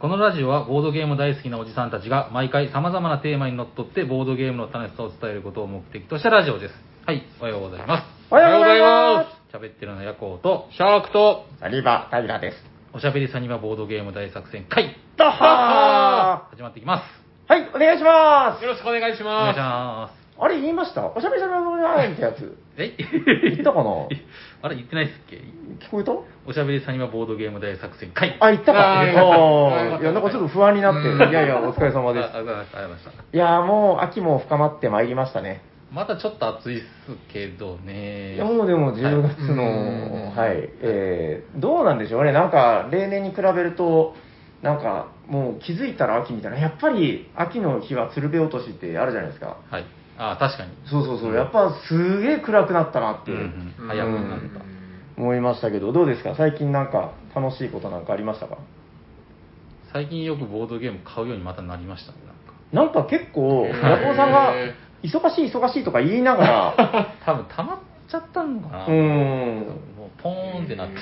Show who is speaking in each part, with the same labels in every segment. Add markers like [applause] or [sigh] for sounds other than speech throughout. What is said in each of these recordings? Speaker 1: このラジオはボードゲーム大好きなおじさんたちが毎回様々なテーマにのっとってボードゲームの楽しさを伝えることを目的としたラジオです。はい、おはようございます。。
Speaker 2: おはようございます
Speaker 1: 喋ってるのはヤコウと、シャークと、
Speaker 2: サニバ・タイラです。
Speaker 1: おしゃべりサニバボードゲーム大作戦会
Speaker 2: どは
Speaker 1: 始まっていきます。
Speaker 2: ーはい、お願いします
Speaker 3: よろしくお願いし
Speaker 1: お願
Speaker 3: ま
Speaker 1: いし
Speaker 3: す。
Speaker 1: ま
Speaker 2: あれ、言いましたおしゃべりしゃべりゃべってやつ。
Speaker 1: す。え
Speaker 2: 言ったかな
Speaker 1: [laughs] あれ、言ってないっすっけ
Speaker 2: 聞こえた
Speaker 1: おしゃべりサニバボードゲーム大作戦会
Speaker 2: あ、言ったか。
Speaker 3: あ
Speaker 2: あ
Speaker 3: ーよかった
Speaker 2: ーいや、なんかちょっと不安になって。いやいや、お疲れ様で
Speaker 1: あありがとうございますありがとうございました。
Speaker 2: す。いやー、もう秋も深まってまいりましたね。
Speaker 1: まだちょっと暑いっすけど
Speaker 2: い
Speaker 1: ね。
Speaker 2: やもうでも10月
Speaker 3: うん
Speaker 2: の、はい、えー、どうなんでしょうね。なんか、例年に比べると、なんか、もう気づいたら秋みたいな。やっぱり、秋の日は鶴瓶落としってあるじゃないですか。
Speaker 1: はい。ああ、確かに。
Speaker 2: そうそうそう。やっぱ、すげえ暗くなったなっていう。
Speaker 1: うんうん
Speaker 3: 早
Speaker 1: 早
Speaker 3: く
Speaker 1: く
Speaker 3: な
Speaker 1: な
Speaker 3: っ
Speaker 1: ったた。
Speaker 2: 思いましたけど、どうですか最近なんか楽しいことなんかありましたか
Speaker 1: 最近よくボードゲーム買うようにまたなりましたね。なんか
Speaker 2: なんか結構、
Speaker 3: へー
Speaker 2: ヤコウさんが、忙しい忙しいとか言いながら、
Speaker 1: 多分溜まっちゃったのかな。 [laughs]
Speaker 2: うーん、
Speaker 1: もうポーンってなって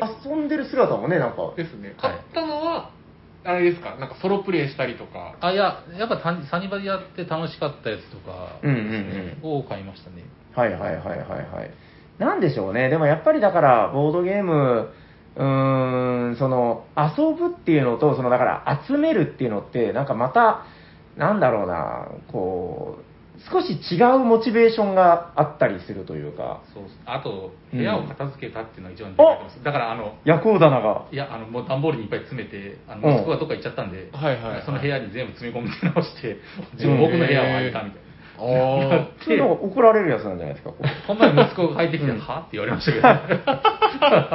Speaker 1: る。
Speaker 2: 遊んでる姿もね、なんか、
Speaker 3: ですね。買ったのは、あれですか、なんかソロプレイしたりとか。
Speaker 1: あ、いや、やっぱ単サニバでやって楽しかったやつとか
Speaker 2: うんうん
Speaker 1: を買いましたね。
Speaker 2: うん。はいはいはいはいはい。なんでしょうね、でもやっぱりだから、ボードゲーム、うーん、その、遊ぶっていうのと、その、だから、集めるっていうのって、なんかまた、なんだろうな、こう、少し違うモチベーションがあったりするというか、
Speaker 1: そうっすあと、
Speaker 2: うん
Speaker 1: 部屋を片付けたっていうのが一番重要です。だから、あの、
Speaker 2: 夜行棚が、
Speaker 1: いや、あの、もう段ボールにいっぱい詰めて、あ
Speaker 2: う
Speaker 1: の、
Speaker 2: ん
Speaker 1: 息子がどっか行っちゃったんで、
Speaker 3: はいはいはい
Speaker 1: その部屋に全部詰め込み直して、自分僕の部屋を開いたみたいな。
Speaker 3: あ
Speaker 2: そういうのが怒られるやつなんじゃないですか、こう
Speaker 1: この前息子が帰ってきて、はって言われましたけど。
Speaker 2: [laughs] [laughs] あ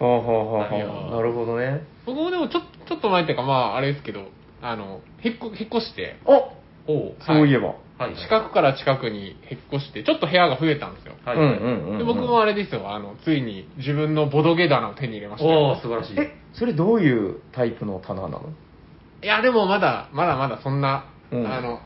Speaker 2: あ、はあ、
Speaker 3: いや
Speaker 2: はあ、なるほどね。
Speaker 3: 僕もでもちょちょっと前っていうか、まあ、あれですけど、あの、引っ越引っ越して、
Speaker 2: あ
Speaker 1: おう
Speaker 2: そういえば。
Speaker 1: はい。
Speaker 3: 近くから近くに引っ越して、ちょっと部屋が増えたんですよ。
Speaker 1: はい。
Speaker 2: うん
Speaker 1: はい
Speaker 2: うんうん、
Speaker 3: で僕もあれですよ、あの、ついに自分のボドゲ棚を手に入れましたよ。
Speaker 1: おー素晴らしい。
Speaker 2: え、それどういうタイプの棚なの
Speaker 3: いや、でもまだ、まだまだそんな、
Speaker 2: うん
Speaker 3: あの、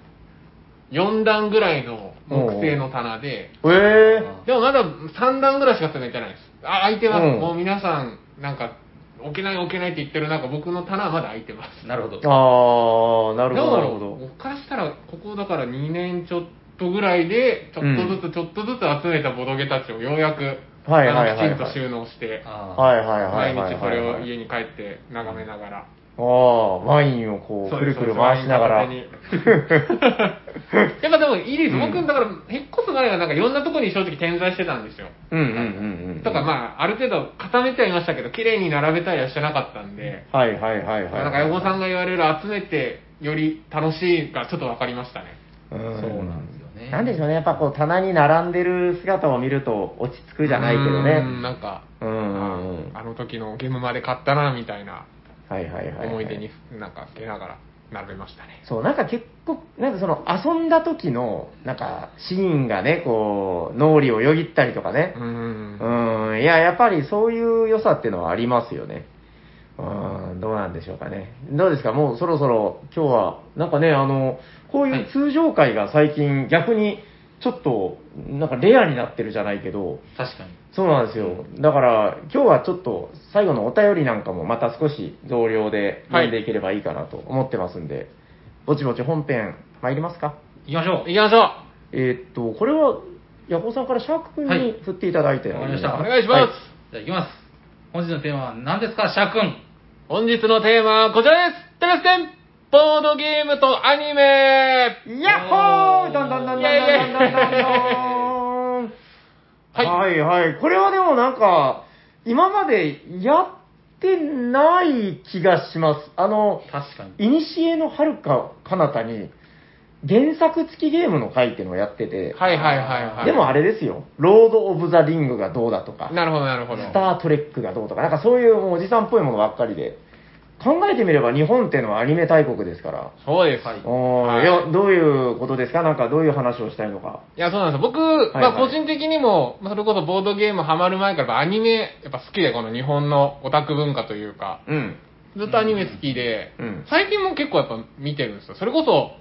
Speaker 3: 4段ぐらいの木製の棚で、
Speaker 2: ええ
Speaker 3: でもまだ3段ぐらいしか詰めてないです。あ、空いてます。
Speaker 2: うん
Speaker 3: もう皆さん、なんか、置けない置けないって言ってる中、僕の棚はまだ空いてます。
Speaker 1: なるほど。
Speaker 2: ああ、なるほど、なるほ
Speaker 3: だから
Speaker 2: ど。
Speaker 3: 僕からしたら、ここだから2年ちょっとぐらいで、ちょっとずつちょっとずつ集めたボドゲたちをようやく、
Speaker 2: はいはいはいはい
Speaker 3: あのきちんと収納して、
Speaker 1: あ
Speaker 2: はいはいはい
Speaker 3: 毎
Speaker 2: はい
Speaker 3: 日そ
Speaker 2: はい、
Speaker 3: れ
Speaker 2: は
Speaker 3: を
Speaker 2: い。
Speaker 3: 家に帰って眺めながら。
Speaker 2: ああ、ワインをこう、
Speaker 3: そう
Speaker 2: く
Speaker 3: で
Speaker 2: る
Speaker 3: す
Speaker 2: くる回しながら。 [laughs]
Speaker 3: そうですやっぱでもいいです。僕、だから、引っ越す前はなんかいろんなところに正直点在してたんですよ。
Speaker 2: うんうんうんうん。
Speaker 3: とか、まあ、ある程度固めてはいましたけど、綺麗に並べたりはしてなかったんで、
Speaker 2: あ。はいはいはいはい。
Speaker 3: なんか、横さ
Speaker 2: ん。
Speaker 3: んが言われる集めて、より楽しいがちょっと分かりましたね。
Speaker 2: そう
Speaker 1: そうなんですよね
Speaker 2: なんでしょうね、やっぱこう、棚に並んでる姿を見ると落ち着くじゃないけど
Speaker 3: う
Speaker 2: ね。
Speaker 3: んなんか、
Speaker 2: うんうんうん。
Speaker 3: あの時のゲームまで買ったな、みたいな
Speaker 2: はいはいはいはい。
Speaker 3: 思い出に、なんか、けながら並べましたね。
Speaker 2: そう、なんか結構、なんかその遊んだ時の、なんかシーンがね、こう、脳裏をよぎったりとかね
Speaker 3: う。ん
Speaker 2: う。ん、いや、やっぱりそういう良さっていうのはありますよね。うん、どうなんでしょうかね。どうですかもうそろそろ今日は、なんかね、あの、こういう通常会が最近逆にちょっと、なんかレアになってるじゃないけど、
Speaker 1: ー確かに。
Speaker 2: そうなんですよ。だから、今日はちょっと、最後のお便りなんかもまた少し増量で
Speaker 3: はい
Speaker 2: 読んでいければいいかなと思ってますんで、ぼちぼち本編参りますか。
Speaker 1: 行きましょう。
Speaker 3: 行きましょう
Speaker 2: えーっと、これは、ヤコウさんからシャーク君
Speaker 1: はい
Speaker 2: に振っていただいて、
Speaker 1: わかりました
Speaker 2: いいです
Speaker 3: お願いします
Speaker 1: じゃあ行きます。本日のテーマは何ですか、シャー君。
Speaker 3: 本日のテーマはこちらですテレステンボードゲームとアニメ
Speaker 2: ヤッホーどんどんどんどんどんどんどんどん
Speaker 3: イ
Speaker 2: はい、はいはいこれはでもなんか、今までやってない気がします。あの、
Speaker 1: 確かに。
Speaker 2: いにしえのはるか彼方に、原作付きゲームの回っていうのをやってて、
Speaker 3: はいはいはいはい。
Speaker 2: でもあれですよ、ロード・オブ・ザ・リングがどうだとか、
Speaker 3: なるほどなるほど。
Speaker 2: スター・トレックがどうとか、なんかそういうもうおじさんっぽいものばっかりで、考えてみれば日本っていうのはアニメ大国ですから、
Speaker 3: そうです。
Speaker 1: はい
Speaker 3: い
Speaker 2: おー
Speaker 3: はい
Speaker 2: いや、どういうことですかなんかどういう話をしたいのか。
Speaker 3: や、そうなんですよ。僕、
Speaker 2: はい
Speaker 3: まあ個人的にも、まあそれこそボードゲームハマる前からやっぱアニメ、やっぱ好きで、この日本のオタク文化というか、
Speaker 2: うん。
Speaker 3: ずっとアニメ好きで、
Speaker 2: うん
Speaker 3: 最近も結構やっぱ見てるんですよ。それこそ、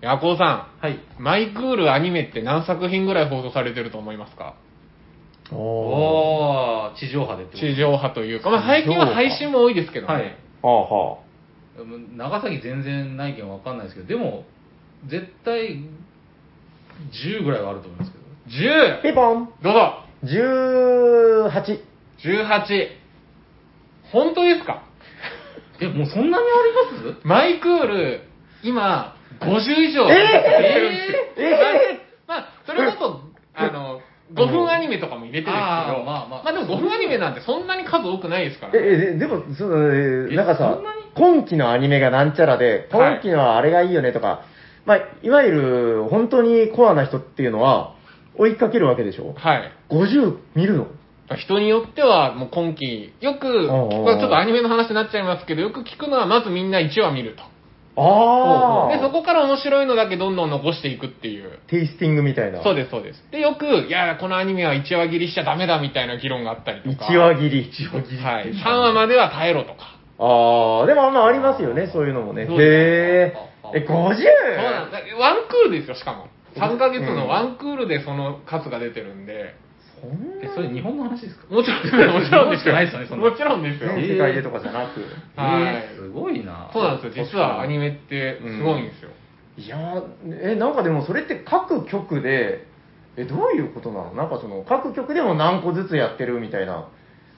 Speaker 3: ヤコウさ
Speaker 1: はい。
Speaker 3: ん、マイクールアニメって何作品ぐらい放送されてると思いますか
Speaker 2: おー
Speaker 1: おー、地上波でってこと
Speaker 3: 地上波というか、まあ最近は配信も多いですけどね。
Speaker 1: はい
Speaker 2: あは
Speaker 1: うん長崎全然ないけんわかんないですけど、でも、絶対、10ぐらいはあると思いますけど。
Speaker 2: あ。
Speaker 3: 10!
Speaker 2: ピンポン
Speaker 3: どうぞ
Speaker 2: !18。
Speaker 3: !18! 本当ですか
Speaker 1: え、もうそんなにあります
Speaker 3: マイクール、今、50以上入れてるんですよ。
Speaker 2: え
Speaker 3: まあ、それだと、あの、5分アニメとかも入れてるんですけど、
Speaker 1: あーまあまあ
Speaker 3: でも5分アニメなんてそんなに数多くないですから。
Speaker 2: え、え、でも、その、え
Speaker 1: え
Speaker 2: なんかさ
Speaker 1: そんなに、
Speaker 2: 今期のアニメがなんちゃらで、
Speaker 3: はい
Speaker 2: 今期のあれがいいよねとか、まあ、いわゆる、本当にコアな人っていうのは、追いかけるわけでしょ
Speaker 3: はい。
Speaker 2: ?50 見るの
Speaker 3: 人によっては、もう今期、よく、
Speaker 2: おうおう
Speaker 3: まあちょっとアニメの話になっちゃいますけど、よく聞くのは、まずみんな1話見ると。
Speaker 2: あ
Speaker 3: で、そ
Speaker 2: こ
Speaker 3: こから面白いのだけどんどん残していくっていう。
Speaker 2: テイスティングみたいな。
Speaker 3: そうです、そうです。で、よく、いや、このアニメは1話切りしちゃダメだみたいな議論があったりとか。
Speaker 2: 1話切り。
Speaker 1: 一応ギリ
Speaker 3: はい。3話までは耐えろとか。
Speaker 2: ああ、でもあんまありますよね、そういうのもね。へ
Speaker 1: そうです
Speaker 2: え
Speaker 1: ああ。
Speaker 2: え、50?
Speaker 3: そうなんだ。ワンクールですよ、しかも。3ヶ月のワンクールでその数が出てるんで。
Speaker 2: そん
Speaker 1: え
Speaker 2: な
Speaker 1: それ日本の話ですか
Speaker 3: もちろんですよ、もちろんですよ。
Speaker 1: ないですよねそんな
Speaker 3: もちろんですよ。
Speaker 2: 全世界でとかじゃなく。
Speaker 3: はい
Speaker 1: えーすごいな。
Speaker 3: そうなんですよ。実はアニメってすごいんですよ。
Speaker 2: いやーえ、なんかでもそれって各局で、え、どういうことなのなんかその、各局でも何個ずつやってるみたいな。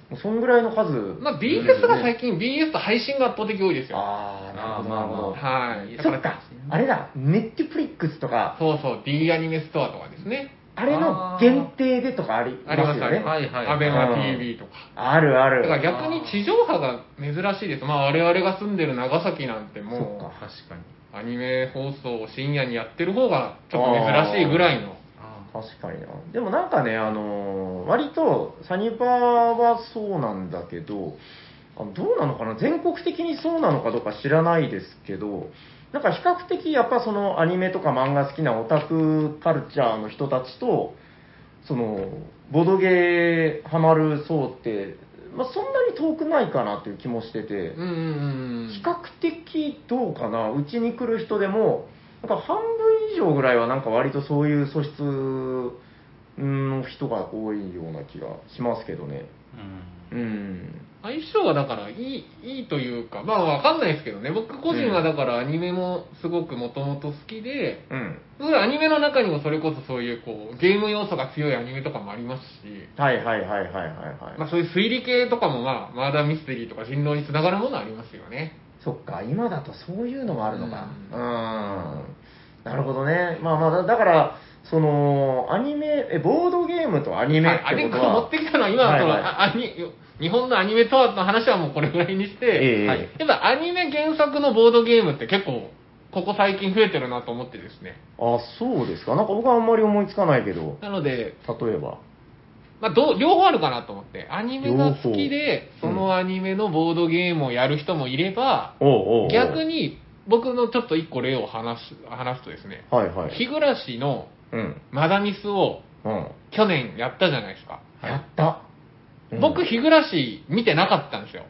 Speaker 2: もうそんぐらいの数。
Speaker 3: まあ、BS が最近、BS と配信が圧倒的多いですよ。
Speaker 2: あー、なる
Speaker 1: あー
Speaker 2: ほど、
Speaker 1: まあ
Speaker 2: なる
Speaker 1: ま
Speaker 2: ほど。
Speaker 1: あ
Speaker 3: はい。だ
Speaker 2: そ
Speaker 3: か、、
Speaker 2: っからあれだ、ネットフリックスとか、
Speaker 3: そうそう、D アニメストアとかですね。
Speaker 2: あれの限定でとかありま
Speaker 3: ありますす
Speaker 2: よ
Speaker 3: あ
Speaker 2: ね。
Speaker 3: り
Speaker 2: あ
Speaker 3: ます。
Speaker 1: はいはい
Speaker 3: アベマ TV とか。
Speaker 2: るあ
Speaker 3: だ
Speaker 2: る。
Speaker 3: から逆に地上波が珍しいです。まあ我々が住んでる長崎なんて
Speaker 2: そっ
Speaker 3: も
Speaker 2: か
Speaker 1: 確かに。
Speaker 3: う、アニメ放送を深夜にやってる方がちょっと珍しいぐらいの。
Speaker 1: あ
Speaker 2: 確かにな。でもなんかね、あのー割とサニバーはそうなんだけど、あのどうなのかな、全国的にそうなのかどうか知らないですけど、なんか比較的やっぱそのアニメとか漫画好きなオタクカルチャーの人たちと、そのボドゲーハマる層って、まあ、そんなに遠くないかなっていう気もしてて
Speaker 3: うん、うんうんうん。
Speaker 2: 比較的どうかな、うちに来る人でも、なんか半分以上ぐらいは、なんか割とそういう素質の人が多いような気がしますけどね。
Speaker 1: うん
Speaker 2: うん。
Speaker 3: 相性はだからいい、いいというか、まあわかんないですけどね。僕個人はだからアニメもすごくもともと好きで、
Speaker 2: うん。
Speaker 3: それアニメの中にもそれこそそういうこう、ゲーム要素が強いアニメとかもありますし、
Speaker 2: はいはいはいはいはい、はい
Speaker 3: まあそういう推理系とかもまあ、マーダーミステリーとか人狼につながるものありますよね。
Speaker 2: そっか、今だとそういうのもあるのか。う。
Speaker 3: うん
Speaker 2: なるほどね。まあまあ、だだから、その、アニメ、え、ボードゲームとアニメ
Speaker 3: はい
Speaker 2: っ
Speaker 3: アニ
Speaker 2: て
Speaker 3: メ
Speaker 2: こと
Speaker 3: が持
Speaker 2: は、
Speaker 3: ってきたのは今、
Speaker 2: はい
Speaker 3: その
Speaker 2: はい
Speaker 3: あアニ日本のアニメとはの話はもうこれぐらいにして、
Speaker 2: ええ
Speaker 3: はいやっぱアニメ原作のボードゲームって結構、ここ最近増えてるなと思ってですね。
Speaker 2: あ、そうですか。なんか僕はあんまり思いつかないけど、
Speaker 3: なので、
Speaker 2: 例えば。
Speaker 3: まあ、どう両方あるかなと思って、アニメが好きで、
Speaker 2: 両
Speaker 3: そ
Speaker 2: 方
Speaker 3: のアニメのボードゲームをやる人もいれば、
Speaker 2: おうおうおう
Speaker 3: 逆。に僕のちょっと一個例を話す話すとですね、
Speaker 2: はいはい。
Speaker 3: 日暮らしの
Speaker 2: うん。
Speaker 3: マダミスを
Speaker 2: うん。
Speaker 3: 去年やったじゃないですか。
Speaker 2: やった。うん
Speaker 3: 僕、日暮らし見てなかったんですよ。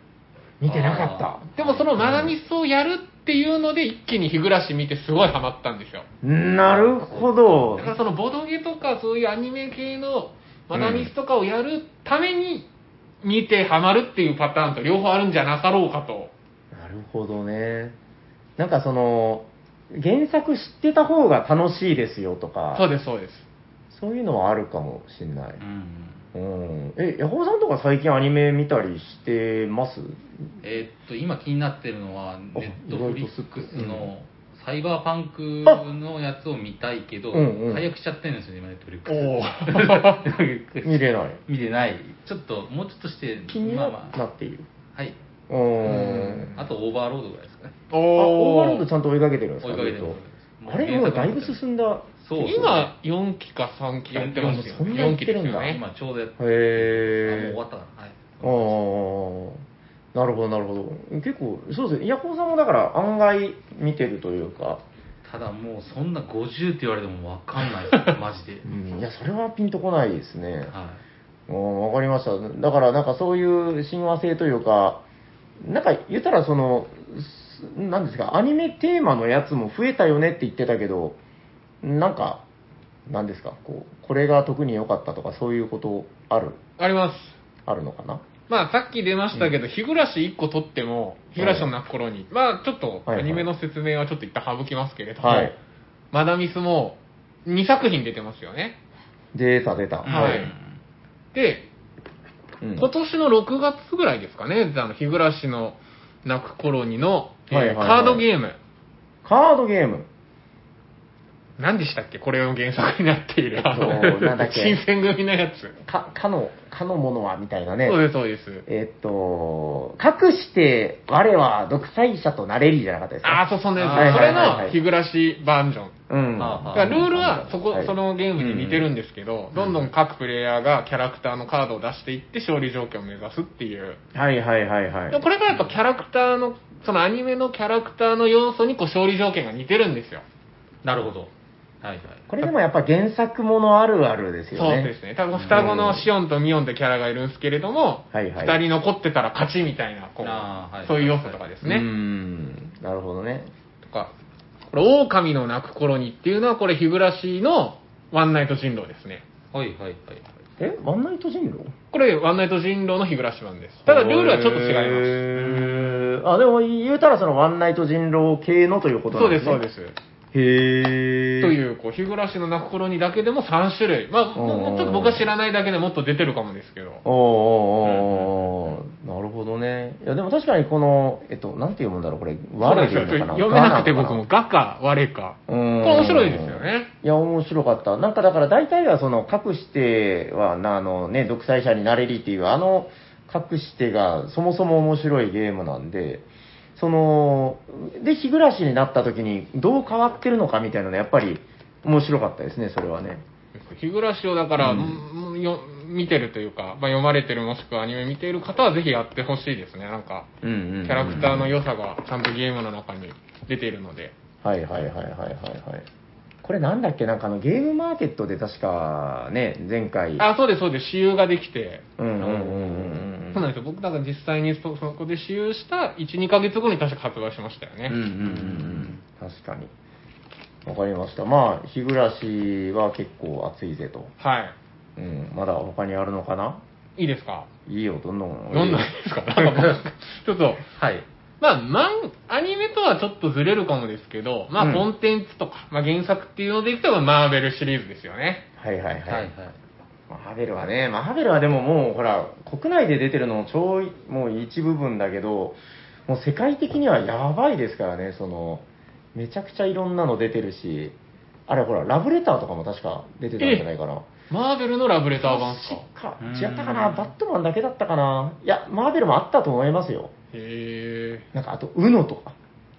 Speaker 2: 見てなかった
Speaker 1: あ。
Speaker 3: でもそのマダミスをやるっていうので一気に日暮らし見てすごいハマったんですよ。
Speaker 2: なるほど
Speaker 3: だ。からそのボドゲとかそういうアニメ系のマダミスとかをやるために見てハマるっていうパターンと両方あるんじゃなかろうかと。
Speaker 2: なるほどね。なんかその、原作知ってた方が楽しいですよとか、
Speaker 3: そうです、そうです。
Speaker 2: そういうのはあるかもしんない。
Speaker 1: うん
Speaker 2: うん。え、ヤホーさんとか最近アニメ見たりしてます
Speaker 1: えーっと、今気になってるのは、ネットフリックスのサイバーパンクのやつを見たいけど、
Speaker 2: うんうん
Speaker 1: 解約しちゃってるんですよね、今、ネットフリック
Speaker 3: おお。
Speaker 1: ス。
Speaker 2: 見れない。
Speaker 1: [laughs] 見てない。ちょっと、もうちょっとして、
Speaker 2: 気に
Speaker 1: ま
Speaker 2: は
Speaker 1: あまあ
Speaker 2: なっている。
Speaker 1: はい。
Speaker 2: うん。
Speaker 1: あと、オーバーロードぐらいですかね。
Speaker 3: お
Speaker 2: あ、オーバーロー
Speaker 3: お
Speaker 2: ドちゃんと追いかけてるんです
Speaker 1: 追い
Speaker 2: か
Speaker 1: かけて
Speaker 2: ずっ
Speaker 1: ま
Speaker 2: と
Speaker 1: す
Speaker 2: あれもうだいぶ進んだ。
Speaker 1: そうそう
Speaker 3: 今4期か3期やってま
Speaker 2: い
Speaker 3: すよ、
Speaker 2: やもうそん
Speaker 3: ね。
Speaker 2: なや
Speaker 3: 4
Speaker 2: っ
Speaker 3: 期
Speaker 2: て
Speaker 3: で
Speaker 2: る
Speaker 3: す
Speaker 2: んだ
Speaker 3: よね。
Speaker 1: 今ちょうどやっあもう
Speaker 2: へー
Speaker 1: 終わったから。はい。
Speaker 2: ああ、なるほど、なるほど。結構、そうですね、ヤホーさんもだから案外見てるというか、
Speaker 1: ただもうそんな50って言われてもわかんない
Speaker 2: [laughs]
Speaker 1: です、マジで。
Speaker 2: うん、いや、それはピンとこないですね。
Speaker 1: は
Speaker 2: うんわかりました。だから、なんかそういう親和性というか、なんか言ったら、その、すなんですか、アニメテーマのやつも増えたよねって言ってたけど、なんか、なんですか、こう、これが特に良かったとか、そういうことある、
Speaker 3: あります。
Speaker 2: あるのかな
Speaker 3: まあ、さっき出ましたけど、日暮らし1個取っても、日暮らしの泣く頃に、まあ、ちょっと、
Speaker 2: はいは
Speaker 3: ア
Speaker 2: い
Speaker 3: ニメの説明はちょっと一旦省きますけれども、
Speaker 2: はい
Speaker 3: マダミスも、2作品出てますよね。
Speaker 2: 出た出た。
Speaker 3: はいで、
Speaker 2: うん
Speaker 3: 今年の6月ぐらいですかね、あの日暮らしの泣く頃にの、えー
Speaker 2: はいはいはい
Speaker 3: カードゲーム。
Speaker 2: カードゲーム。
Speaker 3: 何でしたっけこれの原作になっている。あの
Speaker 2: えっとなんだっけ
Speaker 3: 新選組のやつ。
Speaker 2: か、かの、かのものは、みたいなね。
Speaker 3: そうです、そうです。
Speaker 2: えっと、かくして我は独裁者となれりじゃなかったです
Speaker 3: ああ、
Speaker 2: か。
Speaker 3: そう、そんな
Speaker 1: はいはい
Speaker 3: やつ。そ
Speaker 1: は
Speaker 3: れ
Speaker 1: い
Speaker 2: はい
Speaker 3: の日暮らしバージョン。
Speaker 2: うん。
Speaker 1: あー
Speaker 3: だからルールは
Speaker 2: あー
Speaker 3: そこ、
Speaker 2: はい
Speaker 3: そのゲームに似てるんですけど、どんどん各プレイヤーがキャラクターのカードを出していって勝利条件を目指すっていう。
Speaker 2: はいはいはいはい。
Speaker 3: でもこれがやっぱキャラクターの、そのアニメのキャラクターの要素にこう勝利条件が似てるんですよ。
Speaker 1: なるほど。はいはい。
Speaker 2: これでもやっぱ原作ものあるあるですよ
Speaker 3: そう
Speaker 2: ね。
Speaker 3: ですね。多分双子のシオンとミオンってキャラがいるんですけれども、
Speaker 2: は
Speaker 3: 二、
Speaker 2: いはい
Speaker 3: 人残ってたら勝ちみたいな、こう、
Speaker 1: あーはい
Speaker 3: そういう要素とかです
Speaker 2: う
Speaker 3: ね。
Speaker 2: ん。なるほどね。
Speaker 3: とか、これ、狼の鳴く頃にっていうのは、これ、日暮らしのワンナイト人狼ですね。
Speaker 1: はいはいはい。
Speaker 2: え、ワンナイト人狼
Speaker 3: これ、ワンナイト人狼の日暮らし版です。ただ、ルールはちょっと違います。
Speaker 2: います。あ、でも言うたらそのワンナイト人狼系のということ
Speaker 3: そ
Speaker 2: な
Speaker 3: うんで、
Speaker 2: ですすね。。
Speaker 3: そうですす。
Speaker 2: へー。
Speaker 3: という、こう、日暮らしの泣く頃にだけでも3種類。
Speaker 2: お
Speaker 3: まあ、
Speaker 2: ー
Speaker 3: もうちょっと僕は知らないだけでもっと出てるかもですけ
Speaker 2: お
Speaker 3: ど。
Speaker 2: ーおーおーおーなるほどね。いや、でも確かにこの、えっと、なんて読むんだろう、これ。
Speaker 3: そう
Speaker 2: 我
Speaker 3: で
Speaker 2: ですいい
Speaker 3: よ。
Speaker 2: のかな
Speaker 3: 読めなくて
Speaker 2: ガナ
Speaker 3: 僕
Speaker 2: かな
Speaker 3: も、ガか、我か。
Speaker 2: これ
Speaker 3: これ面白いですよ。ね。
Speaker 2: いや、面白かった。なんかだから大体はその、かくしては、なあのね、独裁者になれりっていう、あの、かくしてがそもそも面白いゲームなんで、その、で、日暮らしになった時にどう変わってるのかみたいなのやっぱり面白かったですね、それはね。
Speaker 3: 日暮らしをだから、
Speaker 2: うん
Speaker 3: んよ見てるというか、まあ、読まれてるもしくはアニメ見ている方はぜひやってほしいですねなんか
Speaker 2: うんうんうん、
Speaker 3: キャラクターの良さがちゃんとゲームの中に出ているので
Speaker 2: はいはいはいはいはいはい。これなんだっけなんかあのゲームマーケットで確かね、前回。
Speaker 3: あそうですそうです私有ができて、
Speaker 2: うんうんうんうんうん。
Speaker 3: そうなんですよ僕だから実際にそそこで私有した12ヶ月後に確か発売しましたよね、
Speaker 2: うんうんうんうん。確かに。わかりました。まあ、日暮らしは結構暑いぜと。
Speaker 3: は
Speaker 2: うん。まだ他にあるのかない
Speaker 3: いいですか
Speaker 2: いいよ、どんどん。
Speaker 3: どんなですか [laughs] なん
Speaker 2: [laughs]
Speaker 3: か僕ちょっと
Speaker 1: はい。
Speaker 3: まあ、マンアニメとはちょっとずれるかもですけど、ま
Speaker 2: う
Speaker 3: あ、
Speaker 2: ん
Speaker 3: コンテンツとか、まあ、原作っていうのでいくと、マーベルシリーズですよね。
Speaker 2: はいはい
Speaker 1: は
Speaker 2: はい
Speaker 1: はい
Speaker 2: い。。マーベルはね、マーベルはでももう、ほら、国内で出てるのも超い、もう一部分だけど、もう世界的にはやばいですからね、その、めちゃくちゃいろんなの出てるし、あれほら、ラブレターとかも確か出てたんじゃないかな。
Speaker 3: マーベルのラブレター版ですか。
Speaker 2: か
Speaker 1: うん。
Speaker 2: 違ったかなバットマンだけだったかないや、マーベルもあったと思いますよ。
Speaker 3: へえ。
Speaker 2: なんかあと、UNO とか。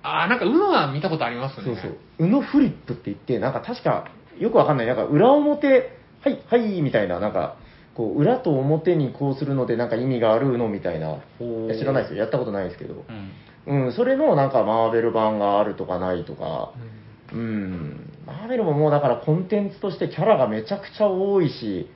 Speaker 3: あー、なんか、うのは見たことありますね。
Speaker 2: そうそう。UNO フリップって言って、なんか確か、よくわかんない。なんか裏表、はい、はい、みたいな、なんか、こう、裏と表にこうするので、なんか意味がある UNO みたいな。いや知らないですすよ。やったことないですけど
Speaker 1: う。ん。
Speaker 2: うん、それのなんかマーベル版があるとかないとか
Speaker 3: う。ん。
Speaker 2: うん。マーベルももうだからコンテンツとしてキャラがめちゃくちゃ多いし、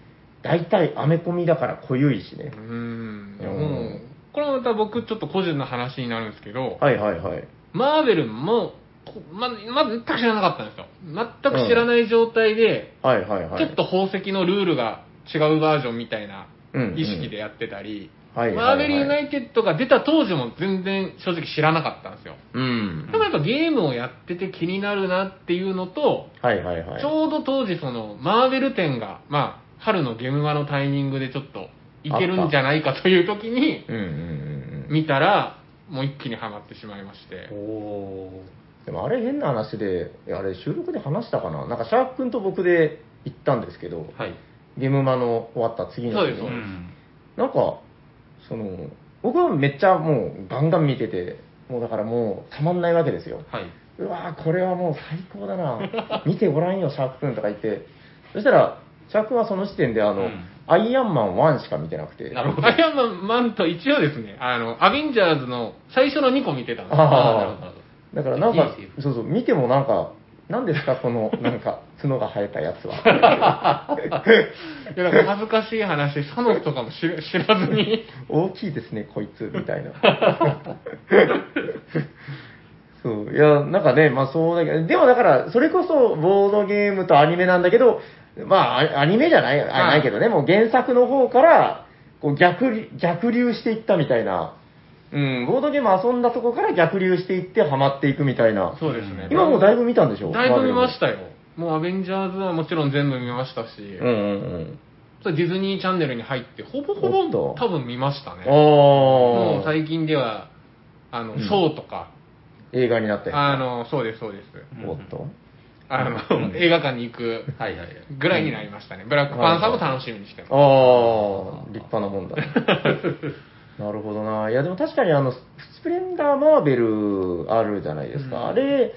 Speaker 2: 大体アメコミだから濃ゆいしね。
Speaker 3: うん。いや
Speaker 2: うん
Speaker 3: もう、これはまた僕、ちょっと個人の話になるんですけど、
Speaker 2: はいはいはい。
Speaker 3: マーベルも、こま、ま、全く知らなかったんですよ。全く知らない状態で、
Speaker 2: はいはいはい。
Speaker 3: ちょっと宝石のルールが違うバージョンみたいな
Speaker 2: うんうん
Speaker 3: 意識でやってたり、
Speaker 2: はい
Speaker 3: マーベルユ
Speaker 2: は
Speaker 3: ナ
Speaker 2: いはい
Speaker 3: イテッドが出た当時も全然正直知らなかったんですよ。
Speaker 2: うん
Speaker 3: で。もやっぱゲームをやってて気になるなっていうのと、
Speaker 2: はいはいはい。
Speaker 3: ちょうど当時、その、マーベル展が、まあ、春のゲムマのタイミングでちょっと、いけるんじゃないかという時に、
Speaker 2: うんうんうんうん。
Speaker 3: 見たら、もう一気にハマってしまいまして。
Speaker 1: お
Speaker 2: でもあれ変な話で、いやあれ収録で話したかななんかシャーク君と僕で行ったんですけど
Speaker 1: ー。、はい。
Speaker 2: ゲームマの終わった次の日に
Speaker 3: そうです
Speaker 1: ん。
Speaker 2: なんか、その、僕はめっちゃもうガンガン見てて、もうだからもうたまんないわけですよ。
Speaker 1: はい。
Speaker 2: うわーこれはもう最高
Speaker 1: [laughs]
Speaker 2: だな見てごらんよ、シャーク君とか言って。そしたら、シャーク君はその時点であの、
Speaker 1: うん
Speaker 2: アイアンマン1しか見てなくて。
Speaker 1: なるほど。
Speaker 3: アイアンマンマンと一応ですね、あの、アベンジャーズの最初の2個見てたんですよ
Speaker 2: あー
Speaker 1: なるほどなるほど。
Speaker 2: だからなんか
Speaker 1: いいです、
Speaker 2: そうそう、見てもなんか、なんですか、この、なんか、角が生えたやつは。
Speaker 3: いや、だから恥ずかしい話、サノスとかも知る知らずに。
Speaker 2: 大きいですね、こいつ、みたいな。 [laughs] そう、いや、なんかね、まあそうだけど、でもだから、それこそ、ボードゲームとアニメなんだけど、まあ、あアニメじゃない、あ
Speaker 3: まあ
Speaker 2: ないけどね、もう原作の方から、こう逆流逆流していったみたいな、うん、ボードゲーム遊んだとこから逆流していってハマっていくみたいな、
Speaker 3: そうですね。
Speaker 2: 今もうだいぶ見たんでしょ。
Speaker 3: だいぶ見ましたたよ。もうアベンジャーズはもちろん全部見ましたし、
Speaker 2: うんうん
Speaker 3: そうディズニーチャンネルに入って、ほぼほ
Speaker 2: おっと
Speaker 3: ぼ多分見ました
Speaker 2: うん。
Speaker 3: ね。も
Speaker 2: あ
Speaker 3: う
Speaker 2: あ、
Speaker 3: 最近では、あの、
Speaker 2: うん
Speaker 3: そうとか、
Speaker 2: 映画になって。
Speaker 3: あの、そうです、そうです。
Speaker 2: おっと。
Speaker 3: あの、映画館に行く
Speaker 1: はいはいはい。
Speaker 3: ぐらいになりましたね。ブラックパンサーも楽しみにしてます。
Speaker 2: ああ、立派なもん
Speaker 1: [laughs]
Speaker 2: だ。なるほどな。いや、でも確かにあの、スプレンダーマーベルあるじゃないですか。
Speaker 3: うん
Speaker 2: あれ、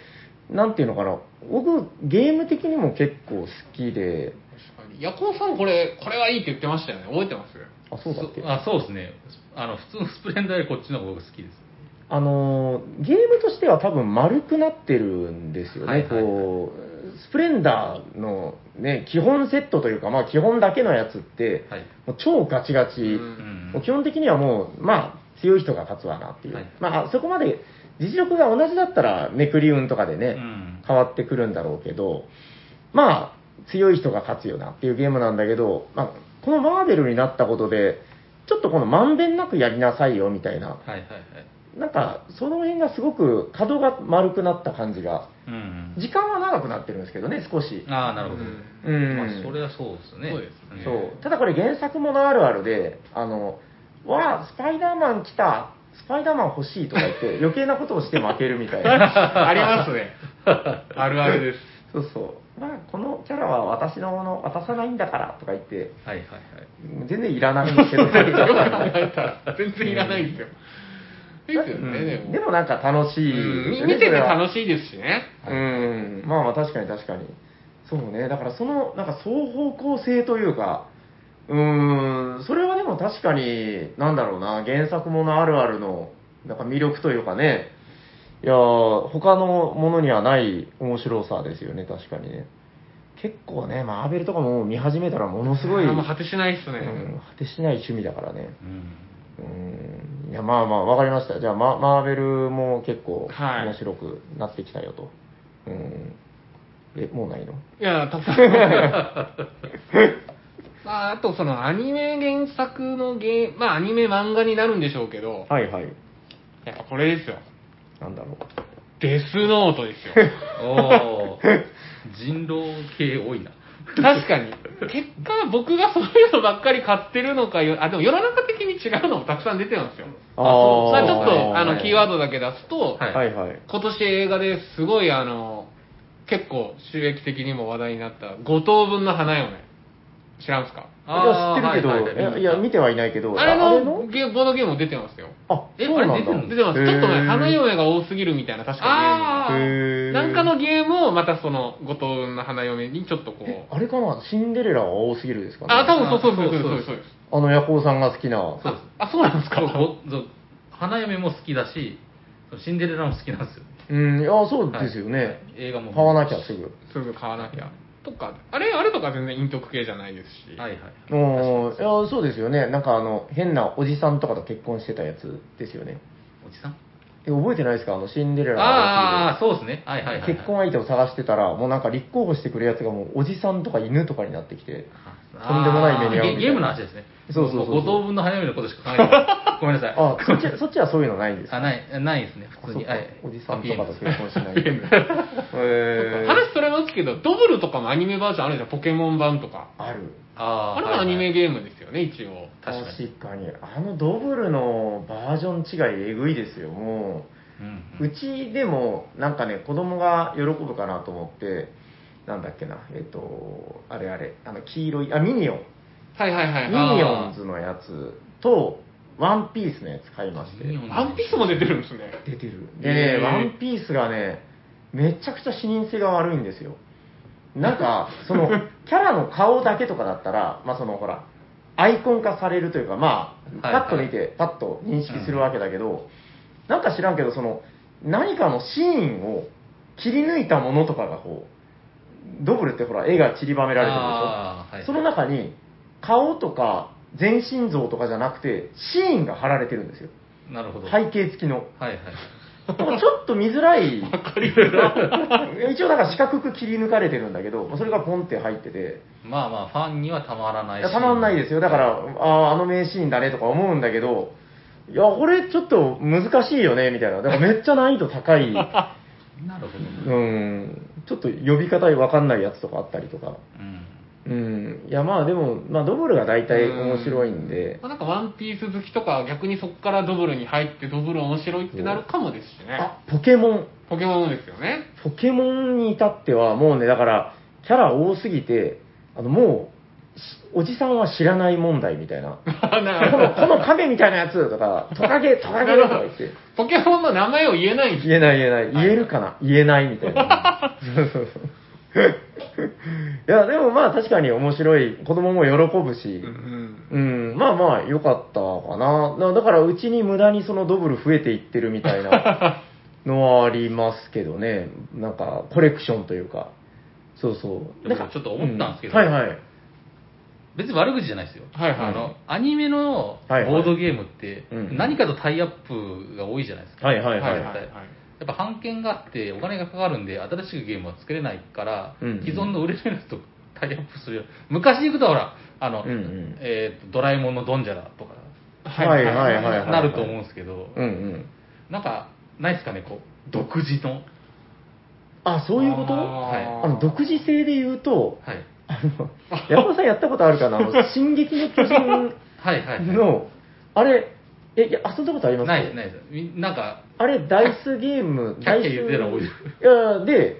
Speaker 2: なんていうのかな。僕、ゲーム的にも結構好きで、
Speaker 3: 確かにヤコウさんこれ、これはいいって言ってましたよね。覚えてます
Speaker 2: あ、そうだっけ
Speaker 1: あ、そうですね。あの、普通のスプレンダーよりこっちの方が僕好きです。
Speaker 2: あのーゲームとしては多分丸くなってるんですよね、
Speaker 1: はいはいはい
Speaker 2: こうスプレンダーの、ね、基本セットというか、まあ、基本だけのやつって、
Speaker 1: はい。
Speaker 2: もう超ガチガチ、
Speaker 3: う
Speaker 1: う
Speaker 3: ん
Speaker 1: ん
Speaker 2: もう基本的にはもう、まあ、強い人が勝つわなっていう、
Speaker 1: はい
Speaker 2: まあ、そこまで実力が同じだったら、めくり運とかでね、
Speaker 1: うん
Speaker 2: 変わってくるんだろうけど、まあ、強い人が勝つよなっていうゲームなんだけど、まあ、このマーベルになったことで、ちょっとこのまんべんなくやりなさいよみたいな。
Speaker 1: はいはいはい。
Speaker 2: なんか、その辺がすごく角が丸くなった感じが、
Speaker 1: うん
Speaker 2: 時間は長くなってるんですけどね、少し
Speaker 1: うん。。ああ、なるほど。
Speaker 3: うん
Speaker 2: うん。
Speaker 1: まあ、それはそうですね。
Speaker 3: そうですね
Speaker 2: そう。ただこれ原作ものあるあるで、あの、わあ、スパイダーマン来た、スパイダーマン欲しいとか言
Speaker 3: [laughs]
Speaker 2: って、余計なことをして負けるみたいな。
Speaker 3: ありますね。
Speaker 2: [laughs]
Speaker 3: あるあるです。
Speaker 2: そうそう。まあ、このキャラは私のもの、渡さないんだからとか言って、
Speaker 1: はいはいはい。
Speaker 2: 全然いらないんですけど、
Speaker 3: よく考
Speaker 2: [laughs]
Speaker 3: えたら、全然いらないんですよ。ですよ
Speaker 2: う
Speaker 3: ね、
Speaker 2: ん
Speaker 3: でも。
Speaker 2: でもなんか楽しい
Speaker 3: うん
Speaker 2: ですよ
Speaker 3: み
Speaker 2: ね、
Speaker 3: 見て
Speaker 2: そ
Speaker 3: て
Speaker 2: れは
Speaker 3: 楽しいですしね。
Speaker 2: うん、まあまあ確かに確かに。そうね、だからその、なんか双方向性というか、うーん、それはでも確かに、なんだろうな、原作ものあるあるの、なんか魅力というかね、いやー、他のものにはない面白さですよね、確かにね。結構ね、マーベルとかも見始めたらものすごい、
Speaker 3: あんま果てしないっすね。
Speaker 2: うん果てしない趣味だからね。
Speaker 1: うん。
Speaker 2: うんいや、まあまあ、わかりました。じゃあ、ママーベルも結構
Speaker 3: はい
Speaker 2: 面白くなってきたよと。うん。え、もうないの
Speaker 3: いや、たくさん。 [laughs] まあ、あとそのアニメ原作のゲーまあアニメ漫画になるんでしょうけど、
Speaker 2: はいはい。
Speaker 3: やっぱこれですよ。
Speaker 2: なんだろう。
Speaker 3: デスノートですよ。
Speaker 1: おお。
Speaker 2: [laughs]
Speaker 1: 人狼系多いな。
Speaker 3: 確かに。結果、僕がそういうのばっかり買ってるのかよ、あ、でも世の中的に違うのもたくさん出てるんですよ。
Speaker 1: あ
Speaker 3: まあちょ
Speaker 1: ー
Speaker 3: っと、
Speaker 1: は
Speaker 3: あの、
Speaker 1: い
Speaker 3: キーワードだけ出すと、
Speaker 1: はい
Speaker 2: はいはい。
Speaker 3: 今年映画ですごいあの、結構収益的にも話題になった、五等分の花嫁。知らんすか
Speaker 2: いや、知ってるけど、いや、いや見てはいないけど、
Speaker 3: あれのゲボードゲームも出てますよ。
Speaker 2: あ、
Speaker 1: え
Speaker 2: そうなんだ。
Speaker 1: あれ出てんの
Speaker 3: 出てます。ちょっと
Speaker 2: へ
Speaker 3: ね、
Speaker 2: ー
Speaker 3: 花嫁が多すぎるみたいな、確
Speaker 1: あ
Speaker 3: か
Speaker 1: ー
Speaker 2: へ
Speaker 3: に。
Speaker 2: ー
Speaker 3: なんかのゲームをまたその、五等分の花嫁にちょっとこ
Speaker 2: え
Speaker 3: う。
Speaker 2: あれかなシンデレラは多すぎるですかね。
Speaker 3: あ、多分そうそう
Speaker 1: あ
Speaker 3: そう
Speaker 1: そう
Speaker 3: そ
Speaker 1: そう
Speaker 3: うそうです。
Speaker 2: あの、ヤコウさんが好きな。
Speaker 1: そうです。
Speaker 3: あ、そうなんですか
Speaker 1: そうごそう花嫁も好きだし、そうシンデレラも好きなんですよ。
Speaker 2: うん、いや、そうですよね。
Speaker 1: 映画も。
Speaker 2: 買わ
Speaker 1: は
Speaker 2: なきゃすぐ。
Speaker 3: すぐ買わなきゃ。とか、あれ、あれとか全然陰徳系じゃないです
Speaker 1: い
Speaker 3: し。
Speaker 1: はい。
Speaker 2: うん、いや、そうですよね。なんかあの、変なおじさんとかと結婚してたやつですよね。
Speaker 1: おじさん
Speaker 2: え、覚えてないですかあの、シンデレラが
Speaker 1: あーあー、そうですね。はいはいはいはい。
Speaker 2: 結婚相手を探してたら、もうなんか立候補してくるやつがもうおじさんとか犬とかになってきて、
Speaker 1: あ
Speaker 2: とんでもない目に遭うみたいな
Speaker 1: ゲゲームの話ですね。
Speaker 2: そうそうそうそう
Speaker 1: も5等分の早めのことしか考えて
Speaker 2: [laughs]
Speaker 1: ない。ごめんなさい。
Speaker 2: あ、そっち、そっちはそういうのないんですか
Speaker 1: あ、ない、ないですね、
Speaker 2: あ
Speaker 1: 普通
Speaker 2: そっ
Speaker 1: に。
Speaker 2: か
Speaker 1: はい
Speaker 2: おじさんとかと結婚しない。
Speaker 1: ハッピーエンドハッピーエンド
Speaker 2: えー、
Speaker 3: 話それますけど、ドブルとかもアニメバージョンあるじゃん、ポケモン版とか。
Speaker 2: ある。
Speaker 1: あー
Speaker 3: あれ
Speaker 1: はい
Speaker 3: もアニメゲームですよね、一応。
Speaker 1: 確かに。
Speaker 2: 確かに。あのドブルのバージョン違いえぐいですよ、もう。
Speaker 1: うん
Speaker 2: うちでも、なんかね、子供が喜ぶかなと思って、なんだっけな、えっ、と、あれあれ、あの、黄色い、あ、ミニオン。
Speaker 3: はいはいはい。
Speaker 2: ミニオンズのやつと、ワンピースのやつ買いまして。
Speaker 1: ミニオンズ
Speaker 3: ワンピースも出てるんですね。
Speaker 2: 出てる。でね
Speaker 3: へ、ー
Speaker 2: ワンピースがね、めちゃくちゃ視認性が悪いんですよ。なんか、
Speaker 1: [laughs]
Speaker 2: その、キャラの顔だけとかだったら、まあそのほら、アイコン化されるというか、まあ、
Speaker 1: はいはい
Speaker 2: パッと見て、パッと認識するわけだけど、なんか知らんけど、その、何かのシーンを切り抜いたものとかがこう、ドブルってほら、絵が散りばめられてるでしょ。
Speaker 1: あーはい
Speaker 2: その中に、顔とか全身像とかじゃなくて、シーンが貼られてるんですよ。
Speaker 1: なるほど。はい
Speaker 2: 背景付きの。
Speaker 1: はい。
Speaker 2: なんかちょっと見づらい。
Speaker 3: わかりづら。
Speaker 2: [laughs] 一応だから四角く切り抜かれてるんだけど、それがポンって入ってて、
Speaker 1: まあまあ、ファンにはたまらないい
Speaker 2: やたまんないですよ。だから、ああー、あの名シーンだねとか思うんだけど、いや、これちょっと難しいよね、みたいな。だからめっちゃ難易度高
Speaker 3: [laughs]
Speaker 2: い。
Speaker 1: なるほど。
Speaker 2: うん。ちょっと呼び方わかんないやつとかあったりとか。
Speaker 1: うん。
Speaker 2: うん。いや、まあでも、まあドブルが大体面白いんで、
Speaker 3: まあなんかワンピース好きとか、逆にそこからドブルに入って、ドブル面白いってなるかもですしね。
Speaker 2: あ、ポケモン。
Speaker 3: ポケモンですよね。
Speaker 2: ポケモンに至っては、もうね、だから、キャラ多すぎて、あの、もうし、おじさんは知らない問題みたい [laughs] な。
Speaker 3: なる
Speaker 2: こ
Speaker 3: ほ
Speaker 2: の、
Speaker 3: ど
Speaker 2: この亀みたいなやつとか、トカゲ、トカゲとか言って。
Speaker 3: ポケモンの名前を言えないんです
Speaker 2: 言えない言えない。言えるかな言えないみたいな。そうそうそう。いや、でもまあ確かに面白い。子供も喜ぶし。
Speaker 3: うん
Speaker 2: うん、まあまあ、良かったかな。なだから、うちに無駄にそのドブル増えていってるみた
Speaker 1: [laughs]
Speaker 2: いなのはありますけどね。なんか、コレクションというか。そうそう。
Speaker 1: でもちょっと思ったんですけど
Speaker 2: うはいはい。
Speaker 1: 別に悪口じゃないですよ。
Speaker 3: はいはい
Speaker 1: あの、アニメのボ
Speaker 2: はいはい
Speaker 1: ードゲームって
Speaker 2: うん、
Speaker 1: 何かとタイアップが多いじゃないですか。
Speaker 2: はいは
Speaker 3: はいいは
Speaker 2: はいい。
Speaker 3: は
Speaker 2: はい
Speaker 1: やっぱ版権があってお金がかかるんで、新しくゲームは作れないから、
Speaker 2: うん
Speaker 1: 既存の売れないやつとタイアップする。昔行くとほら、あの、
Speaker 2: うんうん
Speaker 1: えーとドラえもんのドンジャラとか、
Speaker 2: はいはいはいはい
Speaker 1: なると思うんですけど、
Speaker 2: うんうん。
Speaker 1: なんか、ないですかね、こう、独自の。
Speaker 2: あ、そういうことあ
Speaker 1: はい
Speaker 2: の、独自性で言うと、
Speaker 1: はい。
Speaker 2: あの、山田さんやったことあるかなあの、進撃の巨人
Speaker 1: はいはい、はい。
Speaker 2: の、あれ、え、いや遊んだことあります
Speaker 1: ないです、ないです。みなんか、
Speaker 2: あれ、ダイスゲ
Speaker 1: [laughs]
Speaker 2: ーム、
Speaker 1: キ
Speaker 2: ダ
Speaker 1: ャッ
Speaker 2: イ
Speaker 1: キ
Speaker 2: ス。
Speaker 1: ャ言ってたの覚
Speaker 2: いや、で、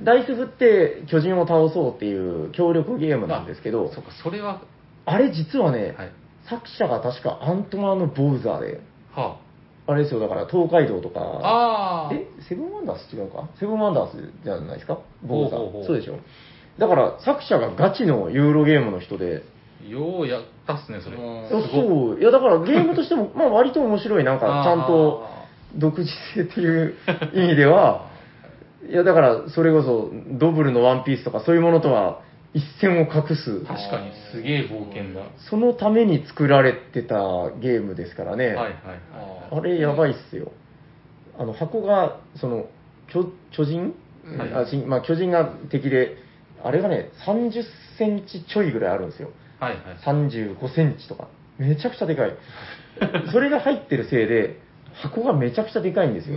Speaker 2: ダイス振って巨人を倒そうっていう協力ゲームなんですけど
Speaker 1: そ、っか、それは、
Speaker 2: あれ実はね、
Speaker 1: はい。
Speaker 2: 作者が確かアントマンのボウザーで、
Speaker 1: は
Speaker 2: あれですよ、だから東海道と
Speaker 1: あ。
Speaker 2: か、
Speaker 1: ああ。
Speaker 2: え、セブンワンダース違うかセブンワンダースじゃないですかボウザ
Speaker 1: ほうほうほ
Speaker 2: ー。
Speaker 1: う
Speaker 2: そうでしょ。だから作者がガチのユーロゲームの人で、
Speaker 1: ようやったっすね、それ。
Speaker 3: うん
Speaker 2: そうそう、いやだからゲームとしても、まあ割と面白い、なんかちゃんと
Speaker 1: あー。
Speaker 2: 独自性っていう意味で
Speaker 1: [laughs]
Speaker 2: は、いやだからそれこそドブルのワンピースとかそういうものとは一線を画す
Speaker 1: 確かにすげえ冒険だ。は
Speaker 2: そのために作られてたゲームですからね、
Speaker 1: いはい
Speaker 2: あれやばいっすよあの箱がその巨巨人、
Speaker 3: はい
Speaker 2: あしまあ、巨人が敵であれがね3 0センチちょいぐらいあるんですよ
Speaker 1: はい。はいはい。
Speaker 2: 3 5センチとかめちゃくちゃでかいそれが入ってるせいで箱がめちゃくちゃでかいんですよ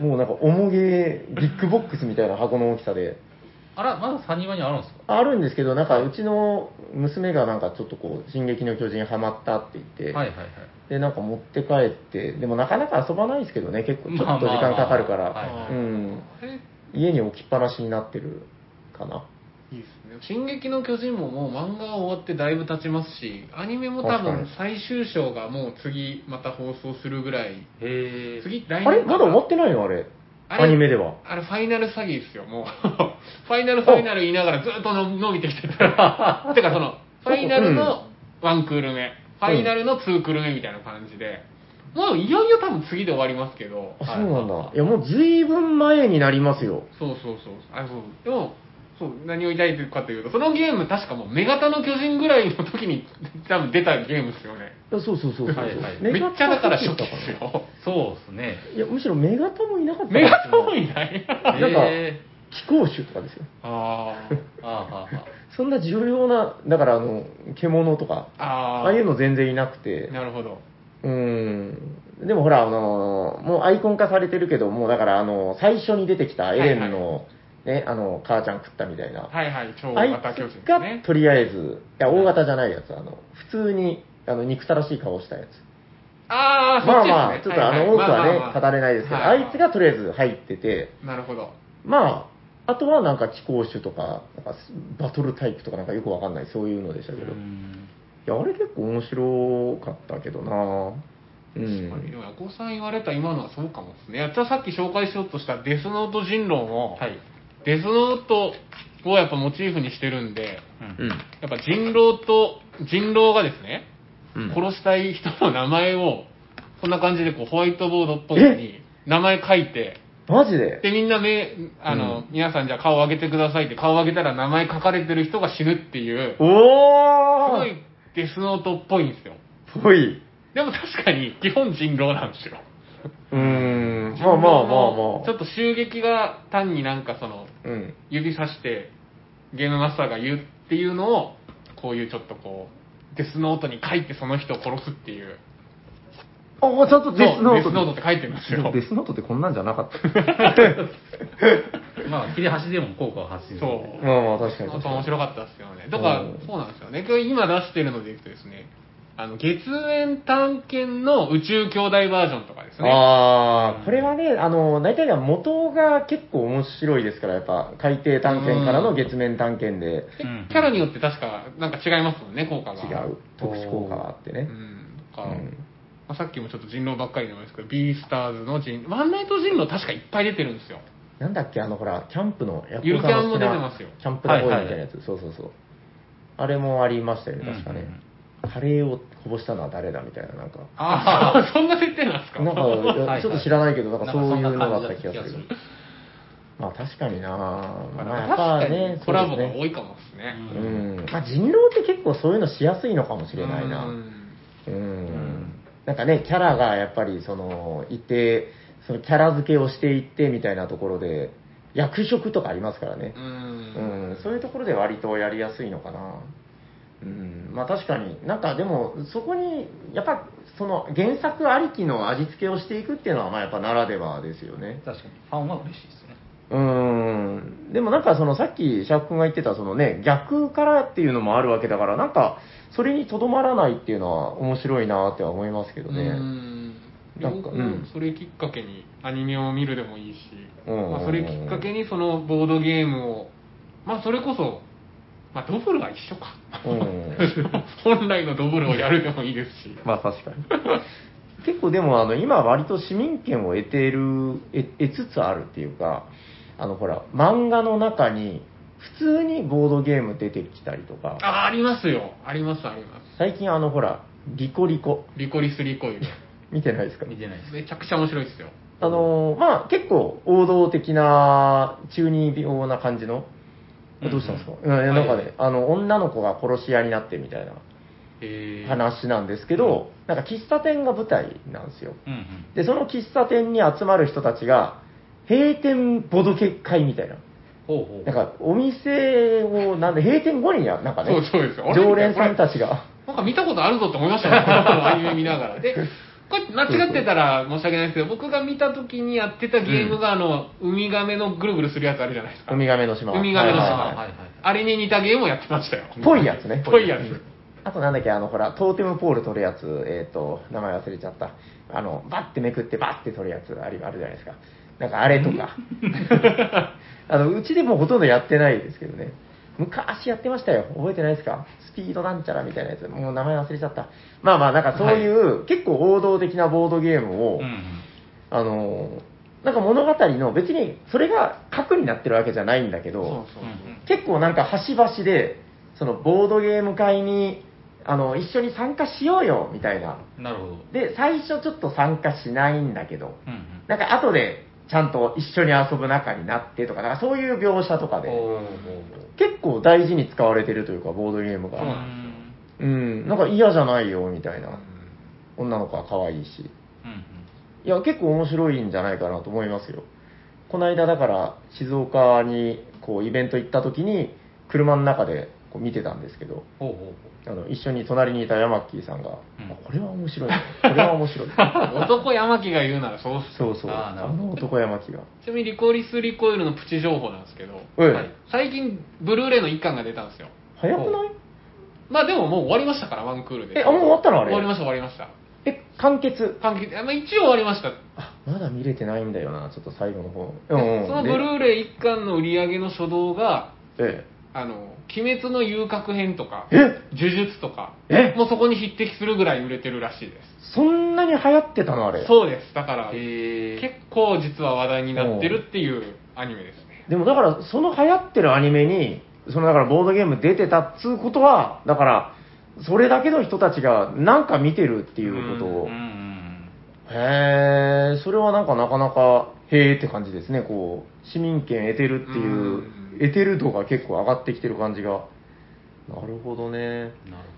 Speaker 2: もうなんか重げビッグボックスみたいな箱の大きさで
Speaker 1: あら、まだサニバにあるんですか
Speaker 2: あるんですけどなんかうちの娘がなんかちょっとこう「進撃の巨人」ハマったって言って、
Speaker 1: はいはいはい。
Speaker 2: でなんか持って帰ってでもなかなか遊ばないですけどね結構ちょ
Speaker 1: まあ
Speaker 2: っと
Speaker 1: まあ
Speaker 2: 時間かかるか
Speaker 1: はいは
Speaker 2: ら
Speaker 1: い
Speaker 2: うん
Speaker 3: あれ
Speaker 2: 家に置きっぱなしになってるかない
Speaker 3: いですね。進撃の巨人ももう漫画が終わってだいぶ経ちますし、アニメも多分
Speaker 2: 確
Speaker 3: 最終章がもう次また放送するぐらい、
Speaker 1: へえ。
Speaker 3: 次
Speaker 2: あ
Speaker 3: 来年
Speaker 2: れまだ終わ
Speaker 3: っ
Speaker 2: ってないのあれ
Speaker 3: あれ
Speaker 2: アニメでは
Speaker 3: あれファイナル詐欺ですよ、もう。 [laughs] ファイナルファイナル言いながらずっとの伸びてき
Speaker 2: [laughs]
Speaker 3: てた。てかその、ファイナルのワンクール目、ファイナルのツークール目みたいな感じで、もういよいよ多分次で終わりますけど、
Speaker 2: あ
Speaker 1: は
Speaker 2: そ
Speaker 1: いう
Speaker 2: なんだいやもう随分前になりますよ
Speaker 3: そうそうそう。あ、そう。でも、そう、何を言いたいかというと、そのゲーム確かもう、目型の巨人ぐらいの時に多分出たゲームですよね。
Speaker 2: いやそうそうそうそう
Speaker 1: はいはい
Speaker 3: めっ
Speaker 2: メ
Speaker 3: ち
Speaker 2: ガ
Speaker 3: ゃだから
Speaker 2: タ
Speaker 3: 初
Speaker 2: と
Speaker 3: 期
Speaker 2: か
Speaker 3: ですよ。
Speaker 1: そうですね。
Speaker 2: いやむしろ目型もいなかった
Speaker 3: 目型もいない。
Speaker 2: [laughs] なんか
Speaker 1: へ
Speaker 2: [laughs] 気候種とかですよ
Speaker 3: あ
Speaker 2: [laughs]
Speaker 1: ーあーあーあ
Speaker 2: そんな重要なだからあの獣とか
Speaker 3: あ。あ
Speaker 2: あ
Speaker 3: あ。
Speaker 2: あいうの全然いなくて
Speaker 3: なるほど。
Speaker 2: うーんでもほらあのもうアイコン化されてるけどもうだからあの最初に出てきたエレンのねあの母ちゃん食ったみたいな
Speaker 3: はいはい、超
Speaker 2: あい
Speaker 3: 大型巨人
Speaker 2: つ
Speaker 3: です
Speaker 2: が
Speaker 3: ね。
Speaker 2: とりあえずいや大型じゃないやつあの普通にあの憎たらしい顔したやつ
Speaker 3: ああ、
Speaker 2: まあまあち
Speaker 3: そ
Speaker 2: ょっ
Speaker 3: っちですね
Speaker 2: とあ
Speaker 3: はい
Speaker 2: の多くはね
Speaker 3: まあまあま
Speaker 2: 語れないですけど
Speaker 3: は
Speaker 2: あいつがとりあえず入ってて
Speaker 3: なるほど。
Speaker 2: まあ、あとはなんか気候種とか、なんかバトルタイプとかなんかよくわかんない、そういうのでした
Speaker 1: ー
Speaker 2: け
Speaker 1: う
Speaker 2: ど。い
Speaker 1: ん
Speaker 2: や、あれ結構面白かったけどなう
Speaker 3: あれで
Speaker 2: ん。
Speaker 3: も、ヤコさん言われた今のはそうかもですね。やっちゃさっき紹介しようとしたデスノート人狼も、
Speaker 1: はい。
Speaker 3: デスノートをやっぱモチーフにしてるんで、
Speaker 1: うん
Speaker 2: うん。
Speaker 3: やっぱ人狼と、人狼がですね、
Speaker 2: うん、
Speaker 3: 殺したい人の名前を、こんな感じでこうホワイトボードっぽいのに、名前書いて、
Speaker 2: マジで
Speaker 3: で、みんな目、あ
Speaker 2: う
Speaker 3: の、
Speaker 2: ん
Speaker 3: 皆さんじゃあ顔を上げてくださいって、顔を上げたら名前書かれてる人が死ぬっていう、す
Speaker 2: お
Speaker 3: ご
Speaker 2: ー
Speaker 3: いデスノートっぽいんですよ。
Speaker 2: ぽい。
Speaker 3: でも確かに、基本人狼なんですよ。
Speaker 2: うーん。
Speaker 3: 自分の
Speaker 2: まあまあまあまあ
Speaker 3: ちょっと襲撃が単になんかその、
Speaker 2: うん。
Speaker 3: 指さしてゲームマスターが言うっていうのをこういうちょっとこうデスノートに書いてその人を殺すっていう
Speaker 2: ああ、ちゃんとデスノー
Speaker 3: そうデスノート
Speaker 2: ト
Speaker 3: って書いてるんですよ
Speaker 2: デスノートってこんなんじゃなかった。
Speaker 1: まあ、切れ端でも効果を発信する。
Speaker 3: そ
Speaker 2: [laughs]
Speaker 3: う
Speaker 2: まあまあ、確かに
Speaker 3: あ
Speaker 2: 確か
Speaker 3: と
Speaker 2: に。
Speaker 3: 面白かったですよねだから
Speaker 2: うん
Speaker 3: そうなんですよねこれ今出してるのでいくとですねあの月面探検の宇宙兄弟バージョンとかですね
Speaker 2: ああ、これはね、あの、大体が元が結構面白いですから、やっぱ、海底探検からの月面探検で
Speaker 3: で
Speaker 1: うん
Speaker 3: キャラによって確かなんか違いますもんね効果が
Speaker 2: 違う、特殊効果があって
Speaker 3: う
Speaker 2: ね。
Speaker 3: ん
Speaker 2: う
Speaker 3: なんか
Speaker 2: ん。
Speaker 3: まあ、さっきもちょっと人狼ばっかりなんですけど、ビースターズの人狼、ワンナイト人狼確かいっぱい出てるんですよ。
Speaker 2: なんだっけ、あの、ほら、キャンプの、やっ
Speaker 3: ゆるキャンも出てますよ
Speaker 2: キャンプのボーイみたいなやつ、そうそうそう。あれもありましたよね、確かね。カレーをこぼしたのは誰だみたいな、なんか。
Speaker 3: ああ、 [laughs] そんな設定なんですか
Speaker 2: なんか、いや
Speaker 1: はい
Speaker 2: ちょっと知らないけど、なんかそういう
Speaker 1: な
Speaker 2: のが
Speaker 1: んか
Speaker 2: あ
Speaker 1: そん
Speaker 2: った
Speaker 1: な感じ
Speaker 2: 気がする。まあ確かになまあや
Speaker 3: ま
Speaker 2: っ
Speaker 3: あ
Speaker 2: ぱ
Speaker 3: 確か
Speaker 2: ね
Speaker 3: に、コラボ
Speaker 2: そ
Speaker 3: が
Speaker 2: うです
Speaker 3: 多いかもですね。
Speaker 1: う
Speaker 2: う
Speaker 1: ん
Speaker 2: ん。まあ人狼って結構そういうのしやすいのかもしれないな。
Speaker 3: うん
Speaker 2: うんなんかね、キャラがやっぱりその、いて、そのキャラ付けをしていってみたいなところで、役職とかありますからね
Speaker 3: う。。
Speaker 2: うんん、そういうところで割とやりやすいのかな。うん、まあ確かに、なんかでも、そこに、やっぱ、その原作ありきの味付けをしていくっていうのは、まあやっぱならではですよね。
Speaker 1: 確かに、ファンは嬉しいですね。
Speaker 2: うん、でもなんかそのさっきシャーク君が言ってた、そのね、逆からっていうのもあるわけだから、なんか、それにとどまらないっていうのは面白いなっては思いますけどね。
Speaker 3: うん
Speaker 2: なんかうん
Speaker 3: それきっかけにアニメを見るでもいいし、
Speaker 2: うん
Speaker 3: まあ、それきっかけにそのボードゲームを、まあ、それこそ、まあ、ドブルは一
Speaker 2: [laughs]
Speaker 3: 緒か、
Speaker 2: うん
Speaker 3: 本来のドブルをやるでもいいですし、
Speaker 2: まあ確かに。 [laughs] 結構でもあの今割と市民権を得ている、得得つつあるっていうか、あのほら、漫画の中に普通にボードゲーム出てきたりとか、
Speaker 3: あありますよ、あります、あります。
Speaker 2: 最近あのほら、リコリコ、
Speaker 3: リコリスリコイル。
Speaker 2: 見てないですか
Speaker 1: 見てないです。
Speaker 3: めちゃくちゃ面白いですよ。
Speaker 2: あのーまあ結構王道的な中二病な感じの、
Speaker 1: うん
Speaker 2: どうしたんですか、いやいやなんかね、あの女の子が殺し屋になってみたいな
Speaker 3: えー、
Speaker 2: 話なんですけど、なんか喫茶店が舞台なんですよ。
Speaker 1: うんうん。
Speaker 2: で、その喫茶店に集まる人たちが、閉店ボドゲ会みたいな。
Speaker 1: ほうほう。
Speaker 2: なんか、お店を、なんで、閉店後にや、なんかね、
Speaker 3: そうそうですよ。あれ
Speaker 2: 常連さんたちが、
Speaker 3: なんか見たことあるぞって思いましたね、このアニメ見ながら。で、これ間違ってたら申し訳ないですけど、僕が見た時にやってたゲームが、あの、ウミガメのぐるぐるするやつあるじゃないですか。
Speaker 2: ウミガメの島。
Speaker 3: ウミガメの島
Speaker 2: は
Speaker 1: はいい
Speaker 2: はい
Speaker 1: は
Speaker 2: はいい。
Speaker 3: あれに似たゲームをやってましたよ。
Speaker 2: ぽいやつね。
Speaker 3: ぽいやつ。
Speaker 2: あとなんだっけ、あの、ほら、トーテムポール取るやつ、えっ、と、名前忘れちゃった。あの、バッてめくってバッて取るやつあるあるじゃないですか。なんかあれとか。
Speaker 3: [laughs]
Speaker 2: あの、うちでもうほとんどやってないですけどね。昔やってましたよ。覚えてないですかスピードなんちゃらみたいなやつ。もう名前忘れちゃった。まあまあ、なんかそういう、結構王道的なボードゲーム
Speaker 1: う
Speaker 2: を、
Speaker 1: んうん。
Speaker 2: あの、なんか物語の別にそれが核になってるわけじゃないんだけど、
Speaker 3: そうそうそう
Speaker 1: うん
Speaker 2: 結構なんか端々で、そのボードゲーム会に、あの、一緒に参加しようよ、みたいな。
Speaker 1: うんなるほど。
Speaker 2: で、最初ちょっと参加しないんだけど、
Speaker 1: うんうん。
Speaker 2: なんか後でちゃんと一緒に遊ぶ仲になってとか、なんかそういう描写とかで、
Speaker 1: ほうほ
Speaker 2: 結構大事に使われてるというか、ボードゲーム
Speaker 1: うほう。う
Speaker 2: が。
Speaker 1: ん
Speaker 2: うん、なんか嫌じゃないよ、みたいな。
Speaker 3: う
Speaker 2: 女の子は可愛いし。
Speaker 1: うん
Speaker 2: いや、結構面白いんじゃないかなと思いますよ。この間、だから、静岡に、こう、イベント行った時に、車の中で、こう、見てたんですけど、
Speaker 1: ほうほうほう。
Speaker 2: あの、一緒に隣にいたヤマッキーさんが、
Speaker 1: うん
Speaker 2: あこれは面白い。これは面白い。
Speaker 1: [laughs]
Speaker 3: ん男山木が言うならそうっす
Speaker 2: そうそう。
Speaker 1: あーな
Speaker 2: あ
Speaker 1: るほど
Speaker 2: の男ヤマキが。
Speaker 3: ちなみにリコリス・リコイルのプチ情報なんですけど、
Speaker 2: うん
Speaker 1: はい
Speaker 3: 最近、ブルーレイの1巻が出たんですよ。
Speaker 2: 早くない
Speaker 3: まあでももう終わりましたから、ワンクールで。
Speaker 2: えあもう終わったのあれ
Speaker 3: 終わりました、終わりました。
Speaker 2: え、完結。
Speaker 3: 完結、あまあ、一応終わりました。
Speaker 2: あ、まだ見れてないんだよな、ちょっと最後の方。
Speaker 3: でそのブル
Speaker 2: ー
Speaker 3: ーレイ1巻の売り上げの初動が、
Speaker 2: え
Speaker 3: あの、鬼滅の遊郭編とか、
Speaker 2: え。え
Speaker 3: 呪術とか、
Speaker 2: え
Speaker 3: もうそこに匹敵するぐらい売れてるらしいで
Speaker 2: そんなに流行ってたのあれ
Speaker 3: す。。そうです。だから、結
Speaker 1: へえ。
Speaker 3: 構実は話題になってるっていうアニメですね。
Speaker 2: でもだから、その流行ってるアニメに、そのだからボードゲーム出てたっつうことは、だから、それだけの人たちがなんか見てるっていうこと
Speaker 1: うん
Speaker 2: を
Speaker 1: う。ん
Speaker 2: へえ、それはなんかなかなか、へえって感じですね、こう、市民権得てるって
Speaker 3: う
Speaker 2: い
Speaker 3: ん
Speaker 2: う、得てる度が結構上がってきてる感じが。なるほどね。
Speaker 1: うん。なる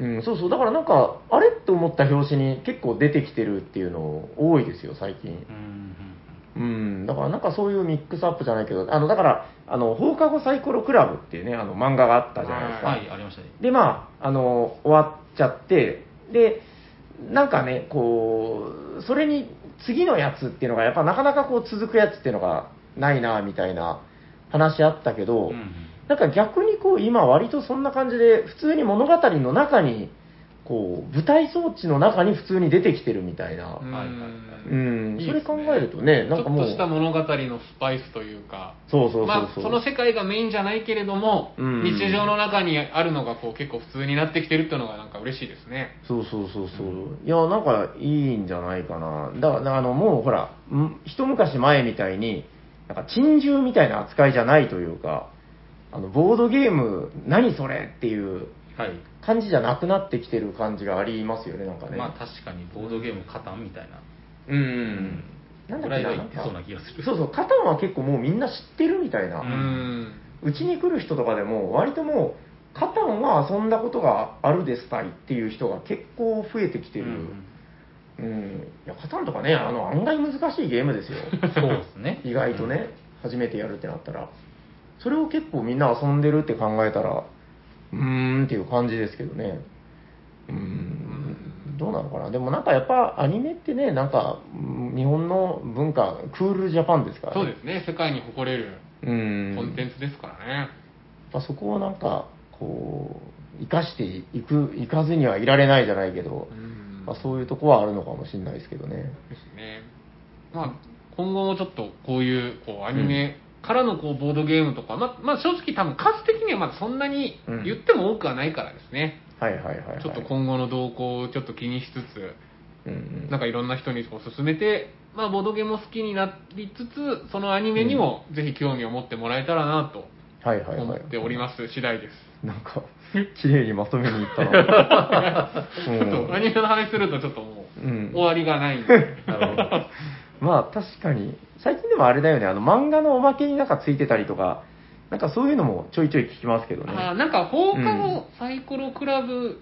Speaker 2: うん、そうそう、だからなんか、あれって思った表紙に結構出てきてるっていうの多いですよ、最近
Speaker 1: ほ。ど。うんうん
Speaker 2: うん、だからなんかそういうミックスアップじゃないけど、あの、だから、あの、放課後サイコロクラブっていうね、あの、漫画があったじゃないですか。
Speaker 1: はい、ありましたね。
Speaker 2: で、まあ、あの、終わっちゃって、で、なんかね、こう、それに次のやつっていうのが、やっぱなかなかこう続くやつっていうのがないな、みたいな話あったけど、
Speaker 1: うん
Speaker 2: なんか逆にこう、今割とそんな感じで、普通に物語の中に、こう、舞台装置の中に普通に出てきてるみたいな。
Speaker 1: はいはいはい
Speaker 2: うん、
Speaker 3: いい
Speaker 2: そ
Speaker 3: で
Speaker 2: れ
Speaker 3: す
Speaker 2: 考えるとね、
Speaker 3: ち
Speaker 2: なんか
Speaker 3: ょっ
Speaker 2: もう、
Speaker 3: とした物語のスパイスというか、
Speaker 2: そうそうそうそう、
Speaker 3: まあ、その世界がメインじゃないけれども、
Speaker 2: うん
Speaker 3: 日常の中にあるのがこう結構普通になってきてるっていうのがなんか嬉しいですね。
Speaker 2: そうそうそうそう、いや、なんかいいんじゃないかな、だからあのもうほら、ん一昔前みたいに、なんか珍獣みたいな扱いじゃないというか、あのボードゲーム、何それっていう
Speaker 1: はい。
Speaker 2: 感じじゃなくなってきてる感じがありますよね、なんかね。
Speaker 1: まあ確かにボードゲームカタンみたいな。
Speaker 2: うんうんうん、なんだ
Speaker 1: ぐ
Speaker 2: っ
Speaker 1: ら
Speaker 2: け
Speaker 1: い
Speaker 2: な
Speaker 1: は
Speaker 2: な
Speaker 1: 言っ
Speaker 2: ん
Speaker 1: て
Speaker 2: か
Speaker 1: そうな気がする。
Speaker 2: そうそう、カタンは結構もうみんな知ってるみたいな。
Speaker 1: う
Speaker 3: うんん。
Speaker 2: うちに来る人とかでも、割ともう、カタンは遊んだことがあるですかいっていう人が結構増えてきてる。
Speaker 1: うん
Speaker 2: うん、いや、カタンとかね、あの、案外難しいゲーム
Speaker 3: [laughs]
Speaker 2: ですよ。
Speaker 1: そうですね。
Speaker 2: 意外とね、初めてやるってなったら。それを結構みんな遊んでるって考えたら、うーんっていう感じですけどね。うーん、どうなのかな。でもなんかやっぱアニメってね、なんか、うん日本の文化、クールジャパンですから、
Speaker 3: そうですね。世界に誇れる
Speaker 2: す。うん。
Speaker 3: コンテンツですからね。
Speaker 2: まあ、そこをなんか、こう、生かしていく、生かずにはいられないじゃないけど
Speaker 3: う、ん。
Speaker 2: まあ、そういうとこはあるのかもしれないですけどね。
Speaker 3: ですね。まあ、今後もちょっとこういう、こう、アニメからのこう、ボードゲームとか、まあ、まあ、正直多分数的にはまだそんなに
Speaker 2: うん
Speaker 3: 言っても多くはないからですね。
Speaker 2: はいはいはい、はい。
Speaker 3: ちょっと今後の動向をちょっと気にしつつ、
Speaker 2: うんうん、
Speaker 3: なんかいろんな人にこう勧めて、まあ、ボードゲームも好きになりつつ、そのアニメにもぜひ興味を持ってもらえたらなと
Speaker 2: はいはい
Speaker 3: 思
Speaker 2: はい。
Speaker 3: っております次第です。
Speaker 2: なんか、綺麗にまとめにいったな。
Speaker 3: [laughs]
Speaker 2: う
Speaker 3: ちょっとア
Speaker 2: ん
Speaker 3: ニメの話するとちょっとも
Speaker 2: う
Speaker 3: うん終、わりがないんで。
Speaker 1: なるほど。は
Speaker 2: まあ確かに、最近でもあれだよね、あの漫画のおまけになんかついてたりとか、なんかそういうのもちょいちょい聞きますけどね。
Speaker 3: あーなんか放課後サイコロクラブ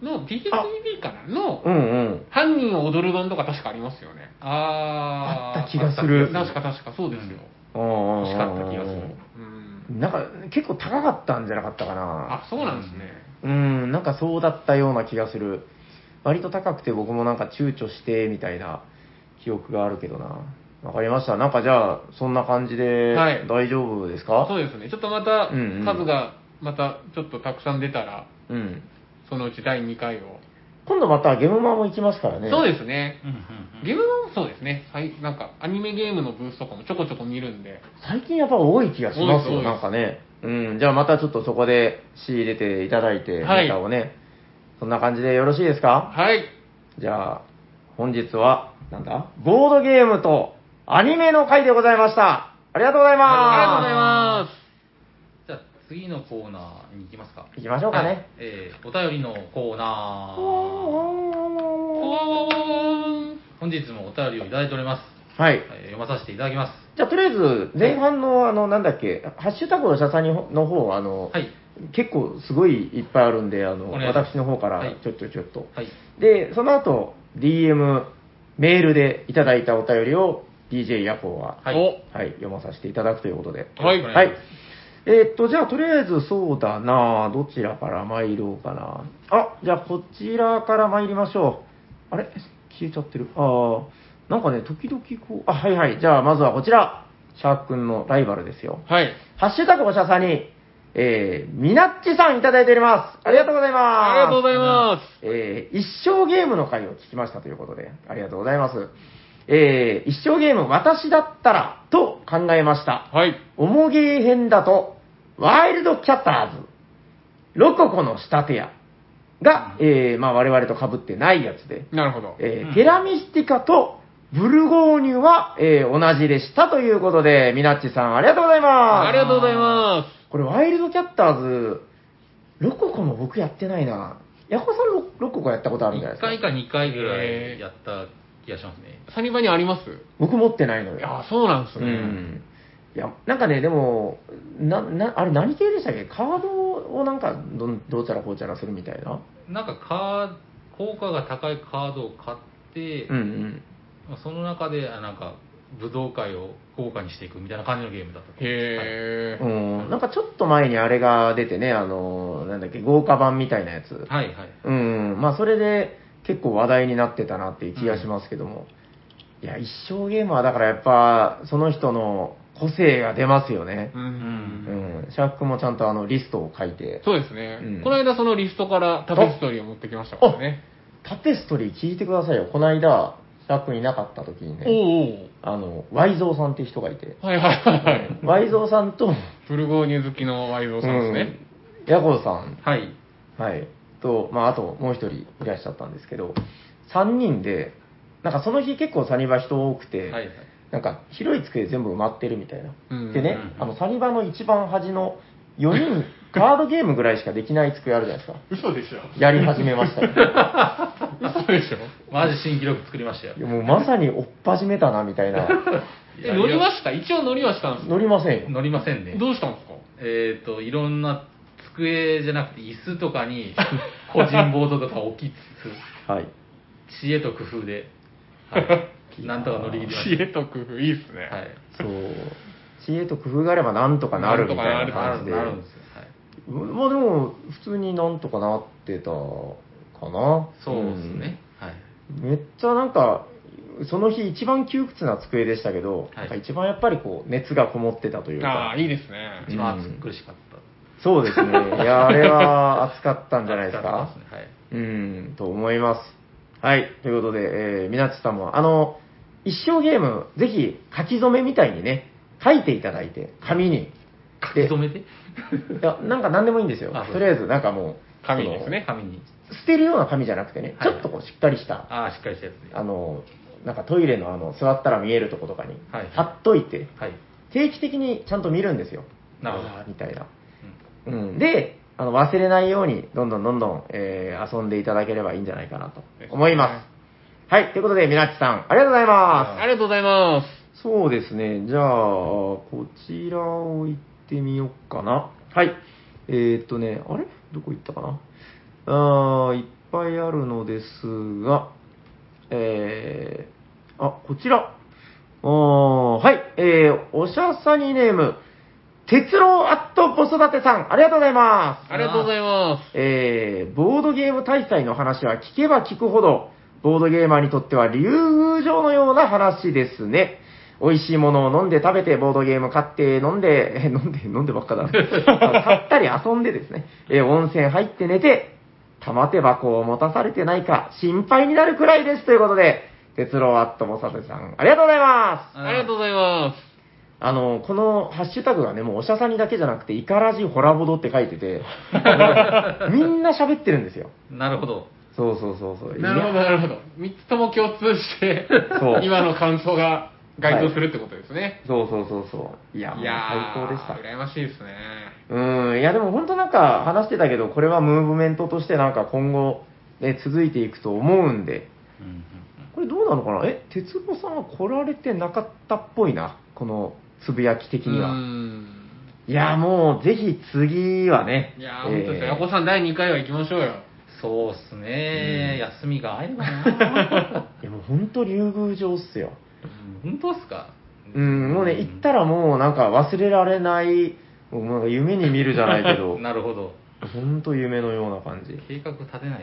Speaker 3: の b
Speaker 2: あ
Speaker 3: b b かなの
Speaker 2: うんうん。
Speaker 3: 犯人を踊る版とか確かありますよね。
Speaker 2: あ
Speaker 3: あ
Speaker 2: った気がする。
Speaker 3: 確か確かそうですよ。
Speaker 2: うんうんうんうん
Speaker 1: 欲しかった気がする
Speaker 3: うん。
Speaker 2: なんか結構高かったんじゃなかったかな。
Speaker 3: あ、そうなんですね。
Speaker 2: うん、なんかそうだったような気がする。割と高くて僕もなんか躊躇して、みたいな記憶があるけどな。わかりました。なんかじゃあ、そんな感じで
Speaker 3: はい
Speaker 2: 大丈夫ですか、
Speaker 3: そうですね。ちょっとまた
Speaker 2: うんうん
Speaker 3: 数がまたちょっとたくさん出たら、
Speaker 2: うん。
Speaker 3: そのうち第2回を。
Speaker 2: 今度またゲームマンも行きますからね。
Speaker 3: そうですね。
Speaker 1: うんうんうん
Speaker 3: ゲームもそうですね。はい。なんかアニメゲームのブースとかもちょこちょこ見るんで。
Speaker 2: 最近やっぱ多い気がします
Speaker 3: 多い
Speaker 2: よ、
Speaker 3: です
Speaker 2: なんかね。うん、じゃあまたちょっとそこで仕入れていただいて、
Speaker 3: はい
Speaker 2: ネタをね。そんな感じでよろしいですか
Speaker 3: はい。
Speaker 2: じゃあ、本日は、なんだボードゲームとアニメの回でございました。ありがとうございます。
Speaker 3: ありがとうございます。
Speaker 1: じゃあ次のコーナーに行きますか。
Speaker 2: 行きましょうか
Speaker 1: はい
Speaker 2: ね。
Speaker 1: えーお便りのコーナー。
Speaker 3: は
Speaker 1: 本日もお便りをいただいております。
Speaker 2: はい。
Speaker 1: はい読まさせていただきます。
Speaker 2: じゃあ、とりあえず、前半の、あの、なんだっけ、ハッシュタグおしゃさんにの方、あの、
Speaker 1: はい。
Speaker 2: 結構すごいいっぱいあるんで、あの、
Speaker 1: お願いします
Speaker 2: 私の方か
Speaker 1: は
Speaker 2: ら
Speaker 1: い、
Speaker 2: ちょっとちょっと。
Speaker 1: はい。
Speaker 2: で、その後、DM、メールでいただいたお便りを、DJ ヤコウは、
Speaker 1: はい
Speaker 3: お
Speaker 2: はい、読まさせていただくということで。
Speaker 3: はい
Speaker 1: よろしくお
Speaker 2: は
Speaker 1: 願
Speaker 2: い
Speaker 1: します。
Speaker 2: えーっと、じゃあ、とりあえず、そうだなどちらから参ろうかなあ、じゃあ、こちらから参りましょう。あれ消えちゃってる。ああ、なんかね、時々こう、あ、はいはい。じゃあ、まずはこちら。シャーク君のライバルですよ。
Speaker 3: い。
Speaker 2: ハッシュタグおしゃさんに、えー、みなっちさんいただいております。ありがとうございます。
Speaker 3: ありがとうございます。
Speaker 2: えー一生ゲームの回を聞きましたということで、ありがとうございます。えー一生ゲーム私だったらと考えました。
Speaker 3: はい。
Speaker 2: おもげー編だと、ワイルドキャッターズ、ロココの仕立て屋が、えーまあ我々と被ってないやつで、
Speaker 3: なるほど。
Speaker 2: えー
Speaker 1: うん
Speaker 2: テラミスティカとブルゴーニュは、えー同じでしたということで、ミナッチさんありがとうございます。
Speaker 3: ありがとうございま
Speaker 2: これ、ワイルドキャッターズ、ロココも僕やってないな。ヤコさんロ、ロココやったことあるんじゃない
Speaker 1: 1
Speaker 2: です
Speaker 1: 回
Speaker 2: か
Speaker 1: か2回ぐらいやった気がしますね。
Speaker 3: す。サニバにあります
Speaker 2: 僕持ってないの
Speaker 3: い
Speaker 2: よ。
Speaker 3: や、そうなんです
Speaker 2: う
Speaker 3: ね。
Speaker 2: ん。いや、なんかね、でも、な、な、あれ何系でしたっけカードをなんかどん、どうちゃらこうちゃらするみたいな。
Speaker 1: なんかカー効果が高いカードを買って、
Speaker 2: うん
Speaker 1: その中であなんか武道会を豪華にしていくみたいな感じのゲームだったと
Speaker 3: へ
Speaker 2: う
Speaker 3: え。
Speaker 2: ん、なんかちょっと前にあれが出てね、あの、なんだっけ、豪華版みたいなやつ。
Speaker 1: はいはい。
Speaker 2: うん、まあそれで結構話題になってたなっていう気がしますけども。いや、一生ゲームはだからやっぱ、その人の個性が出ますよね
Speaker 3: う。。
Speaker 2: うんん、シャークもちゃんとあの、リストを書いて。
Speaker 3: そうですね
Speaker 2: うん。
Speaker 3: この間そのリストからタペストリーを持ってきましたからね。
Speaker 2: タペストリー聞いてくださいよ。この間、シャークいなかった時に
Speaker 3: お
Speaker 2: ね、
Speaker 3: う
Speaker 2: あの、ワイゾーさんっていう人がいて、
Speaker 3: おうはいはいはいはい。
Speaker 2: ワイゾーさんと、
Speaker 3: ブルゴーニュ好きのワイゾーさんですね。
Speaker 2: うんヤコウさん
Speaker 1: はい。
Speaker 2: はい。と、まあ、あともう一人いらっしゃったんですけど、3人で、なんかその日結構サニバ人多くて、
Speaker 1: はいはい。
Speaker 2: なんか広い机全部埋まってるみたいな。
Speaker 3: うん
Speaker 2: でね、あのサニバの一番端の4人、
Speaker 1: [laughs]
Speaker 2: カードゲームぐらいしかできない机あるじゃないですか。
Speaker 3: 嘘でしょ
Speaker 2: やり始め
Speaker 1: [laughs]
Speaker 2: ました。い
Speaker 3: 嘘でしょ
Speaker 1: マジ新記録作りましたよ。
Speaker 2: やもうまさに追っ始めたな、みたいな。
Speaker 1: い
Speaker 3: え、
Speaker 1: や
Speaker 3: 乗り
Speaker 1: いや
Speaker 3: ました一応乗りはしたんです
Speaker 2: 乗りませんよ。
Speaker 1: 乗りませんね
Speaker 3: よ。。どうしたんですか
Speaker 1: えっ、と、いろんな机じゃなくて椅子とかに個人ボードとか置きつ
Speaker 2: はい。
Speaker 1: つ、知恵と工夫で、はい、なんとか乗り切りま
Speaker 3: 知
Speaker 1: し
Speaker 3: 恵と工夫いいっすね。
Speaker 1: た。はい。
Speaker 2: そう。知恵と工夫があればなんとかなるみたいな
Speaker 1: な
Speaker 2: 感じ
Speaker 1: る
Speaker 2: で。
Speaker 1: なるんですよ。はい
Speaker 2: うんまあでも、普通になんとかなってたかな。
Speaker 1: そうですね。はい。
Speaker 2: うん。めっちゃなんか、その日一番窮屈な机でしたけど、
Speaker 1: はい
Speaker 2: なんか一番やっぱりこう、熱がこもってたという
Speaker 3: あ
Speaker 2: か
Speaker 3: あ、。いいですね。
Speaker 1: 一番暑苦しかった。
Speaker 2: そ
Speaker 1: [laughs]
Speaker 2: うですね。いや、あれは暑かったんじゃないです
Speaker 1: 暑
Speaker 2: か
Speaker 1: った。ですねはい。
Speaker 2: うん、と思います。はい。ということで、えー、みなちさんも、あの、一生ゲーム、ぜひ書き初めみたいにね、書いていただいて、紙に。
Speaker 1: 書き留めて
Speaker 2: いや、なんか何でもいいんですよ
Speaker 1: あそ。う
Speaker 2: とりあえず、なんかもう、
Speaker 3: 紙で
Speaker 2: そ
Speaker 3: す
Speaker 2: の
Speaker 3: ね。
Speaker 1: 紙に。
Speaker 2: 捨てるような紙じゃなくてね、
Speaker 1: はい
Speaker 2: ちょっとこうしっかりした、
Speaker 1: ああ、しっかりしたやつね。
Speaker 2: あの、なんかトイレのあの、座ったら見えるとことかに
Speaker 1: はい
Speaker 2: 貼っといて、
Speaker 1: はい。
Speaker 2: 定期的にちゃんと見るんですよ。
Speaker 1: なるほど
Speaker 2: あーみたいな。
Speaker 1: うん
Speaker 2: うん。で、あの、忘れないように、どんどんどんどん、えー遊んでいただければいいんじゃないかなと思います。はい。ということで、みなっちさん、ありがとうございます。
Speaker 3: ありがとうございます。
Speaker 2: そうですね。じゃあ、こちらを行ってみようかな。はい。えー、っとね、あれどこ行ったかなあーいっぱいあるのですが、えー、あ、こちら。おーはい。えー、おしゃさにネーム、鉄郎アット子育てさん、ありがとうございます。
Speaker 3: ありがとうございます。
Speaker 2: えー、ボードゲーム大祭の話は聞けば聞くほど、ボードゲーマーにとっては竜宮城のような話ですね。美味しいものを飲んで食べて、ボードゲーム買って飲んで、 [laughs] え飲んで、飲んでばっかだ。買ったり遊んでですね、えー温泉入って寝て、玉手箱を持たされてないか心配になるくらいですということで、哲郎アットモサテさん、ありがとうございます。
Speaker 1: あー
Speaker 3: ありがとうございます。
Speaker 2: あの、このハッシュタグがね、もうおしゃさにだけじゃなくて、イカラジホラボドって書いてて、みんな喋ってるんですよ。
Speaker 1: なるほど。
Speaker 2: そうそうそうそう。
Speaker 3: なるほど、なるほど。三つとも共通して
Speaker 2: そ、う
Speaker 3: 今の感想が該当するってことですね。
Speaker 2: そうそうそうそう。いや、もう
Speaker 3: いや
Speaker 2: 最高でした
Speaker 3: ー、。羨ましいですね。
Speaker 2: うん、いやでも本当なんか話してたけど、これはムーブメントとしてなんか今後、ね、続いていくと思うんで、
Speaker 1: うんうん
Speaker 2: これどうなのかなえ、哲郎さんは来られてなかったっぽいな。このつぶやき的に
Speaker 3: うー
Speaker 2: は。
Speaker 3: ん
Speaker 2: いや、もうぜひ次はね。
Speaker 3: いやー、本当ですよ。
Speaker 2: えー
Speaker 3: ヤコさん第2回は行きましょうよ。
Speaker 1: そうっすね、休みが合えば
Speaker 2: [laughs]
Speaker 1: な、
Speaker 2: いやもう本当竜宮城っすよ。
Speaker 1: うん、本当っすか
Speaker 2: うん、もうね、行ったらもうなんか忘れられない、もうなんか夢に見るじゃないけ
Speaker 3: [laughs]
Speaker 2: ど、
Speaker 1: なるほど
Speaker 2: 本当夢のような感じ。
Speaker 1: 計画立てないといけない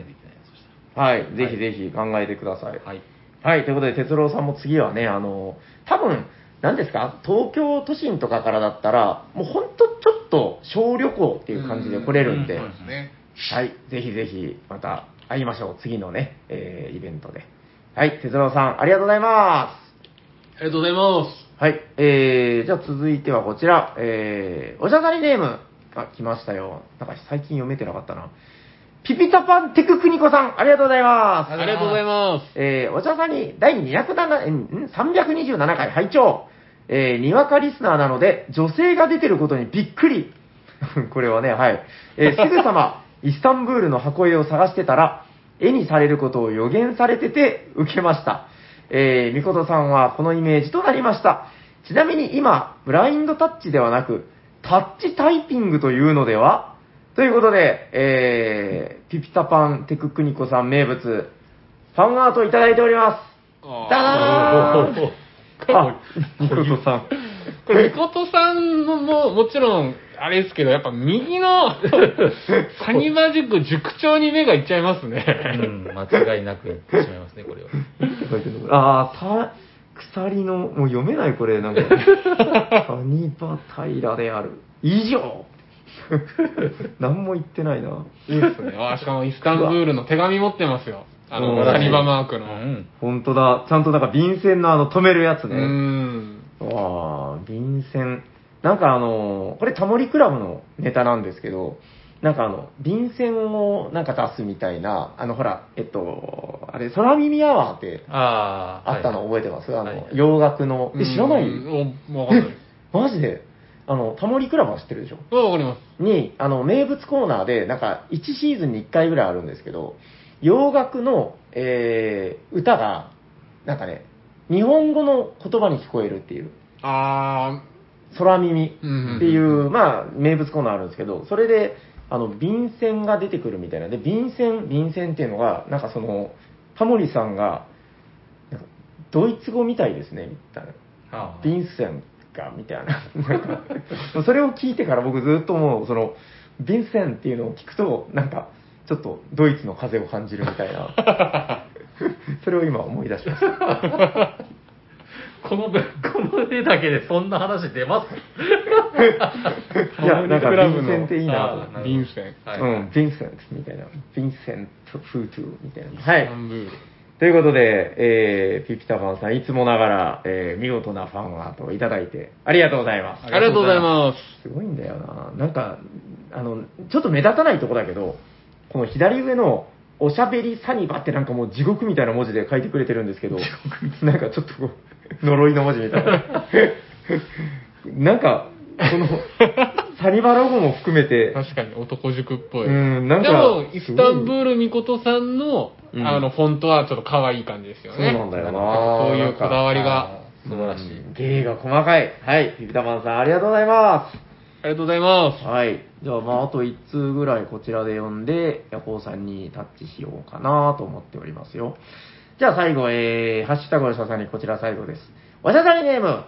Speaker 1: そし
Speaker 2: はい、ぜひぜひ考えてください。
Speaker 1: たらはい
Speaker 2: はい、ということで、哲郎さんも次はね、あの、多分、何ですか、東京都心とかからだったら、もうほんとちょっと小旅行っていう感じで来れるんで、
Speaker 1: うんうん
Speaker 3: そうですね。
Speaker 2: はい、ぜひぜひまた会いましょう、次のね、えーイベントで。はい、哲郎さん、ありがとうございます。
Speaker 3: ありがとうございます。
Speaker 2: はい、えー、じゃあ続いてはこちら、えー、おしゃがりネーム、あ、来ましたよ。なんか最近読めてなかったな。ピピタパンテククニコさん、ありがとうございます。
Speaker 3: ありがとうございま。
Speaker 2: えー、お茶さんに第207ん327回拝聴、えー、にわかリスナーなので、女性が出てることにびっくり。 [laughs] これはね、はい。えー、すぐさま、イスタンブールの箱絵を探してたら、絵にされることを予言されてて、受けました。えー、みことさんはこのイメージとなりました。ちなみに今、ブラインドタッチではなく、タッチタイピングというのではということで、えー、ピピタパンテククニコさん名物、ファンアートいただいておりますす。だ
Speaker 1: ー
Speaker 2: ら
Speaker 1: おー
Speaker 2: ーんあ、ニコトさん。
Speaker 3: これ、ミコトさんもももちろん、あれですけど、やっぱ
Speaker 2: [laughs]
Speaker 3: 右のサニマジック塾長に目がいっちゃいます
Speaker 1: う
Speaker 3: ね。
Speaker 1: ん、間違いなくやってしまいますね、これは。
Speaker 2: [laughs] ああ、た、鎖の、もう読めないこれ、なんか。サニバ平である。以上 [laughs] 何も言ってないな。
Speaker 3: いいですね。あ、しかもイスタンブールの手紙持ってますよ。あ
Speaker 2: う
Speaker 3: の、
Speaker 2: ん
Speaker 3: サニバマーク
Speaker 1: う
Speaker 3: の。
Speaker 1: ん。
Speaker 2: 本当だ。ちゃんとなんか便箋のあの止めるやつ
Speaker 3: う
Speaker 2: ね。
Speaker 3: ん。
Speaker 2: ああ、便箋。なんかあの、これタモリクラブのネタなんですけど、なんかあの、便箋をなんか出すみたいな、あのほら、えっと、あれ、空耳アワーって
Speaker 1: ああ。
Speaker 2: あったの覚えてます、
Speaker 1: は
Speaker 2: あの
Speaker 1: い、
Speaker 2: 洋楽の。
Speaker 3: う
Speaker 2: え、
Speaker 3: ん
Speaker 2: 知らない
Speaker 3: おわか
Speaker 2: [laughs]
Speaker 3: んない。
Speaker 2: マジであの、タモリクラブは知ってるでしょ
Speaker 3: わかります。
Speaker 2: に、あの、名物コーナーで、なんか、1シーズンに1回ぐらいあるんですけど、洋楽の、えー、歌が、なんかね、日本語の言葉に聞こえるっていう。
Speaker 3: あ
Speaker 2: 空耳
Speaker 3: ー、うん。
Speaker 2: っていう、まあ、名物コーナーあるんですけど、それで、あの、便箋が出てくるみたいな。で、便箋、便箋っていうのが、なんかその、タモリさんが、なんかドイツ語みたいですね、みたいな。
Speaker 1: ああ。
Speaker 2: 便箋が、みたいな。 [laughs] なんか、もうそれを聞いてから僕ずっともう、その、便箋っていうのを聞くと、なんか、ちょっとドイツの風を感じるみたいな。
Speaker 3: [laughs]
Speaker 2: それを今思い出しました。
Speaker 1: この、こ [laughs] の絵だけでそんな話出ます
Speaker 2: いや、なんか便
Speaker 3: タモリクラブ
Speaker 2: 箋
Speaker 3: の
Speaker 2: っていいなと。
Speaker 1: あ
Speaker 3: 便箋。
Speaker 1: はい
Speaker 2: うん、ヴィンセントみたいな。ヴィンセント・フートゥみたいな。
Speaker 3: は。
Speaker 2: はい
Speaker 3: イ
Speaker 2: い
Speaker 3: スタ。ンブール。
Speaker 2: ということで、えー、ピピタファンさん、いつもながら、えー、見事なファンアートをいただいて、ありがとうございます。
Speaker 3: ありがとうございます。
Speaker 2: すごいんだよななんか、あの、ちょっと目立たないとこだけど、この左上の、おしゃべりサニバってなんかもう地獄みたいな文字で書いてくれてるんですけど、なんかちょっとこう、呪いの文字みたいな。なんか、この、サニバロゴも含めて、
Speaker 3: 確かに男塾っぽい。
Speaker 2: うんなんか
Speaker 3: でも、イスタンブールミコトさんの、
Speaker 2: うん
Speaker 3: あの、フォントはちょっと可愛い感じですよ
Speaker 2: そう
Speaker 3: ね。
Speaker 2: なんだよな
Speaker 3: そういうこだわりが。あ
Speaker 1: 素晴らしい。
Speaker 2: うん芸が細かい。はい。ピピタマンさん、ありがとうございま
Speaker 3: りがとうございます
Speaker 2: す。。はい。じゃあ、まあ、あと1通ぐらいこちらで読んで、ヤコウさんにタッチしようかなと思っておりますよ。じゃあ、最後、えー、ハッシュタグの下さんにこちら最後です。おしゃさりネーム、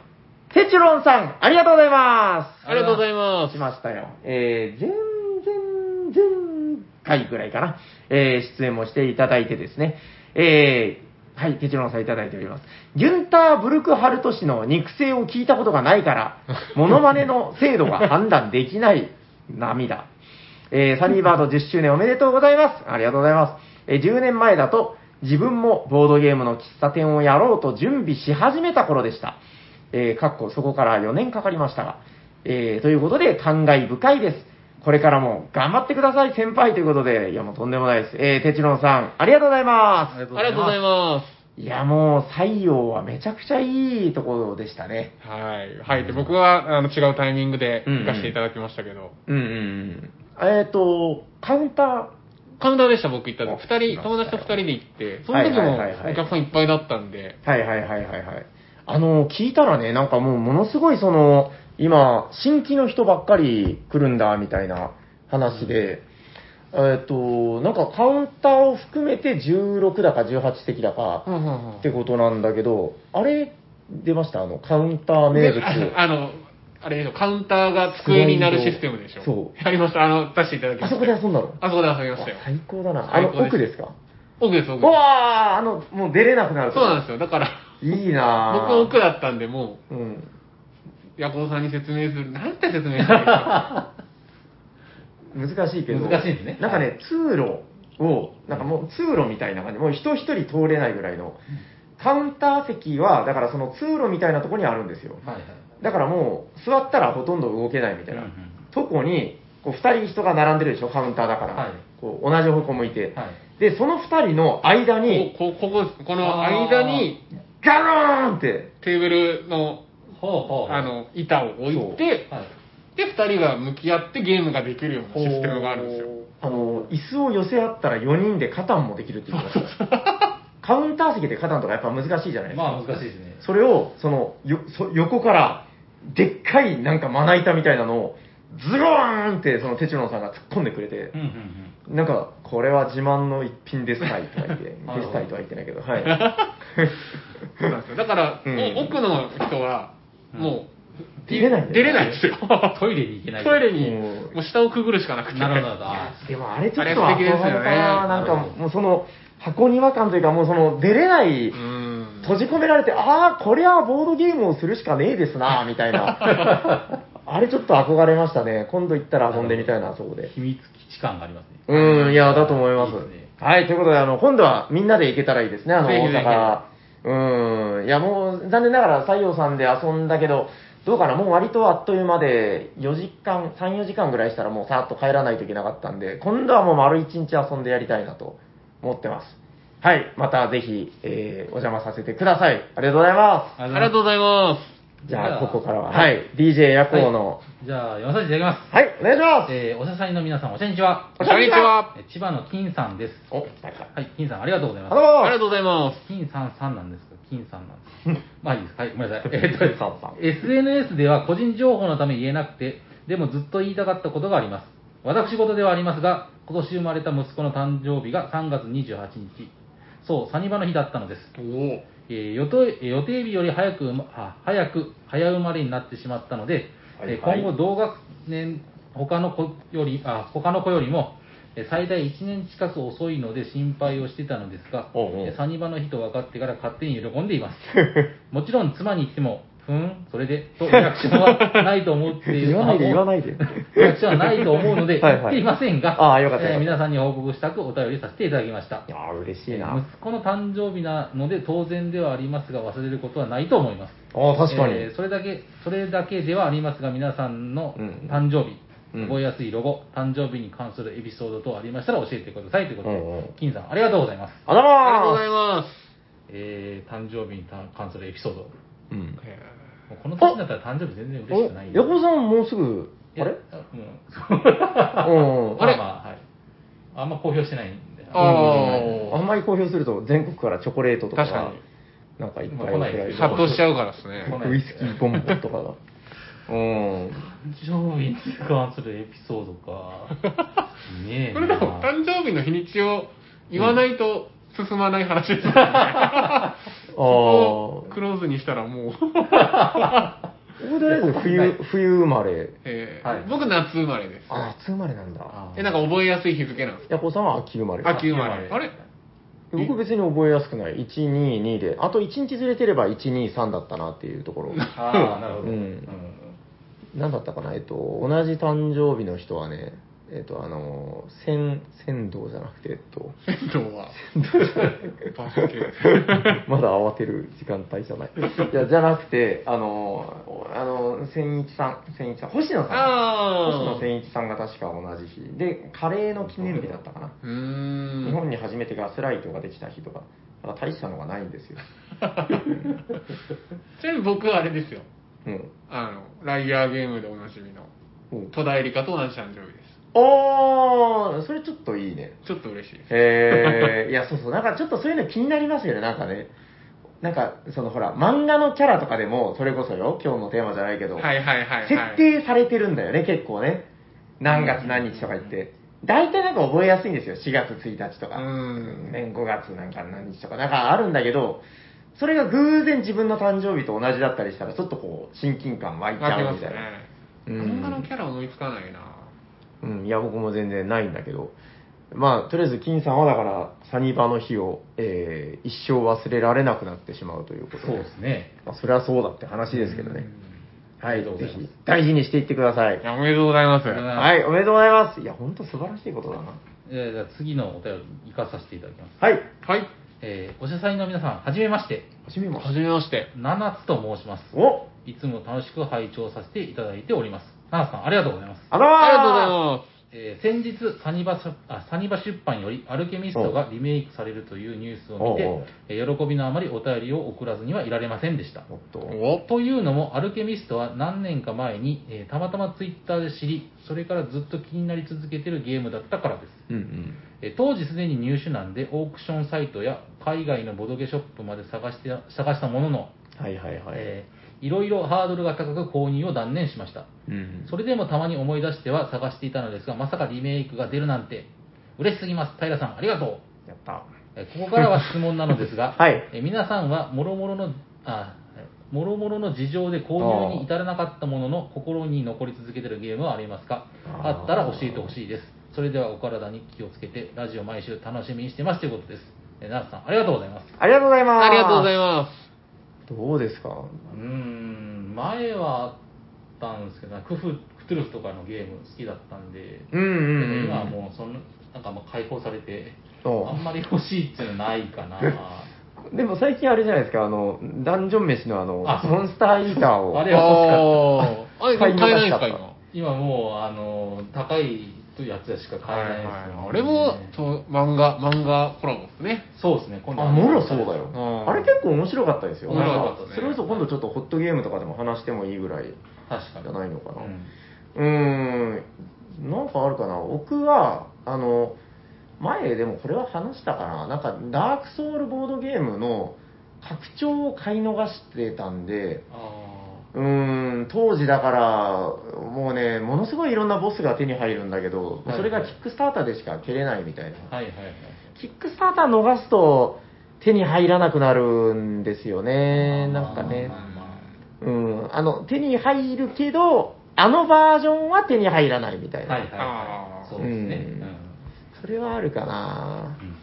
Speaker 2: テチュロンさん、ありがとうございます。
Speaker 3: ありがとうございま
Speaker 2: し
Speaker 3: す。
Speaker 2: ましたよ。えー、全然、前回ぐらいかな。えー、出演もしていただいてですね。えー、はい、テチロンさんいただいております。ギュンター・ブルクハルト氏の肉声を聞いたことがないから、モノマネの精度が判断できない涙。えーサニーバード10周年おめでとうございます。ありがとうございます。えー10年前だと、自分もボードゲームの喫茶店をやろうと準備し始めた頃でした。えーかっこそこから4年かかりましたが、えーということで、感慨深いです。これからも頑張ってください、先輩ということで、いや、もうとんでもないです。えー、てちろんさん、ありがとうございます。
Speaker 3: ありがとうございま
Speaker 2: いや、もう、採用はめちゃくちゃいいところでしたね。
Speaker 3: す。はい。はい。で、僕は、あの、違うタイミングで
Speaker 2: うんうん
Speaker 3: 行かせていただきましたけど。
Speaker 2: うんうんうん。えっ、と、カウンタ
Speaker 3: カウンターでした、僕行ったの。
Speaker 2: あ
Speaker 3: 二人、友達と二人で行って、その時
Speaker 2: はい
Speaker 3: も
Speaker 2: はいはいはい
Speaker 3: お客さんいっぱいだったんで、
Speaker 2: ー、はいはいはいはいはい。あの、聞いたらね、なんかもう、ものすごいその、今、新規の人ばっかり来るんだ、みたいな話で、えっ、と、なんかカウンターを含めて16だか18席だか、
Speaker 3: うんうんうん
Speaker 2: ってことなんだけど、あれ、出ましたあの、カウンター名物。
Speaker 3: [laughs] でああの、あれでしょ、カウンターが机になるシステムでしょ。
Speaker 2: そう
Speaker 3: やりました。あの、出していただきま
Speaker 2: あ
Speaker 3: し
Speaker 2: そ
Speaker 3: た。
Speaker 2: こで遊んだの
Speaker 3: あそこで遊びましたよ。
Speaker 2: 最高だな。あの、
Speaker 3: 最高です
Speaker 2: 奥ですか
Speaker 3: 奥です、
Speaker 2: う
Speaker 3: 奥で
Speaker 2: わ
Speaker 3: す。
Speaker 2: ーあの、もう出れなくなる。
Speaker 3: そうなんですよ。だから、
Speaker 2: です。いいな
Speaker 3: 僕は奥だったんで、も
Speaker 2: 僕うん。
Speaker 3: う、ヤコウさんに説明する。なんて説明したらいいか。
Speaker 2: 難しいけど。
Speaker 1: 難しいんですね
Speaker 2: なんかね、通路を、なんかもう通路みたいな感じ。もう人一人通れないぐらいの。カウンター席は、だからその通路みたいなとこにあるんですよ。
Speaker 1: はいはい。
Speaker 2: だからもう、座ったらほとんど動けないみたいな。とこに、こう、二人人が並んでるでしょ、カウンターだから。
Speaker 1: はい
Speaker 2: こう、同じ方向向いて。
Speaker 1: はい。
Speaker 2: で、その二人の間に、
Speaker 3: ここ、ここです。この間に、
Speaker 2: ガローンって、
Speaker 3: テーブルの、
Speaker 1: ほうほう。
Speaker 3: あ、の、板を置いて、
Speaker 1: はい。
Speaker 3: で、二人が向き合ってゲームができるようなシステムがあるんですよ。
Speaker 2: あの、椅子を寄せ合ったら4人でカタンもできるっていう
Speaker 1: [laughs]
Speaker 2: カウンター席でカタンとかやっぱ難しいじゃないですか。
Speaker 1: まあ難しいですね。
Speaker 2: それを、その、よそ横から、でっかいなんかまな板みたいなのを、ズローンってそのテチロンさんが突っ込んでくれて
Speaker 1: うん、うんうん。
Speaker 2: なんか、これは自慢の一品ですたいとか言って、 [laughs] で
Speaker 1: なるほど
Speaker 2: すたいとは言ってないけど、はい。
Speaker 3: そうなんですよ。だから、
Speaker 2: うん
Speaker 3: お奥の人は、もう、
Speaker 2: 出れないんだよ
Speaker 3: 出れないですよ。
Speaker 1: トイレに行けない。
Speaker 3: トイレに
Speaker 2: も、う
Speaker 3: もう下をくぐるしかなくて。
Speaker 1: なるほどなるほど。あ
Speaker 2: でもあれちょっと
Speaker 3: あれ素敵ですよね
Speaker 2: 憧れたな、なんかもうその、箱庭感というか、もうその、出れない、
Speaker 3: うん。
Speaker 2: 閉じ込められて、ああ、こりゃボードゲームをするしかねえですな、みたいな。あれちょっと憧れましたね。今度行ったら遊んでみたいな、あそこで。
Speaker 1: 秘密基地感がありますね。
Speaker 2: うん、いや、だと思います。
Speaker 1: いいですね
Speaker 2: はい、ということで、あの、今度はみんなで行けたらいいですね、あの、
Speaker 3: ぜひ
Speaker 2: 大
Speaker 3: ぜひ
Speaker 2: 阪。うん、いや、もう、残念ながら、西洋さんで遊んだけど、どうかな、もう割とあっという間で、4時間、3、4時間ぐらいしたら、もうさーっと帰らないといけなかったんで、今度はもう丸1日遊んでやりたいなと思ってます。はい、またぜひ、えー、お邪魔させてください。ありがとうございま
Speaker 3: ありがとうございます。
Speaker 2: す。じゃあ、ここからは、はい、DJ 夜行の、
Speaker 1: じゃあ、読ませていただきま
Speaker 2: はい、お願いします
Speaker 1: す。。えー、おしゃさりの皆さん、おしゃにちは。
Speaker 2: こ
Speaker 3: こ
Speaker 2: んにち
Speaker 3: んにち
Speaker 2: は
Speaker 3: は。
Speaker 1: え千葉の金さんです。
Speaker 2: お、来た。
Speaker 1: はい、金さん、ありがとうございます。
Speaker 2: どうも
Speaker 3: ありがとうございます。
Speaker 1: 金さんさんなんですけど、金さんなんです。まあいいです。はい、ごめんなさい。えっと
Speaker 2: さんさん
Speaker 1: SNS では個人情報のため言えなくて、でもずっと言いたかったことがあります。私事ではありますが、今年生まれた息子の誕生日が3月28日。そう、サニバの日だったのです。
Speaker 3: おお。
Speaker 1: えー予定えー予定日より早くうま、あ早く、早生まれになってしまったので、
Speaker 2: はい
Speaker 1: えー
Speaker 2: はい
Speaker 1: 今後同学年、他の子より、あ、他の子よりも、えー最大1年近く遅いので心配をしてたのですが、
Speaker 2: おうおう
Speaker 1: えーサニバの日と分かってから勝手に喜んでいます。もちろん妻に言っても、ふーん、それで、とリアクションはないと思っている
Speaker 2: [laughs] [laughs] 言わないで、言わ
Speaker 1: [laughs]
Speaker 2: ないで。
Speaker 1: リアクションはないと思うので、
Speaker 2: [laughs] はいはい
Speaker 1: 言っていませんが、
Speaker 2: ああよかったよかった
Speaker 1: えー皆さんに報告したくお便りさせていただきました
Speaker 2: い。やー嬉しいな。
Speaker 1: 息子の誕生日なので当然ではありますが忘れることはないと思います
Speaker 2: ああ、確かに。
Speaker 1: えーそれだけそれだけではありますが皆さんの
Speaker 2: うん
Speaker 1: 誕生日、
Speaker 2: うん
Speaker 1: 覚えやすいロゴ誕生日に関するエピソード等ありましたら教えてくださいということで、
Speaker 2: うんうん
Speaker 1: 金さんありがとうございます、
Speaker 2: あら
Speaker 3: ありがとうご
Speaker 2: ま
Speaker 3: ざい
Speaker 2: ー
Speaker 3: ます。
Speaker 1: えー、誕生日に関するエピソードも
Speaker 2: うん
Speaker 3: へ
Speaker 1: うこの年になったら誕生日全然嬉しくない
Speaker 2: お横尾さん、もうすぐ、あ
Speaker 1: いや
Speaker 2: れ
Speaker 1: うん
Speaker 2: うん。
Speaker 3: あ
Speaker 1: [laughs]
Speaker 3: れ
Speaker 1: まあまあはい、あんま公表してないんで
Speaker 3: あ
Speaker 2: うんあんまり公表すると、全国からチョコレートとか
Speaker 3: 確か
Speaker 2: が
Speaker 3: に、
Speaker 2: なんかいっぱい
Speaker 1: 来ないです
Speaker 3: ー殺到しちゃうからです
Speaker 1: 来
Speaker 3: ね。
Speaker 1: ない
Speaker 2: ウイスキーボンボンとかが。うん。
Speaker 1: 誕生日に関するエピソード
Speaker 2: [laughs]
Speaker 1: か。ねえな。
Speaker 3: これでも、誕生日の日にちを言わないと進まない話ですね。
Speaker 2: [laughs] ああ。
Speaker 3: こ
Speaker 2: こ
Speaker 3: こをクローズにしたらもう、
Speaker 2: こで冬、冬生まれ。
Speaker 3: えー
Speaker 1: はい
Speaker 3: 僕夏生まれです。
Speaker 2: あ、夏生まれなんだ。
Speaker 1: あー
Speaker 3: え、なんか覚えやすい日付なんです
Speaker 2: ヤコさんは秋生まれ。
Speaker 3: 秋生まれ。あれ
Speaker 2: 僕別に覚えやすくない。122で。あと1日ずれてれば123だったなっていうところ。
Speaker 1: ああ、なるほど。
Speaker 2: うん何だったかな、えっと、同じ誕生日の人はね、えっと、あの、仙、仙道じゃなくて、えっ
Speaker 3: [laughs]
Speaker 2: と、
Speaker 3: 仙道は。バスケ。
Speaker 2: まだ慌てる時間帯じゃない。いや、じゃなくて、あの、おあの、千一さん、千一さん、星野さん。星
Speaker 3: あ
Speaker 2: 野
Speaker 3: ー。
Speaker 2: 千一さんが確か同じ日。で、カレーの記念日だったかな。
Speaker 3: うー
Speaker 2: 日
Speaker 3: ん。
Speaker 2: 本に初めてガスライトができた日とか。だから大したのがないんです
Speaker 3: [laughs]
Speaker 2: よ。
Speaker 3: ちなみに僕はあれですよ。
Speaker 2: うん。
Speaker 3: あの、ライアーゲームでおなじみの、
Speaker 2: うん
Speaker 3: 戸田恵梨香と同じ誕生日で
Speaker 2: おー、それちょっといいね。
Speaker 3: す。ちょっと嬉しいです。
Speaker 2: へえ、いや、そうそう、なんかちょっとそういうの気になりますよね、なんかね。なんか、そのほら、漫画のキャラとかでも、それこそよ、今日のテーマじゃないけど、
Speaker 3: はいはいはいはい。
Speaker 2: 設定されてるんだよね、結構ね。何月何日とか言って。大体なんか覚えやすいんですよ、4月1日とか。
Speaker 3: うん
Speaker 2: 年5月なんか何日とか、なんかあるんだけど、それが偶然自分の誕生日と同じだったりしたら、ちょっとこう、親近感湧いち
Speaker 3: わ
Speaker 2: ゃ
Speaker 3: け
Speaker 2: う
Speaker 3: ま
Speaker 2: み
Speaker 3: す
Speaker 2: たいな。
Speaker 3: ね。
Speaker 2: うん
Speaker 3: 漫画のキャラ思いつかないな
Speaker 2: うん、いや、僕も全然ないんだけど、まあ、とりあえず、金さんはだから、サニバの日を、えー一生忘れられなくなってしまうということ
Speaker 1: そうですね。
Speaker 2: まあ、それはそうだって話ですけどね。は
Speaker 1: あり
Speaker 2: い、ぜ
Speaker 1: がとうございます
Speaker 2: ひ、大事にしていってください
Speaker 3: い。や、おめでとうございます。
Speaker 1: ありがとうございます
Speaker 2: はい、おめでとうございます。いや、ほんと素晴らしいことだな。
Speaker 1: えーじゃあ次のお便りに行かさせていただきます。
Speaker 2: はい、
Speaker 3: はい。
Speaker 1: えーおしゃさんの皆さん、はじめまして。
Speaker 2: 始めま
Speaker 3: は
Speaker 2: す。
Speaker 3: じめまして。
Speaker 1: 七つと申します。
Speaker 2: お
Speaker 1: いつも楽しく拝聴させていただいております。七つさん、ありがとうございます。
Speaker 2: あら
Speaker 3: ありがとうござい
Speaker 2: とうございま
Speaker 3: ま
Speaker 1: えー先日サニバさあ、サニバ出版よりアルケミストがリメイクされるというニュースを見て
Speaker 2: おうおう、
Speaker 1: えー喜びのあまりお便りを送らずにはいられませんでした
Speaker 2: す。。もっと。
Speaker 3: す。お
Speaker 1: というのも、アルケミストは何年か前に、えーたまたまツイッターで知り、それからずっと気になり続けてるゲームだったからです。
Speaker 2: うんうん。
Speaker 1: えー当時すでに入手なんで、オークションサイトや海外のボドゲショップまで探して探したものの、
Speaker 2: はいはいはい。
Speaker 1: えいろいろハードルが高く購入を断念しました。
Speaker 2: うん
Speaker 1: それでもたまに思い出しては探していたのですが、まさかリメイクが出るなんて、嬉しすぎます。平さん、ありがとう。
Speaker 2: やった。
Speaker 1: えここからは質問なのですが、
Speaker 2: [laughs] はい
Speaker 1: え皆さんはもろもろの、あ、もろもろの事情で購入に至らなかったものの心に残り続けてるゲームはありますか
Speaker 2: あー
Speaker 1: あったら教えてほしいです。それではお体に気をつけて、ラジオ毎週楽しみにしてますということです。え奈良さん、ありがとうございます。
Speaker 2: ありがとうございます。
Speaker 3: ありがとうござい
Speaker 2: ま。
Speaker 3: ます
Speaker 2: どうですか
Speaker 1: うーん、前はあったんですけど、クフ、クトゥルフとかのゲーム好きだったんで、
Speaker 2: うんうんうん。
Speaker 1: 今はもうその、なんかもう解放されて、
Speaker 2: そう
Speaker 1: あんまり欲しいっていうのはないかな。
Speaker 2: でも最近あれじゃないですか、あの、ダンジョン飯のあの、
Speaker 1: あ
Speaker 2: モンスターイーターを。
Speaker 1: あれ
Speaker 3: す。ああー、あれ、買えないんですか、
Speaker 2: 買い逃しちゃ
Speaker 3: 今。
Speaker 1: 今もう、あの、高いやつしか買えないですよ、ね
Speaker 3: あれも、そう、漫画、漫画コラボですね。
Speaker 1: そうですね、今
Speaker 2: あ、もろそうだよ
Speaker 3: う。ん
Speaker 2: あれ結構面白かったですよ。
Speaker 3: 面白かった
Speaker 2: なん
Speaker 3: ですね
Speaker 2: それこそ今度ちょっとホットゲームとかでも話してもいいぐらいじ
Speaker 1: 確かに。
Speaker 2: ゃないのかな。
Speaker 1: うん
Speaker 2: うーん、なんかあるかな、僕は、あの、前でもこれは話したかな、なんかダークソウルボードゲームの拡張を買い逃してたんで、
Speaker 1: あ
Speaker 2: うーん、当時だから、もうね、ものすごいいろんなボスが手に入るんだけど、
Speaker 1: はい
Speaker 2: それがキックスターターでしか蹴れないみたいな。
Speaker 1: ーはいはいはい。
Speaker 2: キックスターター逃すと手に入らなくなるんですよね、なんかね
Speaker 1: ま。あま
Speaker 2: うん、あの、手に入るけど、あのバージョンは手に入らないみた
Speaker 1: あ
Speaker 2: い
Speaker 1: まあは
Speaker 2: な。
Speaker 1: いはいは
Speaker 3: あ
Speaker 1: い。
Speaker 3: ー
Speaker 1: そうですね。
Speaker 2: うん
Speaker 1: うん
Speaker 2: それはあるかな
Speaker 1: うん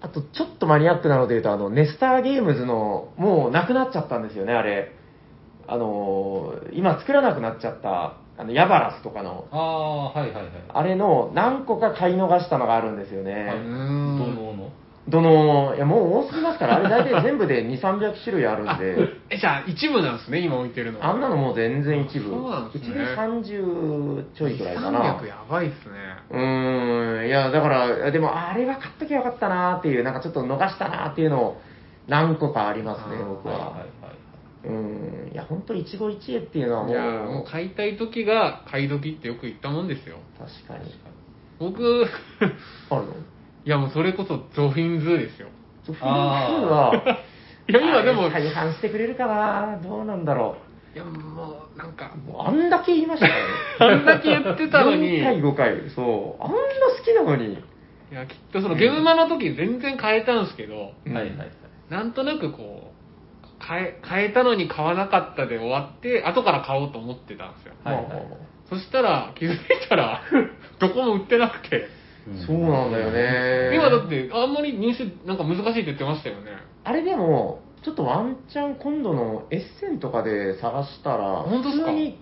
Speaker 2: あと、ちょっとマニアックなので言うと、あの、ネスターゲームズの、もうなくなっちゃったんですよね、あれ。あのー今作らなくなっちゃった、あの、ヤバラスとかの、
Speaker 1: ああー、はいはいはい。
Speaker 2: あれの何個か買い逃したのがあるんですよね。
Speaker 1: はいう
Speaker 3: ー
Speaker 1: ど
Speaker 3: ん。
Speaker 1: のの
Speaker 2: どの、いや、もう多すぎますから、あれ大体全部で2、300種類あるんで、
Speaker 3: え、じゃあ、一部なんですね、今置いてるのは。
Speaker 2: あんなのもう全然一部。
Speaker 3: そうなんです
Speaker 2: 一
Speaker 3: ね
Speaker 2: 部30ちょいくらいかな。
Speaker 3: 300やばいっすね。
Speaker 2: うーん、いや、だから、でも、あれは買っときゃよかったなーっていう、なんかちょっと逃したなーっていうのを、何個かありますね、
Speaker 3: あー
Speaker 2: 僕
Speaker 1: はいは
Speaker 2: は。
Speaker 1: いは
Speaker 2: うーん、いや、ほんと、一期一会っていうのはも
Speaker 3: いやも
Speaker 2: う、
Speaker 3: う買いたい時が買い時ってよく言ったもんですよ
Speaker 2: 確かに。
Speaker 3: 僕 [laughs]
Speaker 2: あるの
Speaker 3: いやもうそれこそゾフィンズーですよ
Speaker 2: ゾフィンズ
Speaker 1: あ
Speaker 2: は、
Speaker 3: いや今でも
Speaker 2: あれ再販してくれるかなどうなんだろ
Speaker 3: いやもうなんか
Speaker 2: う。もうあんだけ言いましたからね。
Speaker 3: あんだけ言ってたのに
Speaker 2: 4
Speaker 3: い
Speaker 2: 回、5回、そう。あんな好きなのに。
Speaker 3: やきっとそのゲームマの時全然買えたんですけど
Speaker 1: いはいはいはい。
Speaker 3: なんとなくこう買え買えたのに買わなかったで終わって後から買おうと思ってたんですよ
Speaker 1: はいはい
Speaker 2: まあまあまあ
Speaker 3: そしたら気づい
Speaker 2: [laughs]
Speaker 3: たらどこも売ってなくて
Speaker 2: そうなんだよね。
Speaker 3: 今だってあんまり入手なんか難しいって言ってましたよね
Speaker 2: あれでも、ちょっとワンチャン今度のエッセンとかで探したら、
Speaker 3: 本当っすか
Speaker 2: 普通に、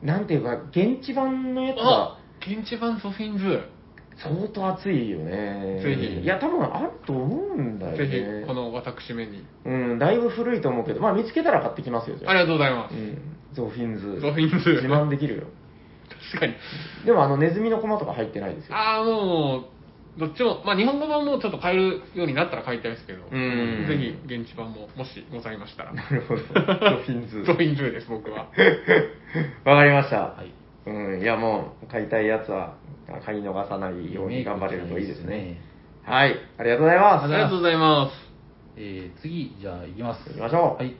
Speaker 2: なんていうか、現地版のやつ
Speaker 3: あ
Speaker 2: が
Speaker 3: 現地版ソフィンズ
Speaker 2: 相当熱いよね。
Speaker 3: ぜひ
Speaker 2: いや、多分あると思うんだよね。
Speaker 3: ぜひ、この私めに。
Speaker 2: うん、だいぶ古いと思うけど、まあ見つけたら買ってきますよ、じゃ
Speaker 3: ありがとうございま
Speaker 2: う
Speaker 3: す。
Speaker 2: ん、ゾフィンズ。
Speaker 3: ゾフィンズ
Speaker 2: 自慢できるよ。
Speaker 3: 確かに。
Speaker 2: でも、あの、ネズミの駒とか入ってないですよ。
Speaker 3: ああ、もう、どっちも、まあ日本語版もちょっと買えるようになったら買いたいですけど、
Speaker 2: うん
Speaker 3: ぜひ現地版も、もしございましたら。
Speaker 2: なるほど。ゾフィンズ。
Speaker 3: ゾフィンズです、僕は。
Speaker 2: [laughs] わかりました。
Speaker 1: はい
Speaker 2: うん、いや、もう、買いたいやつは、買い逃さないように頑張れるといいですね。。はい、ありがとうござい
Speaker 3: あ
Speaker 2: ま
Speaker 3: り
Speaker 2: す。
Speaker 3: がとうございます。
Speaker 1: えー次、じゃあ行きます。
Speaker 2: 行きましょ
Speaker 1: は
Speaker 2: う
Speaker 1: い。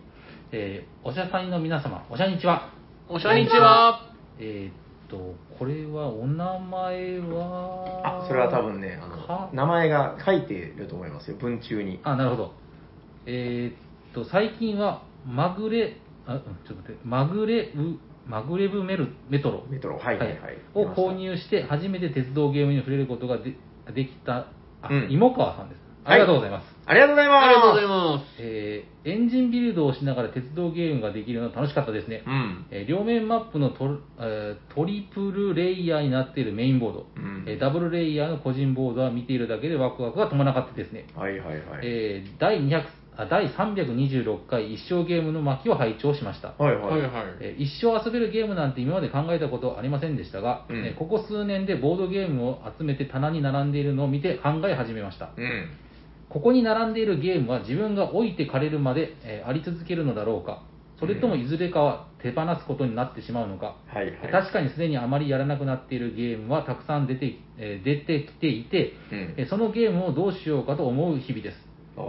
Speaker 1: えーおしゃさんの皆様、おしゃにちは。
Speaker 3: おしゃにちは。
Speaker 1: えーっと、これは、お名前は
Speaker 2: あ、それは多分ね、あ
Speaker 1: か
Speaker 2: の、名前が書いてると思いますよ、文中に。
Speaker 1: あ、なるほど。えーっと、最近は、まぐれ、あ、うんちょっと待って、まぐれう、まぐれぶメルメトロ、
Speaker 2: メトロ、はいはいはい。
Speaker 1: を購入して、初めて鉄道ゲームに触れることがでできた、あ、
Speaker 2: うん
Speaker 1: 芋川さんです。
Speaker 2: はい
Speaker 1: ありがとうございます。
Speaker 2: ありがとうございます。
Speaker 3: ありがとうございま
Speaker 1: えーエンジンビルドをしながら鉄道ゲームができるの楽しかったですね。
Speaker 2: うん。
Speaker 1: えー両面マップのトル,、えートリプルレイヤーになっているメインボード、
Speaker 2: うん
Speaker 1: えーダブルレイヤーの個人ボードは見ているだけでワクワクが止まらなかったですね、
Speaker 2: はいはいはい。
Speaker 1: えー第200あ第326回一生ゲームの巻を拝聴しました、
Speaker 2: はい
Speaker 3: す。
Speaker 2: は。
Speaker 3: はいいはい。
Speaker 1: えー一生遊べるゲームなんて今まで考えたことありませんでしたが、
Speaker 2: うん
Speaker 1: えーここ数年でボードゲームを集めて棚に並んでいるのを見て考え始めました
Speaker 2: うん。
Speaker 1: ここに並んでいるゲームは自分が置いてかれるまで、えーあり続けるのだろうかそれともいずれかは手放すことになってしまうのか、
Speaker 2: はいはい。
Speaker 1: 確かにすでにあまりやらなくなっているゲームはたくさん出て,、えー出てきていて、
Speaker 2: うん
Speaker 1: えーそのゲームをどうしようかと思う日々です。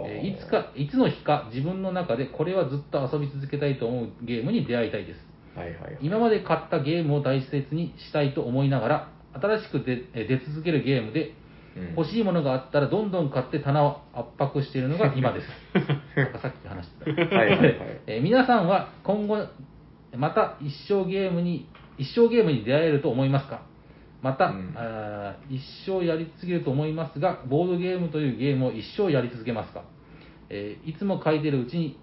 Speaker 1: えーいつか、いつの日か自分の中でこれはずっと遊び続けたいと思うゲームに出会いたいです。
Speaker 2: はいはいはい
Speaker 1: 今まで買ったゲームを大切にしたいと思いながら、新しく出えー出続けるゲームで、
Speaker 2: うん
Speaker 1: 欲しいものがあったらどんどん買って棚を圧迫しているのが
Speaker 2: [laughs]
Speaker 1: 今です。なんかさっき話してた。
Speaker 2: はいはいはい
Speaker 1: [laughs] えー皆さんは今後、また一生ゲームに、一生ゲームに出会えると思いますかまた、
Speaker 2: うん
Speaker 1: あー一生やり続けると思いますが、ボードゲームというゲームを一生やり続けますか、えーいつも書いてるうちに、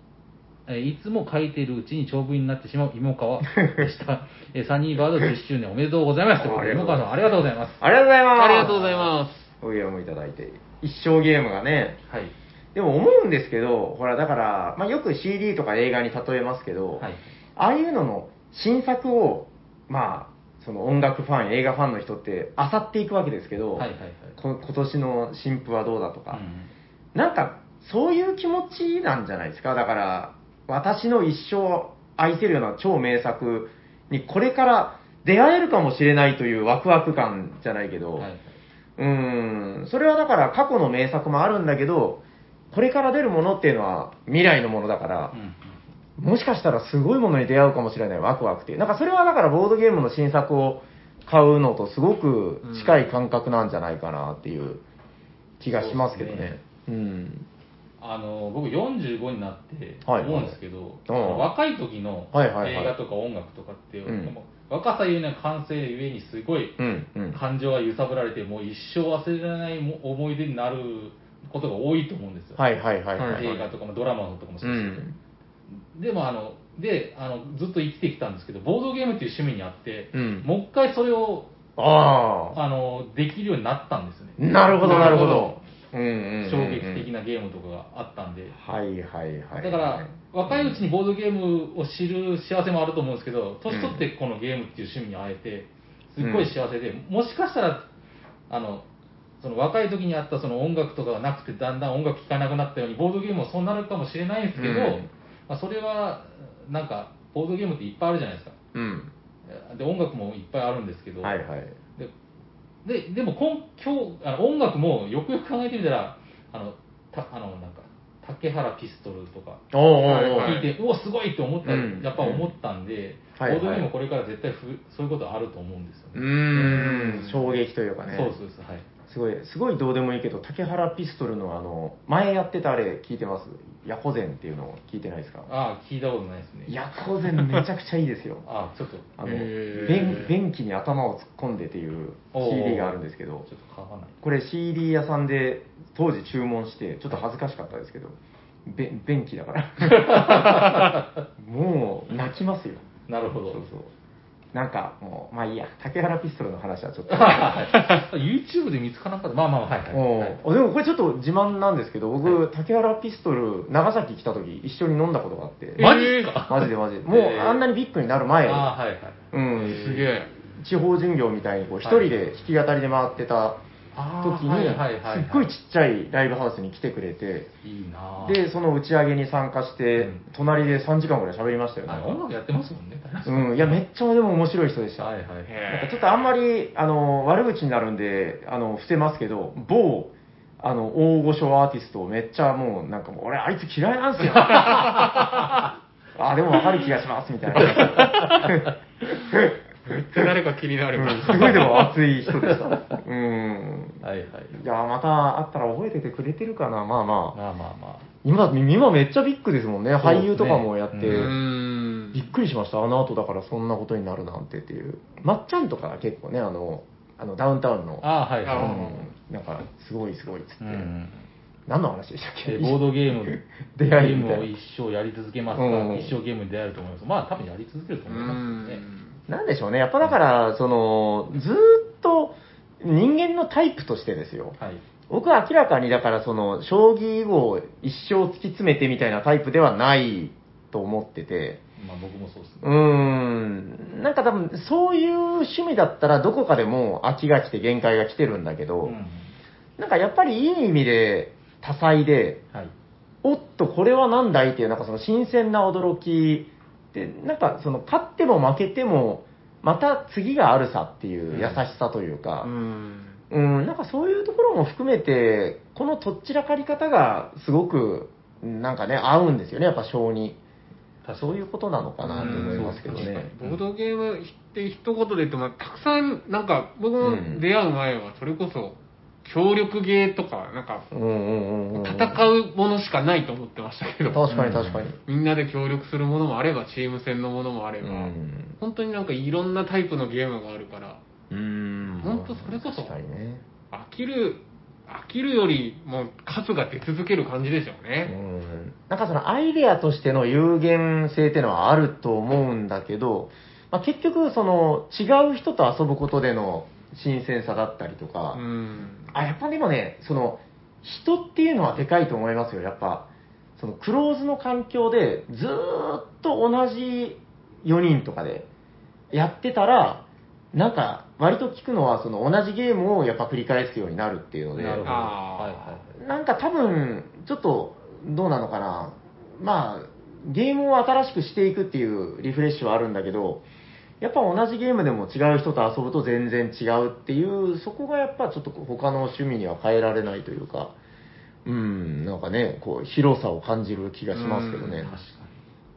Speaker 1: えーいつも書いてるうちに長文になってしまう芋川で
Speaker 2: [laughs]
Speaker 1: した。えーサニーバード10周年おめでとうございます。ということで
Speaker 2: ありがと
Speaker 1: 芋川さんありがとうご
Speaker 2: うございます
Speaker 1: ざいます。
Speaker 2: ありがとうございます。。
Speaker 3: ありがとうございます
Speaker 2: お祝いもいただいて。一生ゲームがね。
Speaker 1: はい。
Speaker 2: でも思うんですけど、ほら、だから、まあ、よく CD とか映画に例えますけど、
Speaker 1: はい。
Speaker 2: ああいうのの新作を、まあ、その音楽ファン、映画ファンの人って、漁っていくわけですけど、
Speaker 1: はいはいはい。
Speaker 2: こ今年の新譜はどうだとか、
Speaker 1: うん
Speaker 2: なんか、そういう気持ちなんじゃないですか。だから、私の一生愛せるような超名作に、これから出会えるかもしれないというワクワク感じゃないけど、
Speaker 1: はい、
Speaker 2: うーん、それはだから過去の名作もあるんだけど、これから出るものっていうのは未来のものだから
Speaker 1: う、ん
Speaker 2: もしかしたらすごいものに出会うかもしれないワクワクっていう。なんかそれはだからボードゲームの新作を買うのとすごく近い感覚なんじゃないかなっていう気がしますけどね。うん。
Speaker 1: あの僕45になって
Speaker 2: はい
Speaker 1: 思うんですけど、
Speaker 2: うん
Speaker 1: 若い時の
Speaker 2: はいはいは
Speaker 1: 映
Speaker 2: い
Speaker 1: 画とか音楽とかって、
Speaker 2: うん
Speaker 1: もう若さゆえの感性ゆえにすごい
Speaker 2: うん、うん。
Speaker 1: 感情が揺さぶられてもう一生忘れられないも思い出になることが多いと思うんですよ、
Speaker 2: はいはいはいはい。
Speaker 1: 映画とかもドラマとかも
Speaker 2: う
Speaker 1: そうですけど、
Speaker 2: ん。
Speaker 1: でもあのであのずっと生きてきたんですけどボードゲームっていう趣味にあって、
Speaker 2: うん
Speaker 1: もう一回それを
Speaker 2: ああ。
Speaker 1: あのできるようになったんですよね
Speaker 2: なるほどなるほ
Speaker 1: なる
Speaker 2: ど。うんうんうん。
Speaker 1: 衝撃的。なゲームとかがあったんで、
Speaker 2: はいはいはい。
Speaker 1: だから、若いうちにボードゲームを知る幸せもあると思うんですけど、年取ってこのゲームっていう趣味に会えて、すっごい幸せで、もしかしたら、あの、その若い時にあったその音楽とかがなくて、だんだん音楽聴かなくなったように、ボードゲームもそうなるかもしれないんですけど、
Speaker 2: うん
Speaker 1: まあ、それは、なんか、ボードゲームっていっぱいあるじゃないですか。
Speaker 2: うん。
Speaker 1: で、音楽もいっぱいあるんですけど、
Speaker 2: はいはい。
Speaker 1: でででも今今日あの音楽もよくよく考えてみたらあのたあのなんか竹原ピストルとか
Speaker 2: おーおーおー
Speaker 3: はい
Speaker 1: 聞いて、うおすごいって思った、
Speaker 2: うん
Speaker 1: やっぱ思ったんで、
Speaker 2: うん
Speaker 1: ボ
Speaker 2: はいはい
Speaker 1: ードゲームもこれから絶対ふそういうことあると思うんですよ
Speaker 2: う
Speaker 1: ね、
Speaker 2: ーん、衝撃というかね。
Speaker 1: そうそうですはい
Speaker 2: すごい、すごいどうでもいいけど、竹原ピストルのあの、前やってたあれ聞いてますヤコゼンっていうのを聞いてないですか
Speaker 1: ああ聞いたことないですね。
Speaker 2: ヤコゼンめちゃくちゃいいですよ
Speaker 1: [laughs] ああちょっとち
Speaker 2: あの、
Speaker 3: へー
Speaker 2: 便便器に頭を突っ込んでっていう
Speaker 1: おー
Speaker 2: CD があるんですけ
Speaker 1: ょっ
Speaker 2: ど
Speaker 1: と、買わない
Speaker 2: これ CD 屋さんで当時注文して、ちょっと恥ずかしかったですけど、べ便器だから。もう泣きますよ。
Speaker 1: なるほ
Speaker 2: そ
Speaker 1: ど
Speaker 2: うそう。なんかもう、まあいいや、竹原ピストルの話はちょっと。
Speaker 1: YouTube で見つからなかったまあまあまあはいはい、
Speaker 2: お
Speaker 1: は
Speaker 2: ーあでもこれちょっと自慢なんですけど、僕、竹原ピストル、長崎来た時一緒に飲んだことがあって、
Speaker 1: マジっすか
Speaker 2: マジでマジで、もう
Speaker 1: えー
Speaker 2: あんなにビッグになる前、
Speaker 1: い、ああはいはい
Speaker 2: うん、
Speaker 3: すげえ
Speaker 2: 地方巡業みたいにこう、
Speaker 1: はい
Speaker 2: 一人で弾き語りで回ってた
Speaker 1: あー
Speaker 2: 時に、
Speaker 1: はいはいはいはい
Speaker 2: すっごいちっちゃいライブハウスに来てくれて、
Speaker 1: いいなあ
Speaker 2: で、その打ち上げに参加して、
Speaker 1: うん
Speaker 2: 隣で3時間ぐらい喋りましたよ、
Speaker 1: あ
Speaker 2: なん
Speaker 1: の
Speaker 2: か
Speaker 1: 音楽やってますもんね
Speaker 2: うん、いや、めっちゃでも面白い人でした。
Speaker 1: はいはい
Speaker 2: なんか
Speaker 3: へ
Speaker 2: ちょっとあんまりあの悪口になるんであの伏せますけど、某あの大御所アーティストをめっちゃもう、なんかもう、俺、あいつ嫌いなんすよ。あでも分かる気がしますみたいな。
Speaker 3: めっちゃ誰か気になる
Speaker 2: うんすごいでも熱い人でした。うん。
Speaker 1: はいはい
Speaker 2: いや、またあったら覚えててくれてるかな、ま
Speaker 1: ま
Speaker 2: あまあ。
Speaker 1: あまあま
Speaker 2: 今、今めっちゃビッグですもんね。
Speaker 1: そうですね
Speaker 2: 俳優とかもやって。
Speaker 1: う
Speaker 3: うーん
Speaker 2: びっくりしました、あの後だからそんなことになるなんてっていう、まっちゃんとか結構ね、あのあのダウンタウンの、
Speaker 1: あああはい
Speaker 3: あ
Speaker 1: は
Speaker 2: うんなんかすごいすごいっつって、
Speaker 1: い、うん、
Speaker 2: 何の話でしたっけ、
Speaker 1: でボードゲーム
Speaker 2: [laughs] 出
Speaker 1: ゲ
Speaker 2: 会い
Speaker 1: ー
Speaker 2: み
Speaker 1: ム
Speaker 2: た
Speaker 1: を
Speaker 2: い
Speaker 1: 一生やり続けますか、
Speaker 2: うん
Speaker 1: 一生ゲームに出会えると思いますまあ多分やり続けると
Speaker 3: うー
Speaker 1: 思いますね
Speaker 3: ん
Speaker 2: な、なんでしょうね、やっぱだから、そのずーっと人間のタイプとしてですよ。
Speaker 1: はい
Speaker 2: 僕は明らかにだからその将棋を一生突き詰めてみたいなタイプではないと思ってて、
Speaker 1: まあ僕もそうですね
Speaker 2: うーん、なんか多分、そういう趣味だったら、どこかでもう飽きが来て限界が来てるんだけど、
Speaker 1: うん
Speaker 2: なんかやっぱりいい意味で多彩で、
Speaker 1: はい
Speaker 2: おっと、これはなんだいっていう、なんかその新鮮な驚きで、なんかその勝っても負けても、また次があるさっていう優しさというか、
Speaker 3: うーん
Speaker 2: うん、なんかそういうところも含めて、このとっちらかり方がすごく、なんかね、合うんですよね、やっぱ性に。そういうことなのかなと思いますけど
Speaker 3: うん
Speaker 2: ね。
Speaker 3: ボードゲームって一言で言っても、たくさん、なんか、僕も出会う前は、それこそ、協力ゲーとか、なんか、
Speaker 2: うんうんうんうん。
Speaker 3: 戦うものしかないと思ってましたけど、
Speaker 2: 確かに確かに。
Speaker 3: みんなで協力するものもあれば、チーム戦のものもあれば、
Speaker 2: うん
Speaker 3: 本当になんかいろんなタイプのゲームがあるから、
Speaker 2: うん
Speaker 3: ほんとそれこそ
Speaker 2: 確かにね。
Speaker 3: 飽きる、飽きるよりも数が出続ける感じですよ
Speaker 2: う
Speaker 3: ね。
Speaker 2: ん。なんかそのアイデアとしての有限性っていうのはあると思うんだけど、まあ、結局その違う人と遊ぶことでの新鮮さだったりとか、
Speaker 3: うん。
Speaker 2: あ、やっぱでもね、その、人っていうのはでかいと思いますよ、やっぱ。その、クローズの環境で、ずーっと同じ4人とかでやってたら、なんか、割と聞くのは、その、同じゲームをやっぱ繰り返すようになるっていうので、
Speaker 1: なるほど。
Speaker 3: あー
Speaker 1: はいはい。
Speaker 2: なんか多分、ちょっと、どうなのかな。まあ、ゲームを新しくしていくっていうリフレッシュはあるんだけど、やっぱ同じゲームでも違う人と遊ぶと全然違うっていう、そこがやっぱちょっと他の趣味には変えられないというか、うん、なんかね、こう、広さを感じる気がしますけど
Speaker 3: う
Speaker 2: ね
Speaker 3: ん。
Speaker 1: 確か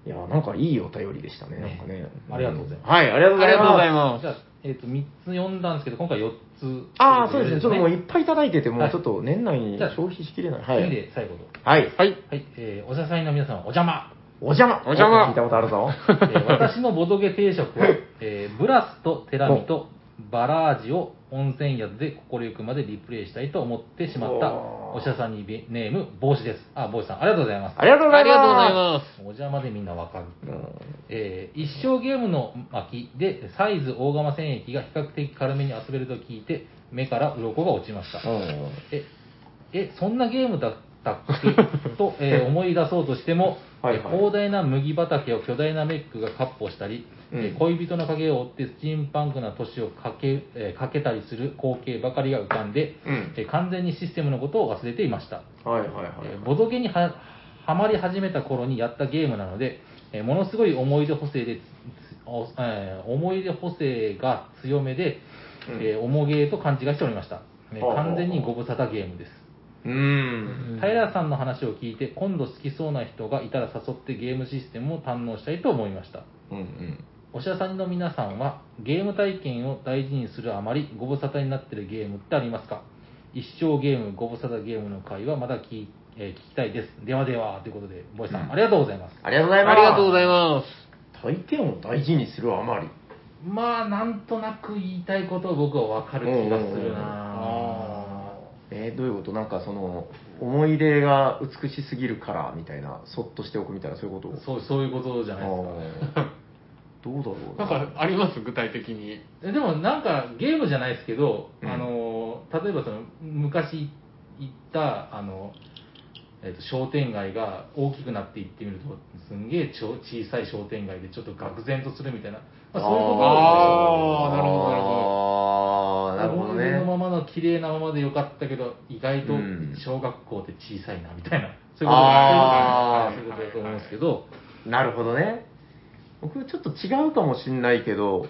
Speaker 2: いや、なんかいいお便りでしたね、なんかね。。
Speaker 1: ありがとうございます
Speaker 2: はい、ありがとうございます。
Speaker 3: ま
Speaker 1: に。じゃあ、えっ、と、3つ読んだんですけど、今回4つ。
Speaker 2: ああ、そうですね。ちょ
Speaker 1: とい
Speaker 2: っ
Speaker 1: こ
Speaker 2: ともう
Speaker 1: で
Speaker 2: いっぱいいただいてて、も
Speaker 1: は
Speaker 2: う
Speaker 1: い
Speaker 2: ちょっと年内に
Speaker 1: じゃあ
Speaker 2: 消費しきれない。は
Speaker 1: 次
Speaker 2: い。
Speaker 1: で最後と。
Speaker 2: はい。
Speaker 3: はい。
Speaker 1: はい、えー、お茶さんの皆様、お邪
Speaker 2: [laughs]
Speaker 1: 魔。
Speaker 2: お邪魔。
Speaker 3: お邪魔
Speaker 2: 聞いたことあるぞ。
Speaker 1: えー私のボドゲ定食は、えーブラスとテラミとバラージを温泉宿で心ゆくまでリプレイしたいと思ってしまった、
Speaker 2: おー
Speaker 1: お茶さんにべネーム、帽子です。あ、帽子さん、ありがとうございます。
Speaker 2: ありがとうござ
Speaker 3: あ
Speaker 2: い
Speaker 3: りがとうござい
Speaker 2: ま
Speaker 3: ます。
Speaker 1: お邪魔でみんなわかる。
Speaker 2: す。
Speaker 1: えー一生ゲームの巻でサイズ大釜戦役が比較的軽めに遊べると聞いて、目から鱗が落ちました。
Speaker 2: うん。
Speaker 1: え、え、そんなゲームだったっ
Speaker 2: [laughs]
Speaker 1: けと、えー思い出そうとしても、
Speaker 2: はいはい
Speaker 1: え広大な麦畑を巨大なメックが割歩したり、
Speaker 2: うん
Speaker 1: えー恋人の影を追ってスチームパンクな年をかけ,、えーかけたりする光景ばかりが浮かんで、
Speaker 2: うん。
Speaker 1: えー完全にシステムのことを忘れていました。
Speaker 2: はいはいはい。
Speaker 1: えーボドゲにははまり始めた頃にやったゲームなので、えーものすごい思い出補正でつ、つおえー思い出補正が強めで、
Speaker 2: うん
Speaker 1: えー重ゲーと勘違いしておりました。えー
Speaker 2: ほうほうほう
Speaker 1: 完全にご無沙汰ゲームです。
Speaker 2: うーん。
Speaker 1: 平さんの話を聞いて、今度好きそうな人がいたら誘ってゲームシステムを堪能したいと思いました。
Speaker 2: うんうん。
Speaker 1: おしゃさんの皆さんは、ゲーム体験を大事にするあまり、ご無沙汰になってるゲームってありますか一生ゲーム、ご無沙汰ゲームの会はまだ聞,、えー聞きたいです。ではでは、ということで、ボイさん、
Speaker 2: うん
Speaker 1: ありがとうございます。
Speaker 2: ありがとうございま
Speaker 3: あ
Speaker 2: す。
Speaker 3: りがとうございます。
Speaker 2: す。体験を大事にするあまり。
Speaker 1: まあ、なんとなく言いたいことは僕はわかる気がするな
Speaker 2: えーどういうことなんかその、思い入れが美しすぎるからみたいな、そっとしておくみたいな、そういうこと
Speaker 1: そう、そういうことじゃ
Speaker 2: あ
Speaker 1: ないですか。
Speaker 2: ーどうだろう
Speaker 3: なんかあります具体的に。
Speaker 1: えでもなんかゲームじゃないですけど、
Speaker 2: うん
Speaker 1: あの例えばその昔行ったあの、えっと商店街が大きくなっていってみるとすんげえちょ小さい商店街でちょっと愕然とするみたいな、まあ、そういう
Speaker 3: あー
Speaker 1: こ
Speaker 3: なるほどなるほ
Speaker 2: あ
Speaker 3: ど
Speaker 2: ーなるほ
Speaker 1: と
Speaker 2: ど
Speaker 1: ですよ思い出の
Speaker 2: ね。
Speaker 1: ままの綺麗なままでよかったけど意外と
Speaker 2: うん
Speaker 1: 小学校って小さいなみたいな、そういうこと
Speaker 2: あー
Speaker 1: そういうことだと思うんですけど、
Speaker 2: なるほどね。僕ちょっと違うかもしんないけど、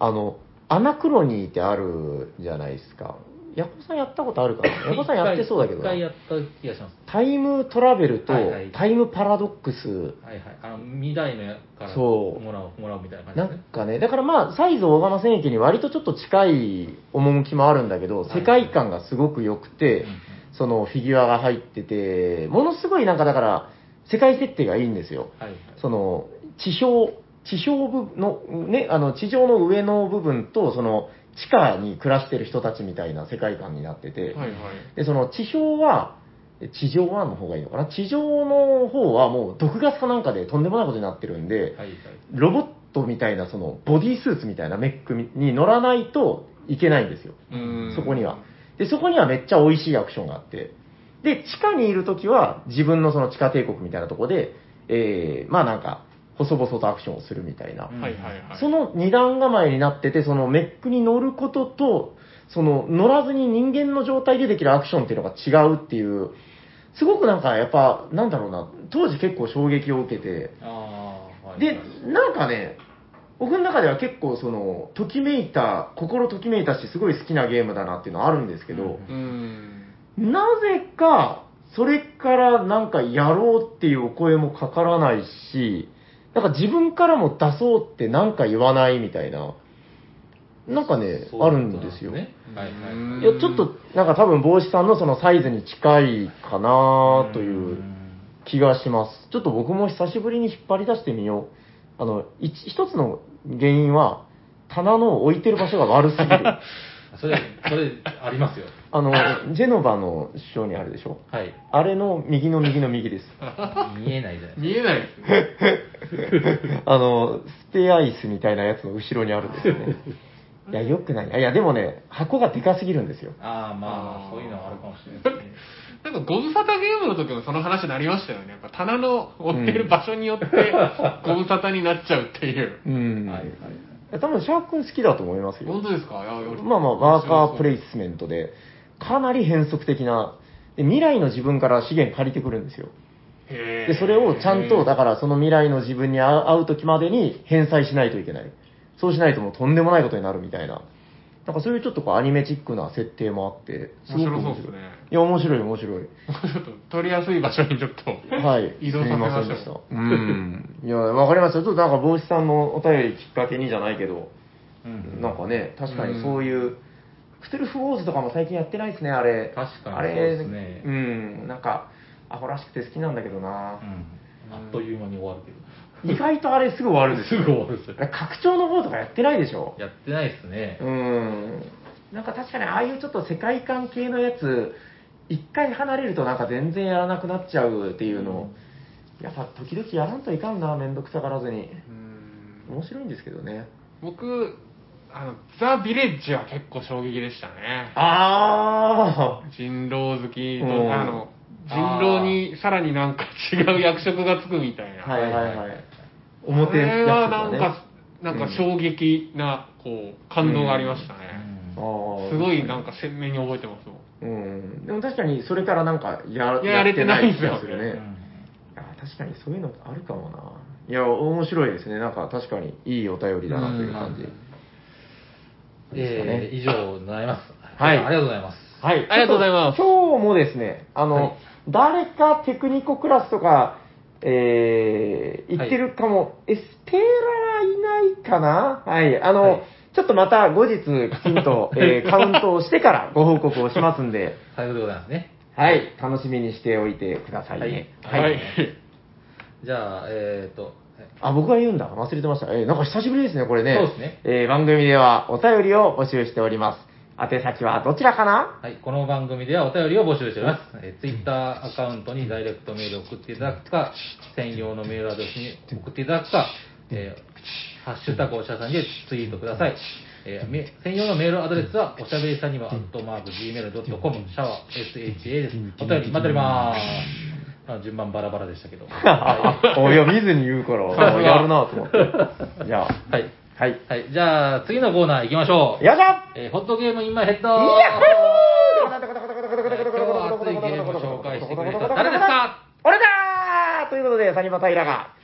Speaker 2: あの、アナクロニーってあるじゃないですか。ヤコさんやったことあるか
Speaker 1: [laughs]
Speaker 2: なヤコさんやってそうだけど
Speaker 1: 一
Speaker 2: な
Speaker 1: 回一回やった気がします
Speaker 2: タイムトラベルと
Speaker 1: はいはい
Speaker 2: タイムパラドックス
Speaker 1: はいはいあの2台目から
Speaker 2: そう
Speaker 1: もらうもらうみたいな感じ
Speaker 2: な
Speaker 1: です
Speaker 2: ん
Speaker 1: ね
Speaker 2: かね、だからまあ、サイズ大釜戦役に割とちょっと近い趣もあるんだけど、
Speaker 1: はい
Speaker 2: 世界観がすごく良くて
Speaker 1: うんうん、
Speaker 2: そのフィギュアが入ってて、ものすごいなんかだから、世界設定がいいんですよ。
Speaker 1: はいはい
Speaker 2: その、地表、地表部の、ね、あの、地上の上の部分と、その、地下に暮らしてる人たちみたいな世界観になってて、
Speaker 3: はいはい。
Speaker 2: で、その地表は、え地上はの方がいいのかな地上の方はもう毒ガスかなんかでとんでもないことになってるんで、
Speaker 1: はいはい。
Speaker 2: ロボットみたいな、その、ボディースーツみたいなメックに乗らないといけないんですよ。
Speaker 3: うん
Speaker 2: そこには。で、そこにはめっちゃ美味しいアクションがあって。で、地下にいるときは、自分のその地下帝国みたいなとこで、えー、まあなんか、細々とアクションをするみたいな。
Speaker 1: うん
Speaker 3: はいはいはい。
Speaker 2: その二段構えになってて、そのメックに乗ることと、その乗らずに人間の状態でできるアクションっていうのが違うっていう、すごくなんかやっぱ、なんだろうな、当時結構衝撃を受けて、
Speaker 1: ああ、はい。
Speaker 2: で、なんかね、僕の中では結構その、ときめいた、心ときめいたし、すごい好きなゲームだなっていうのはあるんですけど、
Speaker 3: うん。
Speaker 2: なぜか、それからなんかやろうっていうお声もかからないし、なんか自分からも出そうってなんか言わないみたいな、なんかね、
Speaker 1: そう
Speaker 2: あ
Speaker 1: い
Speaker 2: る
Speaker 1: うこ
Speaker 2: ん
Speaker 1: となん
Speaker 2: ですよ。
Speaker 1: ねはいはい
Speaker 2: いや、ちょっと、なんか多分帽子さんのそのサイズに近いかなと
Speaker 1: う
Speaker 2: いうん気がします。ちょっと僕も久しぶりに引っ張り出してみよう。あの、一一つの原因は、棚の置いてる場所が悪すぎる。
Speaker 1: それ、それ、ありますよ。
Speaker 2: あの、ジェノバの師匠にあるでしょ
Speaker 1: はい。
Speaker 2: あれの右の右の右です。
Speaker 1: 見えないじゃない
Speaker 3: 見えないですね。
Speaker 2: あの、スペアイスみたいなやつの後ろにあるんですよね。いや、よくないな。いや、でもね、箱がでかすぎるんですよ。
Speaker 1: ああ、まあ、そういうのはあるかもしれないですね。
Speaker 3: なんか、ご無沙汰ゲームの時もその話になりましたよね。やっぱ棚の置ってる場所
Speaker 2: [laughs]
Speaker 3: によって、ご無沙汰になっちゃうっていう。
Speaker 2: うん。
Speaker 1: はいはい
Speaker 2: 多分、シャーク君好きだと思いますよ。
Speaker 3: 本当ですかいや俺
Speaker 2: まあまあ、ワーカープレイスメントで、かなり変則的な、で未来の自分から資源借りてくるんですよ。
Speaker 3: へー
Speaker 2: で、それをちゃんと、だからその未来の自分に会う会う時までに返済しないといけない。そうしないともうとんでもないことになるみたいな。なんかそういうちょっとこうアニメチックな設定もあって、
Speaker 3: 面白そう
Speaker 2: す
Speaker 3: で
Speaker 2: ご
Speaker 3: す
Speaker 2: く面白い
Speaker 3: ね。
Speaker 2: いや、面白い、面白い。
Speaker 3: ちょっと、取りやすい場所にちょっと、
Speaker 2: はい。
Speaker 3: [laughs] 移動させましょう
Speaker 2: すいませんでした。うん。いや、わかりました。ちょっとなんか帽子さんのお便りきっかけにじゃないけど、
Speaker 1: うん
Speaker 2: なんかね、確かにそういう、クトゥルフ・ウォーズとかも最近やってないですね、あれ。
Speaker 1: 確かに
Speaker 2: あれ
Speaker 1: そうですね
Speaker 2: うん、なんか、アホらしくて好きなんだけどな
Speaker 1: う、んあっという間に終わるけど。
Speaker 2: 意外とあれすぐ終わるんです
Speaker 1: す
Speaker 2: よ。
Speaker 1: ぐ [laughs] 終わるんですよ。
Speaker 2: 拡張の方とかやってないでしょ。
Speaker 1: やってないですね
Speaker 2: う。ん。なんか確かにああいうちょっと世界観系のやつ、一回離れるとなんか全然やらなくなっちゃうっていうのを、やっぱ時々やらんといかんな、めんどくさがらずに。
Speaker 3: うん
Speaker 2: 面白いんですけどね。
Speaker 3: 僕、あの、ザ・ビレッジは結構衝撃でしたね。
Speaker 2: あ
Speaker 3: 人狼好きと、
Speaker 2: うん
Speaker 3: あの、人狼にさらになんか違う役職がつくみたいな。
Speaker 2: はいはいはい。
Speaker 3: こ
Speaker 2: 表
Speaker 3: れはなん
Speaker 2: ね
Speaker 3: か、なんか衝撃な、こう、感動がありましたね。
Speaker 2: あ
Speaker 1: う
Speaker 2: ー
Speaker 3: すごいなんか鮮明に覚えてますもん。
Speaker 2: うん。でも確かに、それからなんかや、
Speaker 3: いややれてないですよ
Speaker 2: やってない気がするね。
Speaker 1: ん
Speaker 2: あー確かにそういうのあるかもな。いや、面白いですね。なんか確かにいいお便りだなという感じ。
Speaker 1: うん
Speaker 2: ですかね
Speaker 1: えー以上になります。
Speaker 2: はい
Speaker 1: ありがとうございます。
Speaker 2: はい。
Speaker 3: ありがとうございます
Speaker 2: ちょっと今日もですね、あの、
Speaker 1: はい
Speaker 2: 誰かテクニコクラスとか、えー、行ってるかも、エスペラはいないかなはい。あの、
Speaker 1: はい
Speaker 2: ちょっとまた後日きちんと、えーカウントをしてからご報告をしますんで、
Speaker 1: 最後でございますね。
Speaker 2: はい。楽しみにしておいてくださいね。
Speaker 1: はい
Speaker 3: はい。
Speaker 1: じゃあ、えっ、と、
Speaker 2: あ、僕が言うんだ。忘れてました。えーなんか久しぶりですね、これね。
Speaker 1: そうですね
Speaker 2: えー番組ではお便りを募集しております。宛先はどちらか
Speaker 1: [laughs]
Speaker 2: な
Speaker 1: はい、この番組ではお便りを募集しております。えー、Twitter アカウントにダイレクトメールを送っていただくか、専用のメールアドレスに送っていただくか、えーハッシュタグおしゃさんでツイートください。えーめ専用のメールアドレスは、おしゃべりさんには、アットマーク、gmail.com、シャワー、sha です。お便り待っております。あ順番バラバラでした
Speaker 2: [laughs]
Speaker 1: けど。は
Speaker 2: おいや、見ずに言うから、もうやるなと思 [laughs] って。じゃあ、
Speaker 1: い。はい。
Speaker 2: はい。
Speaker 1: はい、じゃあ、次のコーナー行きましょう。
Speaker 2: やだ
Speaker 1: えーホットゲーム今ヘッド
Speaker 2: やっほー
Speaker 1: 今日は熱いゲームを紹介してくれた誰ですか
Speaker 2: 俺だーということで、サニバタイラが、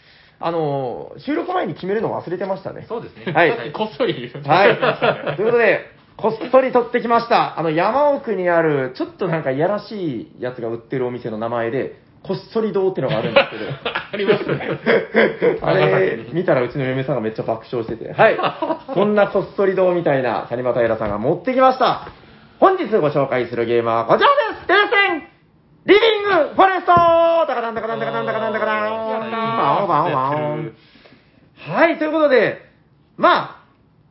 Speaker 2: あのー、収録前に決めるの忘れてましたね。
Speaker 1: そうですね。
Speaker 2: はい
Speaker 1: はい
Speaker 3: こっそり。 [laughs]
Speaker 2: はい。ということで、こっそり取ってきました。あの、山奥にある、ちょっとなんかいやらしいやつが売ってるお店の名前で、こっそり堂ってのがあるんですけど。
Speaker 3: ありますね。
Speaker 2: あれ、見たらうちの嫁さんがめっちゃ爆笑してて。はい。そんなこっそり堂みたいな、サニバタイラさんが持ってきました。本日ご紹介するゲームはこちらです停戦リビングフォレストだからなんだかなんだかなんだかなんだかな
Speaker 1: やったー
Speaker 2: バオバオバオンはい、ということで、まあ、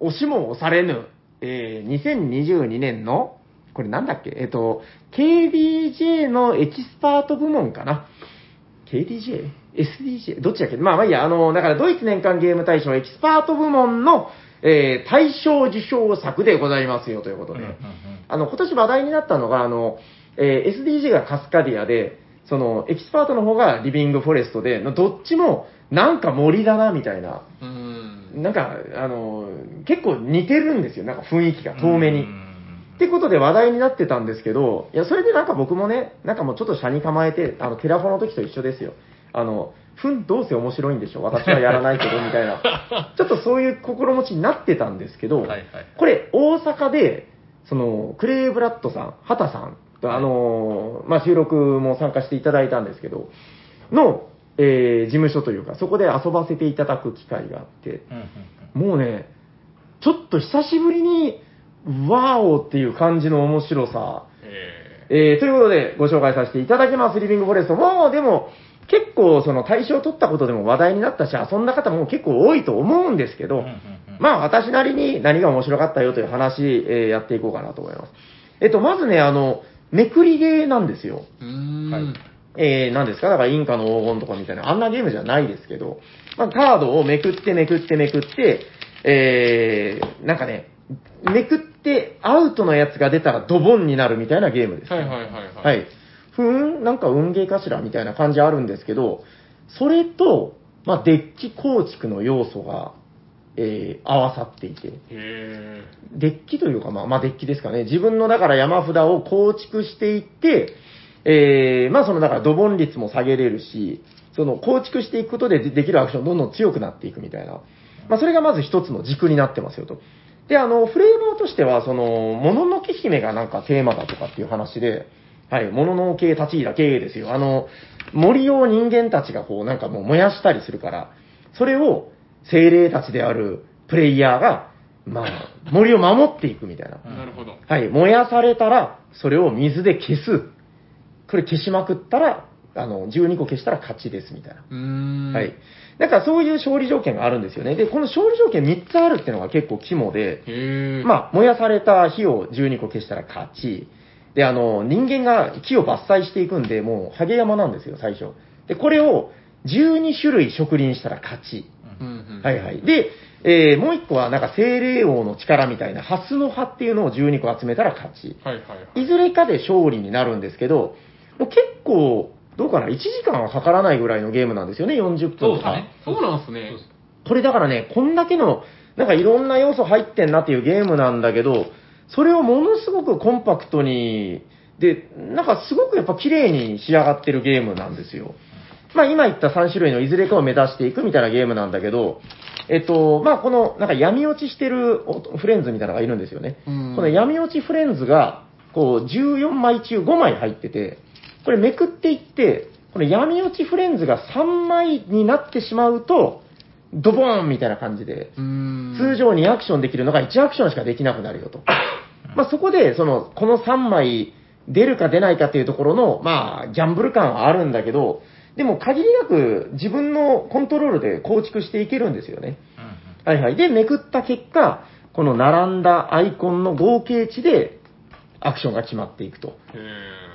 Speaker 2: 押しも押されぬ、えー、2022年の、これなんだっけえっ、と、KDJ のエキスパート部門かな ?KDJ? SDJ? どっちだっけまあまあいいや、あの、だからドイツ年間ゲーム大賞エキスパート部門の、えー、大賞受賞作でございますよということで。あの、今年話題になったのが、あの、えー SDG がカスカディアで、その、エキスパートの方がリビングフォレストで、のどっちも、なんか森だな、みたいな。
Speaker 3: うん。
Speaker 2: なんか、あの、結構似てるんですよ、なんか雰囲気が、遠目に。
Speaker 1: うん
Speaker 2: ってことで話題になってたんですけど、いや、それでなんか僕もね、なんかもうちょっと車に構えて、あの、テラフォの時と一緒ですよ。あの、ふん、どうせ面白いんでしょ、私はやらないけど、みたいな、ちょっとそういう心持ちになってたんですけど、
Speaker 1: はいはい
Speaker 2: これ、大阪で、その、クレイブラッドさん、畑さんと、
Speaker 1: はい
Speaker 2: あのーまあ、収録も参加していただいたんですけど、の、えー事務所というか、そこで遊ばせていただく機会があって、
Speaker 1: うんうん
Speaker 2: もうね、ちょっと久しぶりに、ワーオっていう感じの面白さ、
Speaker 3: え
Speaker 2: えーということで、ご紹介させていただきます、リビングフォレスト。もう、でも、結構、その、対象取ったことでも話題になったし、遊んだ方も結構多いと思うんですけ
Speaker 1: うん
Speaker 2: ど、
Speaker 1: うんうん
Speaker 2: まあ、私なりに何が面白かったよという話、えーやっていこうかなと思います。えっと、まずね、あの、めくりゲーなんですよ。
Speaker 3: ーうーん。
Speaker 1: はい
Speaker 2: えー、なんですかだから、インカの黄金とかみたいな、あんなゲームじゃないですけど、まあ、カードをめくってめくってめくって、えー、なんかね、めくってアウトのやつが出たらドボンになるみたいなゲームです。
Speaker 3: はいはいはいはい。
Speaker 2: はい。ふーん、なんか運ゲーかしらみたいな感じあるんですけど、それと、まあ、デッキ構築の要素が、えー合わさっていて、
Speaker 3: へー
Speaker 2: デッキというか、まあ、まあ、デッキですかね。自分のだから山札を構築していって、えーまあ、そのだからドボン率も下げれるし、その構築していくことででできるアクションどんどん強くなっていくみたいな。まあ、それがまず一つの軸になってますよと。で、あの、フレーバーとしては、その、もののけ姫がなんかテーマだとかっていう話で、はい、もののけ立ち入らけですよ。あの、森を人間たちがこう、なんかもう燃やしたりするから、それを精霊たちであるプレイヤーが、まあ、森を守っていくみたいな。
Speaker 1: うん
Speaker 3: なるほど。
Speaker 2: はい、燃やされたら、それを水で消す。これ消しまくったら、あの、12個消したら勝ちですみたいな。
Speaker 3: うーん。
Speaker 2: は
Speaker 3: へ
Speaker 2: い。なんかそういう勝利条件があるんですよね。で、この勝利条件3つあるっていうのが結構肝で、
Speaker 3: え。あ、
Speaker 2: まあ、燃やされた火を12個消したら勝ち。で、あの、人間が木を伐採していくんで、もう、ハゲ山なんですよ、最初。で、これを12種類植林したら勝ち。
Speaker 3: う
Speaker 1: うんん
Speaker 3: うん。
Speaker 2: はいはい。で、えーもう一個は、なんか、精霊王の力みたいな、ハスの葉っていうのを12個集めたら勝ち。
Speaker 3: はいはいはい。
Speaker 2: いずれかで勝利になるんですけど、もう結構、どうかな、1時間はかからないぐらいのゲームなんですよね、40分
Speaker 1: そう
Speaker 2: と
Speaker 1: です
Speaker 2: か。
Speaker 1: ね。
Speaker 3: そうなんすね
Speaker 1: そうです
Speaker 2: これだからね、こんだけの、なんかいろんな要素入ってんなっていうゲームなんだけど、それをものすごくコンパクトに、で、なんかすごくやっぱ綺麗に仕上がってるゲームなんですよ。まあ今言った3種類のいずれかを目指していくみたいなゲームなんだけど、えっと、まあこのなんか闇落ちしてるおフレンズみたいなのがいるんですよね。
Speaker 3: うん
Speaker 2: この闇落ちフレンズが、こう14枚中5枚入ってて、これめくっていって、この闇落ちフレンズが3枚になってしまうと、ドボーンみたいな感じで、
Speaker 3: うーん。
Speaker 2: 通常2アクションできるのが1アクションしかできなくなるよと。まあそこで、その、この3枚出るか出ないかっていうところの、まあ、ギャンブル感はあるんだけど、でも限りなく自分のコントロールで構築していけるんですよね。
Speaker 1: うん
Speaker 2: はいはい。で、めくった結果、この並んだアイコンの合計値で、アクションが決まっていくと。
Speaker 3: へ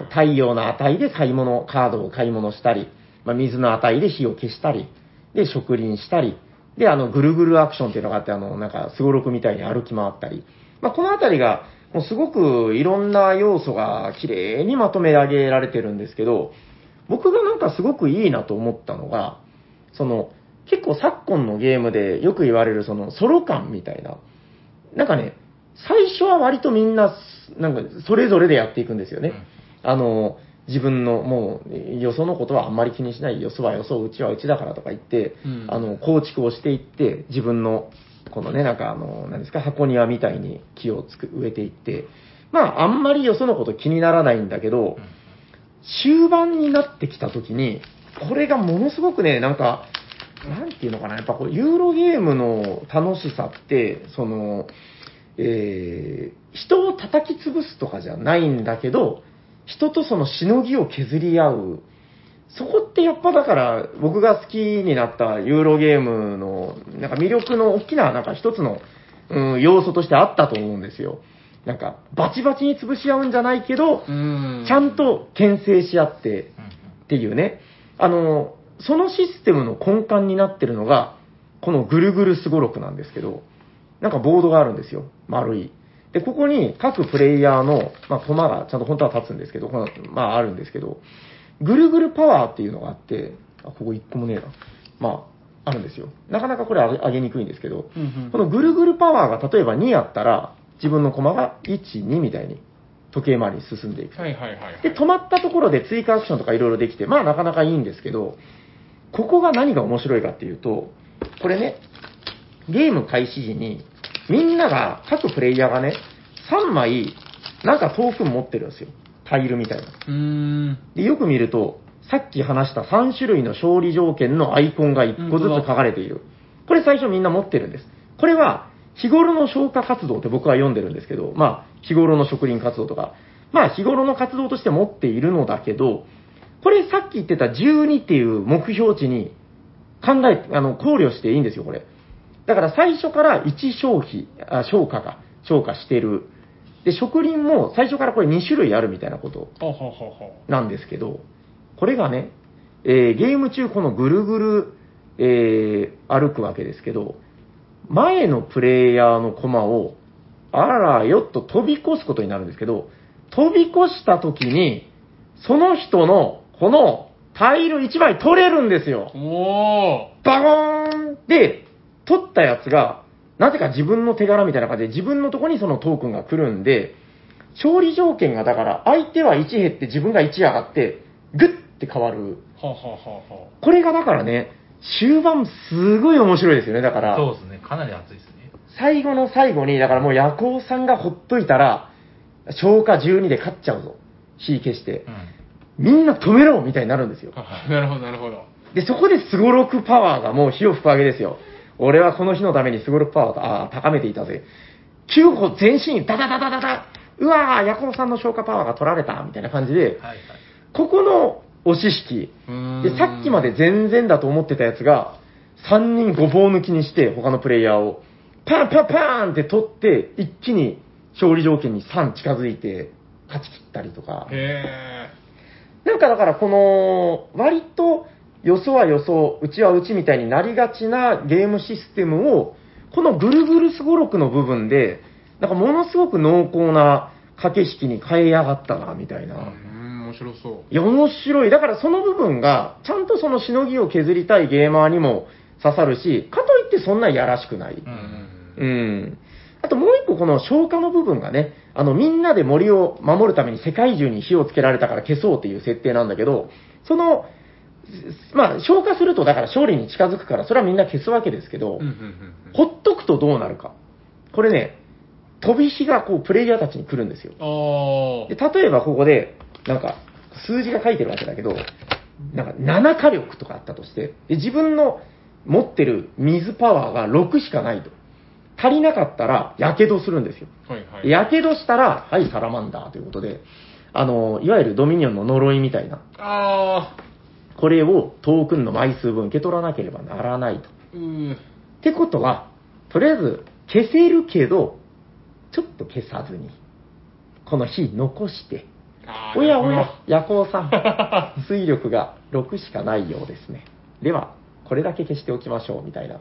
Speaker 3: ー
Speaker 2: 太陽の値で買い物、カードを買い物したり、まあ、水の値で火を消したり、で、植林したり、で、あの、ぐるぐるアクションっていうのがあって、あの、なんか、すごろくみたいに歩き回ったり、まあ、このあたりが、もうすごくいろんな要素が綺麗にまとめ上げられてるんですけど、僕がなんかすごくいいなと思ったのが、その、結構昨今のゲームでよく言われるそのソロ感みたいな、なんかね、最初は割とみんな、なんかそれぞれでやっていくんですよね。あの、自分のもう、よそのことはあんまり気にしない、よそはよそ、うちはうちだからとか言って、
Speaker 3: うん
Speaker 2: あの、構築をしていって、自分の、このね、なんかあの、何ですか、箱庭みたいに木をつく植えていって、まあ、あんまりよそのこと気にならないんだけど、終盤になってきたときに、これがものすごくね、なんか、なんていうのかな、やっぱこう、ユーロゲームの楽しさって、その、えー人を叩き潰すとかじゃないんだけど、人とそのしのぎを削り合う。そこってやっぱだから、僕が好きになったユーロゲームの、なんか魅力の大きな、なんか一つの、うん、要素としてあったと思うんですよ。なんか、バチバチに潰し合うんじゃないけど
Speaker 3: う、ーん。
Speaker 2: ちゃん。と牽制し合ってっていうね、あの、そのシステムの根幹になってるのが、このぐるぐるすごろくなんですけど、なんかボードがあるんですよ。丸い。で、ここに各プレイヤーの、まあ、駒がちゃんと本当は立つんですけど、このまあ、あるんですけど、ぐるぐるパワーっていうのがあって、あ、ここ一個もねえな。まあ、あるんですよ。なかなかこれ上げ上げにくいんですけど、
Speaker 3: うんうん
Speaker 2: こ。のぐるぐるパワーが例えば2あったら、自分の駒が1、2みたいに時計回りに進んでいく。
Speaker 3: はいはいはいはい。
Speaker 2: で、止まったところで追加アクションとかいろいろできて、まあなかなかいいんですけど、ここが何が面白いかっていうと、これね、ゲーム開始時に、みんなが、各プレイヤーがね、3枚、なんかトークン持ってるんですよ。タイルみたいな。
Speaker 1: うーん。
Speaker 2: で、よく見ると、さっき話した3種類の勝利条件のアイコンが1個ずつ書かれている。これ最初みんな持ってるんです。これは、日頃の消火活動って僕は読んでるんですけど、まあ、日頃の植林活動とか、まあ、日頃の活動として持っているのだけど、これさっき言ってた12っていう目標値に考え、あの、考慮していいんですよ、これ。だから最初から1消費、あ消化が、消化してる。で、植林も最初からこれ2種類あるみたいなこと
Speaker 3: ほうほうほうほ
Speaker 2: なんですけど、これがね、えーゲーム中このぐるぐる、えー歩くわけですけど、前のプレイヤーの駒を、あらよっと飛び越すことになるんですけど、飛び越した時に、その人のこのタイル1枚取れるんですよ
Speaker 3: う。。おー。
Speaker 2: バゴーンで、取ったやつが、なぜか自分の手柄みたいな感じで自分のとこにそのトークンが来るんで、勝利条件がだから相手は1減って自分が1上がって、グッて変わる。
Speaker 3: ほうほうほうほ
Speaker 2: これがだからね、終盤すごい面白いですよね。だから、
Speaker 1: そうですね。かなり熱いですね。
Speaker 2: 最後の最後に、だからもう夜行さんがほっといたら、消化12で勝っちゃうぞ。火消して
Speaker 1: う。ん。
Speaker 2: みんな止めろみたいになるんですよ。
Speaker 3: う。なるほど、なるほど。
Speaker 2: で、そこでスゴロクパワーがもう火を吹くわけですよ。俺はこの日のためにスゴロクパワーをあー高めていたぜ。9歩前進、ダダダダダダうわー、ヤコウさんの消化パワーが取られたみたいな感じで、
Speaker 1: はいはい。
Speaker 2: ここの押し引
Speaker 3: うーん
Speaker 2: き。で、さっきまで全然だと思ってたやつが、3人ごぼう抜きにして、他のプレイヤーを、パンパンパーンって取って、一気に勝利条件に3近づいて、勝ち切ったりとか。
Speaker 3: へ
Speaker 2: なんかだからこの、割と、よそはよそ、うちはうちみたいになりがちなゲームシステムを、このぐるぐるすごろくの部分で、なんかものすごく濃厚な駆け引きに変えやがったな、みたい
Speaker 3: ー。う
Speaker 2: な。
Speaker 3: ん、面白そう。
Speaker 2: いや、面白い。だからその部分が、ちゃんとそのしのぎを削りたいゲーマーにも刺さるし、かといってそんなやらしくない。
Speaker 1: うん
Speaker 2: うん。あともう一個この消化の部分がね、あのみんなで森を守るために世界中に火をつけられたから消そうっていう設定なんだけど、その、すまあ消化するとだから勝利に近づくからそれはみんな消すわけですけど、
Speaker 3: うんうんうんうん
Speaker 2: ほっとくとどうなるか。これね、飛び火がこうプレイヤーたちに来るんですよ。
Speaker 3: お
Speaker 2: で、
Speaker 3: ー。
Speaker 2: 例えばここで、なんか、数字が書いてるわけだけど、なんか7火力とかあったとして、で自分の持ってる水パワーが6しかないと。足りなかったら、火傷するんですよ。
Speaker 3: はいはい。
Speaker 2: 火傷したら、はい、サラマンダーということで、あの、いわゆるドミニオンの呪いみたいな、
Speaker 3: あ
Speaker 2: これをトークンの枚数分受け取らなければならないと。
Speaker 3: ー。うー。
Speaker 2: ってことは、とりあえず消せるけど、ちょっと消さずに、この火残して、
Speaker 3: あー
Speaker 2: おやお
Speaker 3: なる
Speaker 2: や、夜行さん、 [laughs] 水力が6しかないようですね。では、これだけ消しておきましょう、みたいな。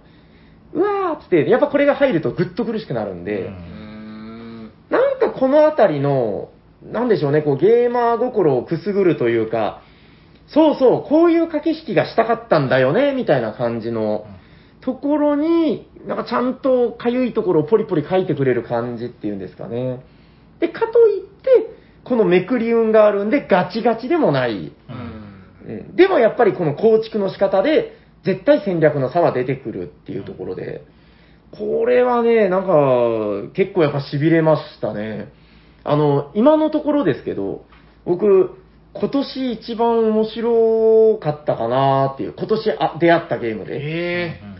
Speaker 2: うわーっつって、やっぱこれが入るとぐっと苦しくなるんで、
Speaker 1: うん
Speaker 3: ほどうーん。
Speaker 2: なんかこのあたりの、なんでしょうね、こうゲーマー心をくすぐるというか、そうそう、こういう駆け引きがしたかったんだよね、みたいな感じのところに、なんかちゃんとかゆいところをポリポリ書いてくれる感じっていうんですかね。で、かといって、このめくり運があるんで、ガチガチでもない。
Speaker 3: う
Speaker 1: うん
Speaker 3: ん。
Speaker 2: うんでもやっぱりこの構築の仕方で、絶対戦略の差は出てくるっていうところで、これはね、なんか、結構やっぱ痺れましたね。あの、今のところですけど、僕、今年一番面白かったかなっていう、今年あ出会ったゲームで、っ
Speaker 3: ええ。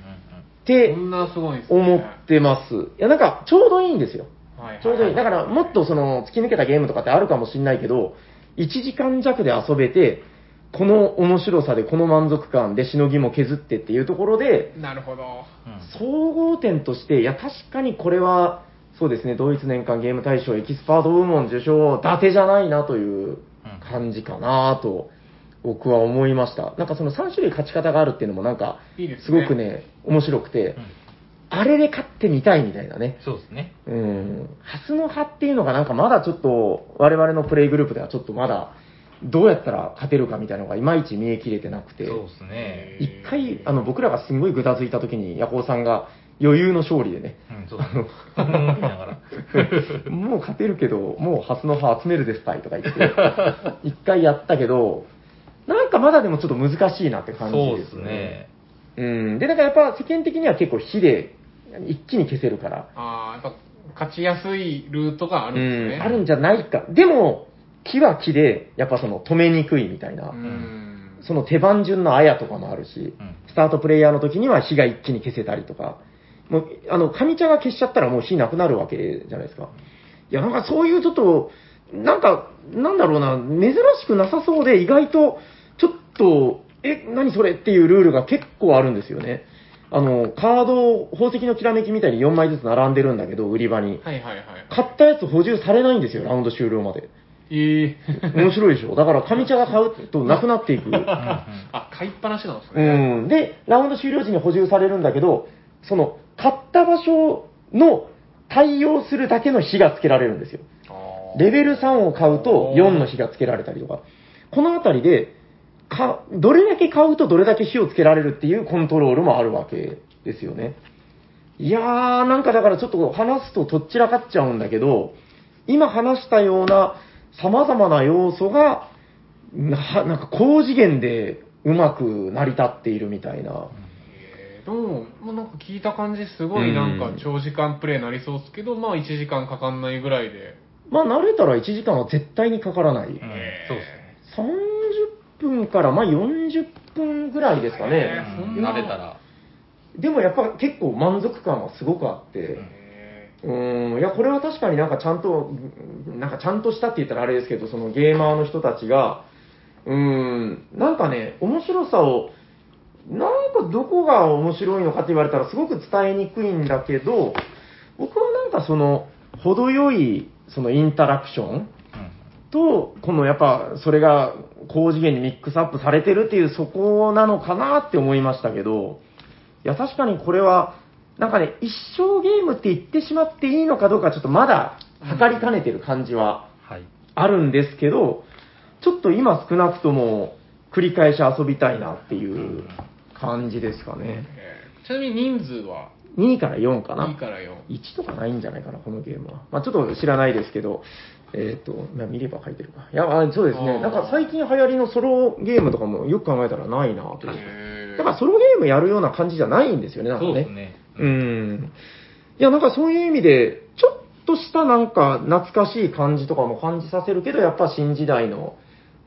Speaker 2: て
Speaker 3: こんなすごいんですね。
Speaker 2: 思ってます。いや、なんか、ちょうどいいんですよ。
Speaker 3: はいはい
Speaker 2: ちょうどいい。だから、もっとその、突き抜けたゲームとかってあるかもしれないけど、1時間弱で遊べて、この面白さで、この満足感でしのぎも削ってっていうところで、
Speaker 3: なるほど。
Speaker 2: 総合点として、いや、確かにこれは、そうですね、ドイツ年間ゲーム大賞エキスパート部門受賞、伊達じゃないなという感じかなと、僕は思いました。なんかその3種類勝ち方があるっていうのもなんか、
Speaker 3: いいですね。
Speaker 2: すごく。ね、面白くて、あれで勝ってみたいみたいなね。
Speaker 1: そうですね。
Speaker 2: うん、ハスの葉っていうのがなんかまだちょっと、我々のプレイグループではちょっとまだ、どうやったら勝てるかみたいなのがいまいち見えきれてなく
Speaker 1: そ
Speaker 2: て
Speaker 1: う、ですね。
Speaker 2: 一回、あの、僕らがすんごいぐたついた時に、ヤコウさんが余裕の勝利
Speaker 4: [laughs]
Speaker 2: でね、
Speaker 1: うん、そうですね。うん見ながら。
Speaker 2: もう勝て
Speaker 4: [laughs]
Speaker 2: るけど、もうハスの葉集めるですかいとか言って、一回やったけど、なんかまだでもちょっと難しいなって感じ
Speaker 4: そう
Speaker 2: で
Speaker 4: ですす
Speaker 2: よ
Speaker 4: ね。
Speaker 2: うん。で、だからやっぱ世間的には結構火で一気に消せるから。
Speaker 3: ああ、やっぱ勝ちやすいルートがあるんですね。
Speaker 2: あるんじゃないか。でも、木は木で、やっぱその止めにくいみたいな。
Speaker 3: うん。
Speaker 2: その手番順のあやとかもあるし、
Speaker 4: うん
Speaker 2: スタートプレイヤーの時には火が一気に消せたりとか、もう、あの、上茶が消しちゃったらもう火なくなるわけじゃないですか。いや、なんかそういうちょっと、なんか、なんだろうな、珍しくなさそうで、意外と、ちょっと、え、何それっていうルールが結構あるんですよね。あの、カードを宝石のきらめきみたいに4枚ずつ並んでるんだけど、売り場に。
Speaker 3: はいはいはい。
Speaker 2: 買ったやつ補充されないんですよ、ラウンド終了まで。
Speaker 3: ええ
Speaker 2: 面白いでしょ。だから、上茶が買うとなくなっていく。
Speaker 3: [laughs] あ、買いっぱなしなんです
Speaker 2: う
Speaker 3: ね。
Speaker 2: ん。で、ラウンド終了時に補充されるんだけど、その、買った場所の対応するだけの火がつけられるんですよ。
Speaker 3: あー
Speaker 2: レベル3を買うと4の火がつけられたりとか。このあたりで、か、どれだけ買うとどれだけ火をつけられるっていうコントロールもあるわけですよね。いやー、なんかだからちょっと話すととっちらかっちゃうんだけど、今話したような様々な要素が、ななんか高次元でうまく成り立っているみたいな。
Speaker 3: えーでも、もうなんか聞いた感じ、すごいなん
Speaker 2: うん
Speaker 3: か長時間プレイになりそうですけど、まあ1時間かかんないぐらいで。
Speaker 2: まあ慣れたら1時間は絶対にかからない。
Speaker 4: うん
Speaker 3: えー
Speaker 4: そうですね。
Speaker 2: 30分からまあ40分ぐらいですか
Speaker 4: う
Speaker 3: え
Speaker 2: ね。
Speaker 3: ーそ
Speaker 4: ん
Speaker 3: んな
Speaker 4: 慣れたら。
Speaker 2: でもやっぱ結構満足感はすごくあって、うーん、いや、これは確かになんかちゃんと、うんなんかちゃんとしたって言ったらあれですけど、そのゲーマーの人たちが、うーん、なんかね、面白さを、なんかどこが面白いのかって言われたらすごく伝えにくいんだけど、僕はなんかその、程よい、そのインタラクションと、このやっぱ、それが高次元にミックスアップされてるっていうそこなのかなって思いましたけど、いや、確かにこれは、なんかね、一生ゲームって言ってしまっていいのかどうか、ちょっとまだ測りかねてる感じは
Speaker 1: はい。
Speaker 2: あるんですけど、ちょっと今少なくとも繰り返し遊びたいなっていう感じですかね。
Speaker 3: えーちなみに人数は
Speaker 2: 2から4かな。
Speaker 3: 2から4。
Speaker 2: 1とかないんじゃないかな、このゲームは。まあちょっと知らないですけど、えっ、と、まあ見れば書いてるか。いや、あそうです
Speaker 3: あ
Speaker 2: ね。
Speaker 3: ー
Speaker 2: なんか最近流行りのソロゲームとかもよく考えたらないなという。
Speaker 3: え
Speaker 2: だからソロゲームやるような感じじゃないんですよね、なんか
Speaker 4: そう
Speaker 2: ね。
Speaker 4: ですね。
Speaker 2: うん。いや、なんかそういう意味で、ちょっとしたなんか懐かしい感じとかも感じさせるけど、やっぱ新時代の、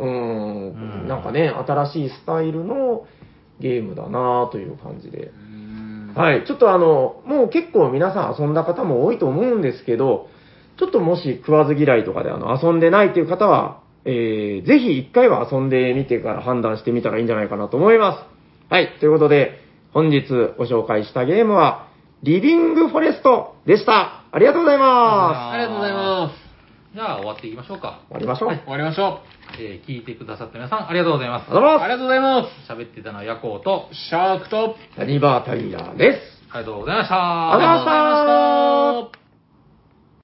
Speaker 2: うーん、
Speaker 4: うん
Speaker 2: なんかね、新しいスタイルのゲームだなという感じで。
Speaker 3: い。
Speaker 2: はい、ちょっとあの、もう結構皆さん遊んだ方も多いと思うんですけど、ちょっともし食わず嫌いとかであの遊んでないという方は、えー、ぜひ一回は遊んでみてから判断してみたらいいんじゃないかなと思います。はい、ということで、本日ご紹介したゲームは、リビングフォレストでした。ありがとうございま
Speaker 3: ありがとうございます。
Speaker 1: す。じゃあ終わっていきましょうか
Speaker 2: す。。終わりましょう。
Speaker 3: 終わりましょ
Speaker 1: えー聞いてくださった皆さん、ありがとうございま。
Speaker 2: ありがとうご
Speaker 3: う。
Speaker 2: ざいま
Speaker 3: ありがとうございます
Speaker 1: 喋ってたのはヤコウと、
Speaker 3: す。シャークと、
Speaker 2: す。タニバータイラーです。
Speaker 1: ありがとうございまし
Speaker 2: ありがとうございました。
Speaker 3: ありがとうございました。